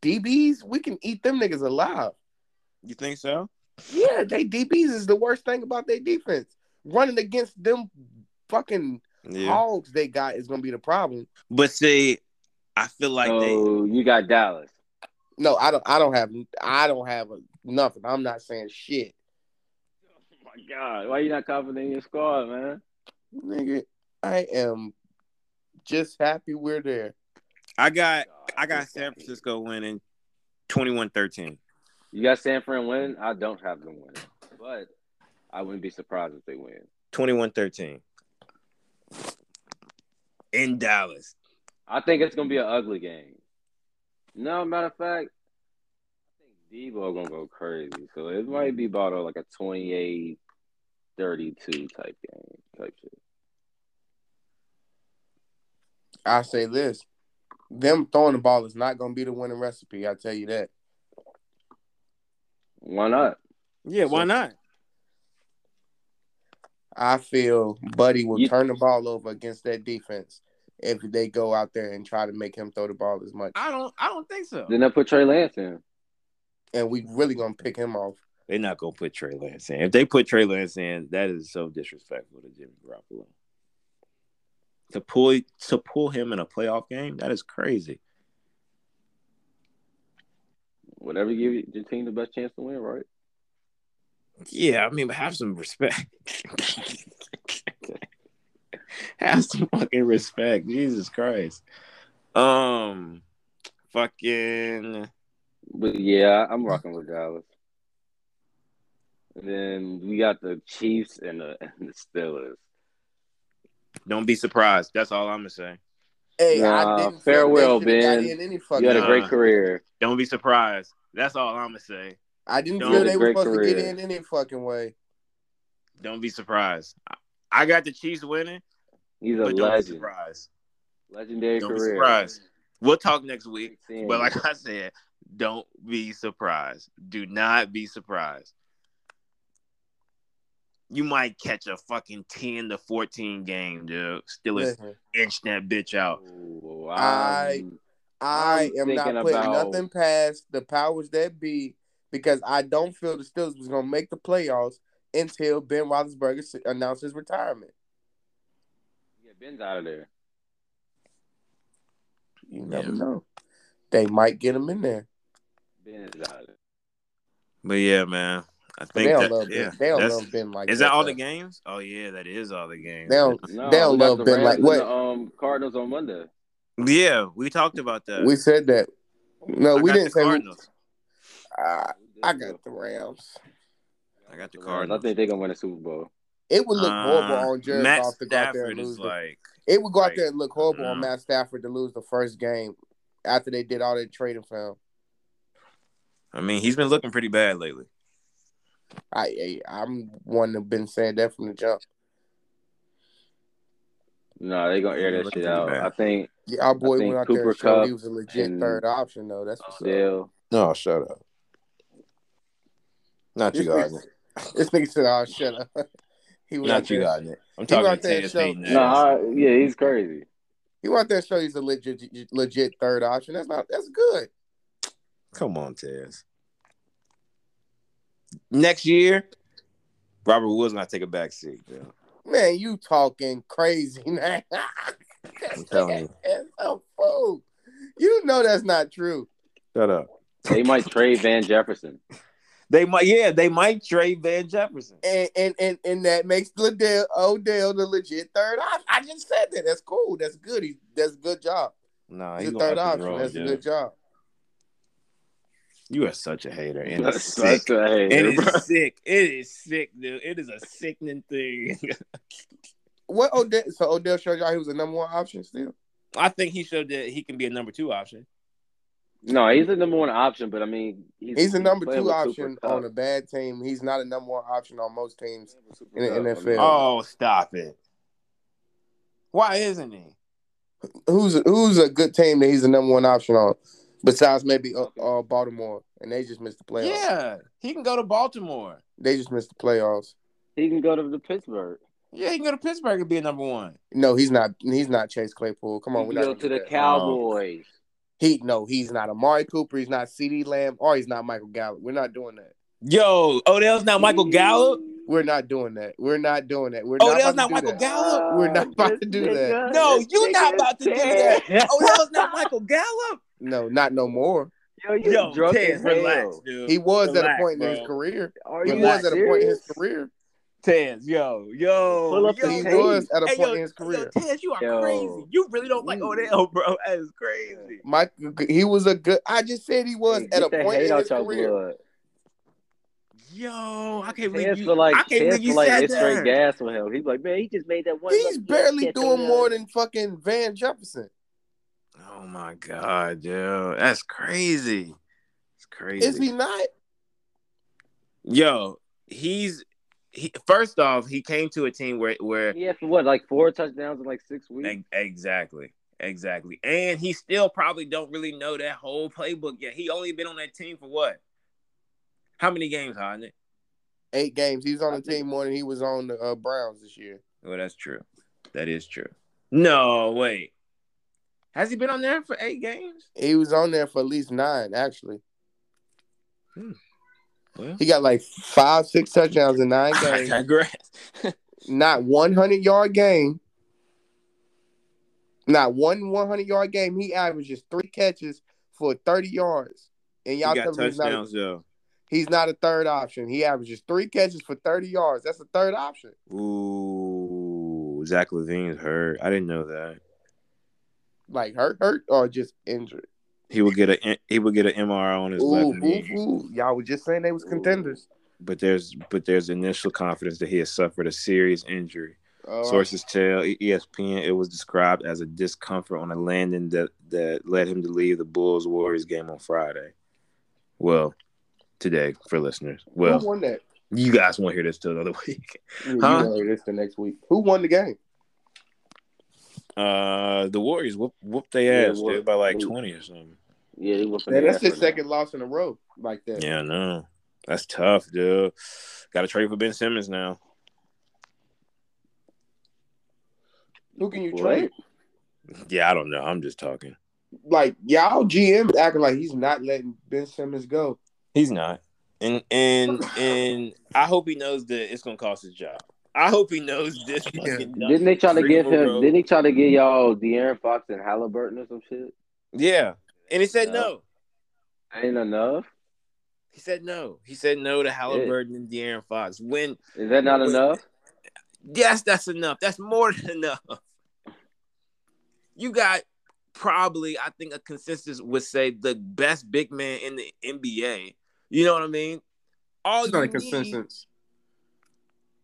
Speaker 1: DBs, we can eat them niggas alive.
Speaker 3: You think so?
Speaker 1: Yeah, they DBs is the worst thing about their defense. Running against them fucking hogs they got is gonna be the problem.
Speaker 3: But see, I feel like they
Speaker 4: so you got Dallas.
Speaker 1: No, I don't. I don't have. I don't have a, nothing. I'm not saying shit,
Speaker 4: Oh my God, why you not confident in your squad, man?
Speaker 1: nigga. I am just happy we're there.
Speaker 3: I got I
Speaker 4: God,
Speaker 3: got
Speaker 4: this
Speaker 3: San
Speaker 4: guy.
Speaker 3: Francisco winning 21-13.
Speaker 4: You got San Fran winning. I don't have them winning, but I wouldn't be surprised if they win.
Speaker 3: 21-13. In Dallas.
Speaker 4: I think it's gonna be an ugly game. No, matter of fact, I think Debo gonna go crazy. So it might be about a, like a 28-32 type game type shit.
Speaker 1: I say this: them throwing the ball is not gonna be the winning recipe. I tell you that.
Speaker 4: Why not?
Speaker 3: Yeah,
Speaker 1: why
Speaker 3: not?
Speaker 1: I feel Buddy will
Speaker 4: You-
Speaker 1: turn the ball over against that defense if they go out there and try to make him throw the ball as much.
Speaker 3: I don't I don't think so.
Speaker 4: Then they put Trey Lance in.
Speaker 1: And we really gonna pick him off.
Speaker 3: They're not gonna put Trey Lance in. If they put Trey Lance in, that is so disrespectful to Jimmy Garoppolo. To pull to pull him in a playoff game, that is crazy.
Speaker 4: Whatever give you- your team the best chance to win, right?
Speaker 3: Yeah, I mean, but have some respect. have some fucking respect. Jesus Christ. Um, fucking.
Speaker 4: But yeah, I'm rocking with Dallas. And then we got the Chiefs and the, and the Steelers.
Speaker 3: Don't be surprised. That's all I'm gonna say.
Speaker 1: Hey,
Speaker 4: Nah,
Speaker 1: I didn't.
Speaker 4: farewell,
Speaker 1: feel they should've
Speaker 4: Ben.
Speaker 1: Got in any fucking
Speaker 4: You had a great
Speaker 3: Nah.
Speaker 4: career.
Speaker 3: Don't be surprised. That's all I'm gonna say.
Speaker 1: I didn't
Speaker 3: Don't-
Speaker 1: feel they were
Speaker 4: Great
Speaker 1: supposed to get
Speaker 4: career.
Speaker 1: in any fucking way.
Speaker 3: Don't be surprised. I, I got the Chiefs winning,
Speaker 4: He's a
Speaker 3: but don't be
Speaker 4: legend.
Speaker 3: surprised.
Speaker 4: Legendary
Speaker 3: Don't be
Speaker 4: career.
Speaker 3: surprised. We'll talk next week.
Speaker 4: Great seeing
Speaker 3: But
Speaker 4: you.
Speaker 3: like I said, don't be surprised. Do not be surprised. You might catch a fucking 10 to 14 game, dude. Still is
Speaker 1: Listen,
Speaker 3: inch that bitch out.
Speaker 4: Ooh,
Speaker 1: I-
Speaker 4: um,
Speaker 1: I
Speaker 4: I'm
Speaker 1: am not
Speaker 4: thinking
Speaker 1: putting
Speaker 4: about-
Speaker 1: nothing past the powers that be because I don't feel the Steelers was gonna make the playoffs until Ben Roethlisberger s- announced his retirement.
Speaker 4: yeah, Ben's out of there.
Speaker 1: You never
Speaker 3: Yeah.
Speaker 1: know. They might get him in there.
Speaker 4: Ben's out of there.
Speaker 3: But yeah, man. I
Speaker 1: But
Speaker 3: think
Speaker 1: they don't
Speaker 3: that,
Speaker 1: love
Speaker 3: yeah,
Speaker 1: Ben. They don't
Speaker 3: that's-
Speaker 1: love Ben like
Speaker 3: Is that all
Speaker 1: though.
Speaker 3: the games? Oh yeah, that is all the games.
Speaker 1: They don't.
Speaker 4: No,
Speaker 1: They don't
Speaker 4: we got
Speaker 1: love
Speaker 4: the
Speaker 1: Ben
Speaker 4: Rams
Speaker 1: like
Speaker 4: and
Speaker 1: what
Speaker 4: the, um, Cardinals on Monday.
Speaker 3: Yeah, we talked about that.
Speaker 1: we said that. No,
Speaker 3: I
Speaker 1: we
Speaker 3: got
Speaker 1: didn't
Speaker 3: the
Speaker 1: say. Who,
Speaker 3: Cardinals.
Speaker 1: I, I got the Rams.
Speaker 3: I got the
Speaker 4: Rams. I
Speaker 3: Cardinals.
Speaker 4: think they're gonna win a Super Bowl.
Speaker 1: It would look horrible
Speaker 3: Uh,
Speaker 1: on Jared
Speaker 3: Matt
Speaker 1: Goff to go out there
Speaker 3: Stafford
Speaker 1: and
Speaker 3: is
Speaker 1: lose. the-
Speaker 3: like,
Speaker 1: it would go out
Speaker 3: like, mm.
Speaker 1: there and look horrible on
Speaker 3: no.
Speaker 1: Matt Stafford to lose the first game after they did all that trading for him.
Speaker 3: I mean, he's been looking pretty bad lately.
Speaker 1: I, I I'm one that been saying that from the jump.
Speaker 4: No, they're gonna air
Speaker 3: Yeah,
Speaker 4: that
Speaker 3: look
Speaker 4: shit
Speaker 3: pretty
Speaker 4: out.
Speaker 3: bad.
Speaker 4: I think
Speaker 1: Yeah, our boy
Speaker 4: think
Speaker 1: went out there
Speaker 4: Cooper
Speaker 1: and showed
Speaker 4: Kupp
Speaker 1: he was a legit
Speaker 4: and
Speaker 1: third option though. That's what's up.
Speaker 4: Odell.
Speaker 5: No, shut up. Not
Speaker 1: This
Speaker 5: you,
Speaker 1: nigga,
Speaker 5: Gardner.
Speaker 1: this nigga said, "Oh shut up." he was out
Speaker 5: Not you,
Speaker 1: there.
Speaker 5: Gardner.
Speaker 3: I'm
Speaker 1: He
Speaker 3: talking
Speaker 1: out
Speaker 3: to
Speaker 1: there
Speaker 3: Taylor
Speaker 1: show-
Speaker 3: Payton.
Speaker 4: No, I, yeah, he's crazy.
Speaker 1: He went out there and showed he's a legit legit third option. That's not. That's good.
Speaker 3: Come on, Taz. Next year, Robert Woods gonna take a back seat. Bro.
Speaker 1: Man, you talking crazy, man.
Speaker 3: telling you.
Speaker 1: That's a fool. You know that's not true.
Speaker 3: Shut up.
Speaker 4: They might trade Van Jefferson.
Speaker 3: They might, yeah, they might trade Van Jefferson.
Speaker 1: And and and, and that makes Liddell, Odell the legit third option. I just said that. That's cool. That's good. He, that's a good job.
Speaker 3: Nah,
Speaker 1: It's
Speaker 3: he's
Speaker 1: a third option. that's
Speaker 3: That's
Speaker 1: a good job.
Speaker 3: You are such a hater, and
Speaker 4: That's
Speaker 3: it's sick.
Speaker 4: such a
Speaker 3: It
Speaker 4: hater, bro.
Speaker 3: is sick. It is sick, dude. It is a sickening thing.
Speaker 1: What Odell? So Odell showed y'all he was the number one option still.
Speaker 3: I think he showed that he can be a number two option.
Speaker 4: No, he's the number one option, but I mean,
Speaker 1: He's a number
Speaker 4: playing
Speaker 1: two
Speaker 4: with
Speaker 1: option
Speaker 4: Cooper
Speaker 1: on a
Speaker 4: Kupp.
Speaker 1: bad team. He's not a number one option on most teams.
Speaker 4: Playing with Cooper
Speaker 1: in the
Speaker 4: Kupp, I mean,
Speaker 1: NFL.
Speaker 3: Oh, stop it. Why isn't he?
Speaker 1: Who's who's a good team that he's the number one option on? Besides maybe uh, uh, Baltimore, and they just missed the playoffs.
Speaker 3: Yeah, he can go to Baltimore.
Speaker 1: They just missed the playoffs.
Speaker 4: he can go to the Pittsburgh.
Speaker 3: Yeah, he can go to Pittsburgh and be a number one.
Speaker 1: No, he's not. He's not Chase Claypool. Come on,
Speaker 4: he
Speaker 1: we're
Speaker 4: can
Speaker 1: not
Speaker 4: go
Speaker 1: gonna
Speaker 4: to
Speaker 1: do
Speaker 4: the
Speaker 3: Oh.
Speaker 1: that. Um,
Speaker 4: Cowboys.
Speaker 1: He no, he's not Amari Cooper. He's not C.D. Lamb, or he's not Michael Gallup. We're not doing that.
Speaker 3: Yo, Odell's not Michael Gallup.
Speaker 1: We're not doing that. We're not doing that. We're
Speaker 3: Oh,
Speaker 1: not
Speaker 3: that was
Speaker 1: about
Speaker 3: not
Speaker 1: to do
Speaker 3: Michael
Speaker 1: that.
Speaker 3: Gallup. Gallup?
Speaker 1: We're not about to
Speaker 4: Uh, This
Speaker 1: do that.
Speaker 4: nigga-
Speaker 3: No,
Speaker 4: this
Speaker 3: you not
Speaker 4: nigga's
Speaker 3: about to do
Speaker 4: dead.
Speaker 3: that. Odell's not Michael Gallup.
Speaker 1: No, not no more.
Speaker 4: Yo, you
Speaker 3: Yo,
Speaker 4: drunk
Speaker 3: Ted,
Speaker 4: as hell.
Speaker 3: relax, dude.
Speaker 1: He was at
Speaker 3: Relax,
Speaker 1: a point in his
Speaker 3: bro.
Speaker 1: career.
Speaker 4: Are
Speaker 1: he
Speaker 4: you
Speaker 1: was at a point in his
Speaker 4: serious?
Speaker 1: career.
Speaker 3: Tez, yo, yo,
Speaker 4: Pull up
Speaker 3: yo.
Speaker 1: He
Speaker 4: the Hey.
Speaker 1: was at a
Speaker 3: Hey,
Speaker 1: point
Speaker 3: yo,
Speaker 1: in his
Speaker 3: yo,
Speaker 1: career.
Speaker 3: Tez, you are
Speaker 4: Yo.
Speaker 3: crazy. You really don't like
Speaker 4: Mm.
Speaker 3: Odell, bro. That is crazy.
Speaker 1: Mike, he was a good. I just said he was
Speaker 4: Hey,
Speaker 1: at
Speaker 4: get
Speaker 1: a
Speaker 4: that
Speaker 1: point
Speaker 4: hate
Speaker 1: in
Speaker 4: out
Speaker 1: his
Speaker 4: your
Speaker 1: career.
Speaker 4: blood.
Speaker 3: Yo, I can't believe
Speaker 4: Chance
Speaker 3: you.
Speaker 4: for like,
Speaker 3: I can't
Speaker 4: Chance
Speaker 3: believe
Speaker 4: for
Speaker 3: you
Speaker 4: like,
Speaker 3: said
Speaker 4: it's straight
Speaker 3: that.
Speaker 4: gas for him. He's like, man, he just made that one.
Speaker 1: He's
Speaker 4: lucky
Speaker 1: barely
Speaker 4: catch
Speaker 1: doing
Speaker 4: on
Speaker 1: more
Speaker 4: the-"
Speaker 1: than fucking Van Jefferson.
Speaker 3: Oh my god, yo, that's crazy. It's crazy.
Speaker 1: Is he not?
Speaker 3: Yo, he's he, first off, he came to a team where where
Speaker 4: Yeah, for what, like four touchdowns in like six weeks?
Speaker 3: Ex- exactly, exactly, and he still probably don't really know that whole playbook yet. He only been on that team for what? How many games, Hodnett?
Speaker 1: Eight games. He's on
Speaker 4: I
Speaker 1: the
Speaker 4: think-
Speaker 1: team more than he was on the uh, Browns this year.
Speaker 3: Well, that's true. That is true. No, wait. Has he been on there for eight games?
Speaker 1: He was on there for at least nine, actually.
Speaker 3: Hmm. Well.
Speaker 1: He got like five, six touchdowns in nine
Speaker 3: I
Speaker 1: games.
Speaker 3: digress.
Speaker 1: Not one hundred yard game. Not one one hundred yard game. He averages three catches for thirty yards. And
Speaker 3: He
Speaker 1: y'all
Speaker 3: got
Speaker 1: tell me he's not, a,
Speaker 3: touchdowns, yo.
Speaker 1: he's not a third option. He averages three catches for thirty yards. That's a third option.
Speaker 3: Ooh, Zach Levine's hurt. I didn't know that.
Speaker 1: Like hurt, hurt, or just injured.
Speaker 3: He would get a he would get an MRI on his
Speaker 1: Ooh,
Speaker 3: left
Speaker 1: ooh,
Speaker 3: knee,
Speaker 1: ooh. Y'all were just saying they was contenders.
Speaker 3: but there's but there's initial confidence that he has suffered a serious injury.
Speaker 1: Uh,
Speaker 3: Sources tell E- ESPN it was described as a discomfort on a landing that that led him to leave the Bulls Warriors game on Friday. Well, today for listeners. Well,
Speaker 1: who won that?
Speaker 3: You guys won't hear this till another week.
Speaker 1: Yeah,
Speaker 3: Huh?
Speaker 1: You know, this the next week. Who won the game?
Speaker 3: Uh, the Warriors whoop whoop they
Speaker 4: Yeah,
Speaker 3: ass
Speaker 4: whoop-
Speaker 3: dude, by like
Speaker 4: whoop.
Speaker 3: twenty or something.
Speaker 4: Yeah, he was.
Speaker 1: Man, that's his second loss in a row like that.
Speaker 3: Yeah, I know. That's tough, dude. Got to trade for Ben Simmons now.
Speaker 1: Who can you
Speaker 4: What?
Speaker 1: trade?
Speaker 3: Yeah, I don't know. I'm just talking.
Speaker 1: Like y'all GM acting like he's not letting Ben Simmons go.
Speaker 3: He's not, and and and I hope he knows that it's gonna cost his job. I hope he knows this.
Speaker 1: Yeah.
Speaker 3: Fucking
Speaker 4: Didn't they try to
Speaker 3: Freedom
Speaker 4: give him?
Speaker 3: Road.
Speaker 4: Didn't they try to get y'all De'Aaron Fox and Halliburton or some shit?
Speaker 3: Yeah, and he said no.
Speaker 4: Ain't enough.
Speaker 3: He said no. He said no to Halliburton and De'Aaron Fox. When
Speaker 4: Is that not
Speaker 3: Wait.
Speaker 4: enough?
Speaker 3: Yes, that's enough. That's more than enough. You got probably, I think, a consensus would say the best big man in the NBA. You know what I mean? All
Speaker 1: That's not
Speaker 3: you
Speaker 1: a
Speaker 3: need,
Speaker 1: consensus.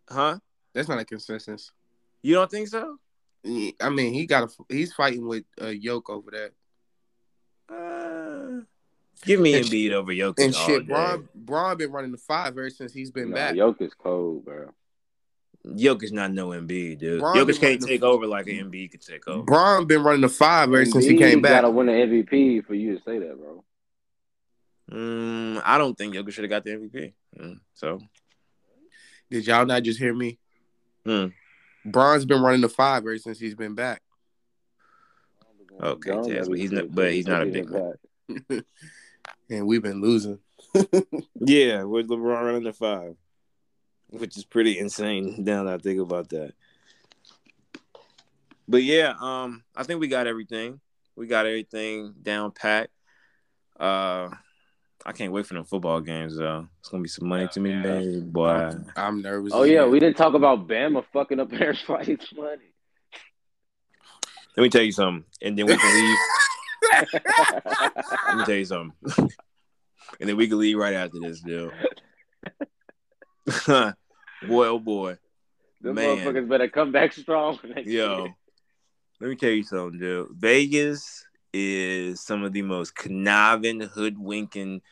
Speaker 3: huh?
Speaker 1: That's not a consensus.
Speaker 3: You don't think so?
Speaker 1: I mean, he got a he's fighting with uh, Yoke over that.
Speaker 3: Uh, give me
Speaker 1: And-
Speaker 3: Embiid over Jokic
Speaker 1: And
Speaker 3: all
Speaker 1: shit,
Speaker 3: day.
Speaker 1: Braun Braun been running the five ever since he's been
Speaker 4: Nah,
Speaker 1: back.
Speaker 4: Yoke is cold, bro.
Speaker 3: Jokic not no Embiid, dude.
Speaker 1: Bron
Speaker 3: Jokic
Speaker 1: is
Speaker 3: can't
Speaker 1: the-
Speaker 3: take over like an
Speaker 1: Mm.
Speaker 3: Embiid could take over.
Speaker 1: Braun been running the five ever since he came
Speaker 4: got
Speaker 1: back.
Speaker 4: to win an MVP for you to say that, bro.
Speaker 3: Mm, I don't think Jokic should have got the MVP. Mm, so
Speaker 1: Did y'all not just hear me?
Speaker 3: Hmm.
Speaker 1: Braun's been running the five ever since he's been back.
Speaker 3: Okay,
Speaker 4: Dumb
Speaker 3: Taz,
Speaker 4: that
Speaker 3: but
Speaker 4: we
Speaker 3: he's
Speaker 4: said
Speaker 3: not- but he's not a
Speaker 4: Jokic
Speaker 3: big
Speaker 4: is
Speaker 3: man.
Speaker 4: back.
Speaker 1: and we've been losing.
Speaker 3: Yeah, with LeBron running the five, which is pretty insane now that I think about that. But yeah, um, I think we got everything. We got everything down pat. Uh, I can't wait for them football games though. It's gonna be some money to me,
Speaker 4: yeah.
Speaker 3: baby, boy.
Speaker 1: I'm nervous.
Speaker 4: Oh
Speaker 1: as
Speaker 4: yeah,
Speaker 1: hell.
Speaker 4: we didn't talk about Bama fucking up everybody's money.
Speaker 3: Let me tell you something, and then we can leave. Let me tell you something, and then we can leave right after this, dude. boy, oh boy,
Speaker 4: Them
Speaker 3: Man.
Speaker 4: motherfuckers better come back strong. Next
Speaker 3: yo.
Speaker 4: year.
Speaker 3: Let me tell you something, dude. Vegas is some of the most conniving, hoodwinking,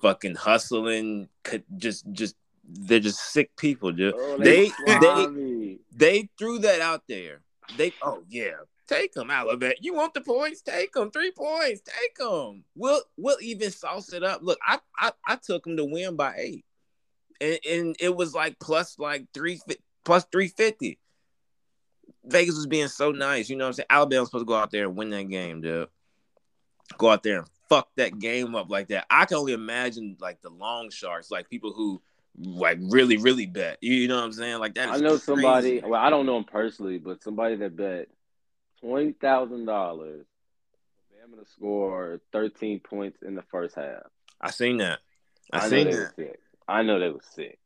Speaker 3: fucking hustling, co- just, just they're just sick people, dude.
Speaker 4: Oh,
Speaker 3: They-
Speaker 4: slimy.
Speaker 3: They threw that out there. They oh yeah, take them Alabama. You want the points? Take them. Three points. Take them. We'll we'll even sauce it up. Look, I I, I took them to win by eight, and and it was like plus like three fi- plus three fifty. Vegas was being so nice. You know what I'm saying? Alabama's supposed to go out there and win that game, dude. Go out there and fuck that game up like that. I can only imagine like the long sharks, like people who like really really bet. You, you know what I'm saying? Like that.
Speaker 4: I
Speaker 3: is
Speaker 4: know somebody.
Speaker 3: crazy.
Speaker 4: Well, I don't know him personally, but somebody that bet twenty thousand dollars. Bama to score thirteen points in the first half.
Speaker 3: I seen that. I,
Speaker 4: I, know
Speaker 3: seen
Speaker 4: they
Speaker 3: that.
Speaker 4: were sick. I know they was sick.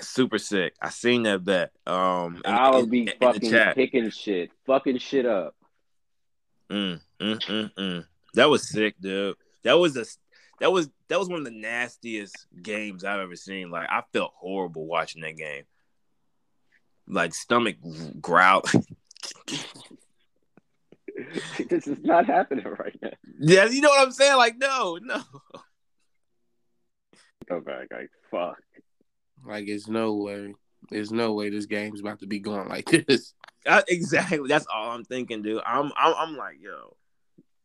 Speaker 3: Super sick. I seen that bet. Um, in-
Speaker 4: I'll
Speaker 3: in-
Speaker 4: be
Speaker 3: in the
Speaker 4: fucking
Speaker 3: chat.
Speaker 4: picking shit, fucking shit up.
Speaker 3: Mm, mm, mm, mm. That was sick, dude. That was a that was that was one of the nastiest games I've ever seen. Like I felt horrible watching that game. Like stomach growl.
Speaker 4: this is not happening right now.
Speaker 3: yeah, you know what I'm saying? Like no, no.
Speaker 4: Go back, like fuck.
Speaker 1: Like it's no way. There's no way this game's about to be going like this.
Speaker 3: I, exactly. That's all I'm thinking, dude. I'm I'm, I'm like yo.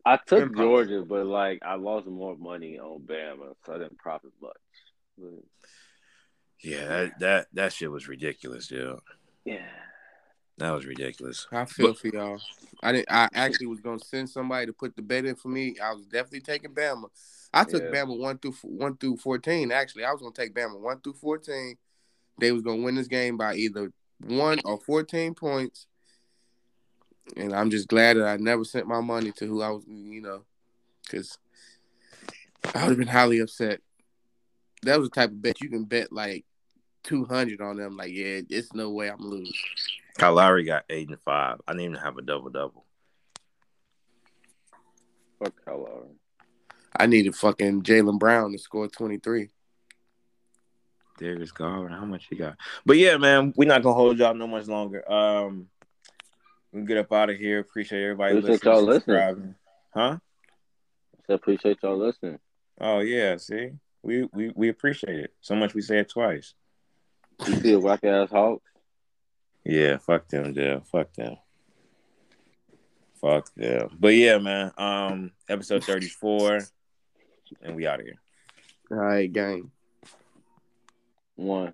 Speaker 4: I took
Speaker 1: Impossible.
Speaker 4: Georgia, but like I lost more money on Bama, so I didn't profit much. But,
Speaker 3: Yeah, that that, that shit was ridiculous, dude.
Speaker 4: yeah,
Speaker 3: That was ridiculous.
Speaker 1: I feel for y'all. I didn't. I actually was gonna send somebody to put the bet in for me. I was definitely taking Bama. I took
Speaker 4: Yeah.
Speaker 1: Bama one through one through fourteen. Actually, I was gonna take Bama one through fourteen. They was gonna win this game by either one or fourteen points. And I'm just glad that I never sent my money to who I was, you know, because I would have been highly upset. That was the type of bet you can bet like two hundred on them. Like, yeah, it's no way I'm losing.
Speaker 3: Kyle Lowry got eight and five. I didn't even have a double double.
Speaker 4: fuck color.
Speaker 1: I needed fucking Jalen Brown to score 23.
Speaker 3: There is God. How much he got? But yeah, man, we're not gonna hold y'all no much longer. Um, we can get up out of here. Appreciate everybody
Speaker 4: Appreciate
Speaker 3: listening,
Speaker 4: y'all listening.
Speaker 3: subscribing. huh?
Speaker 4: So appreciate y'all listening.
Speaker 3: Oh yeah, see, we we we appreciate it so much. We say it twice.
Speaker 4: You see a whack ass Hawk?
Speaker 3: Yeah, fuck them, dude. Fuck them. Fuck them. But yeah, man. Um, episode thirty four, and we out of here.
Speaker 1: All right, gang.
Speaker 4: One.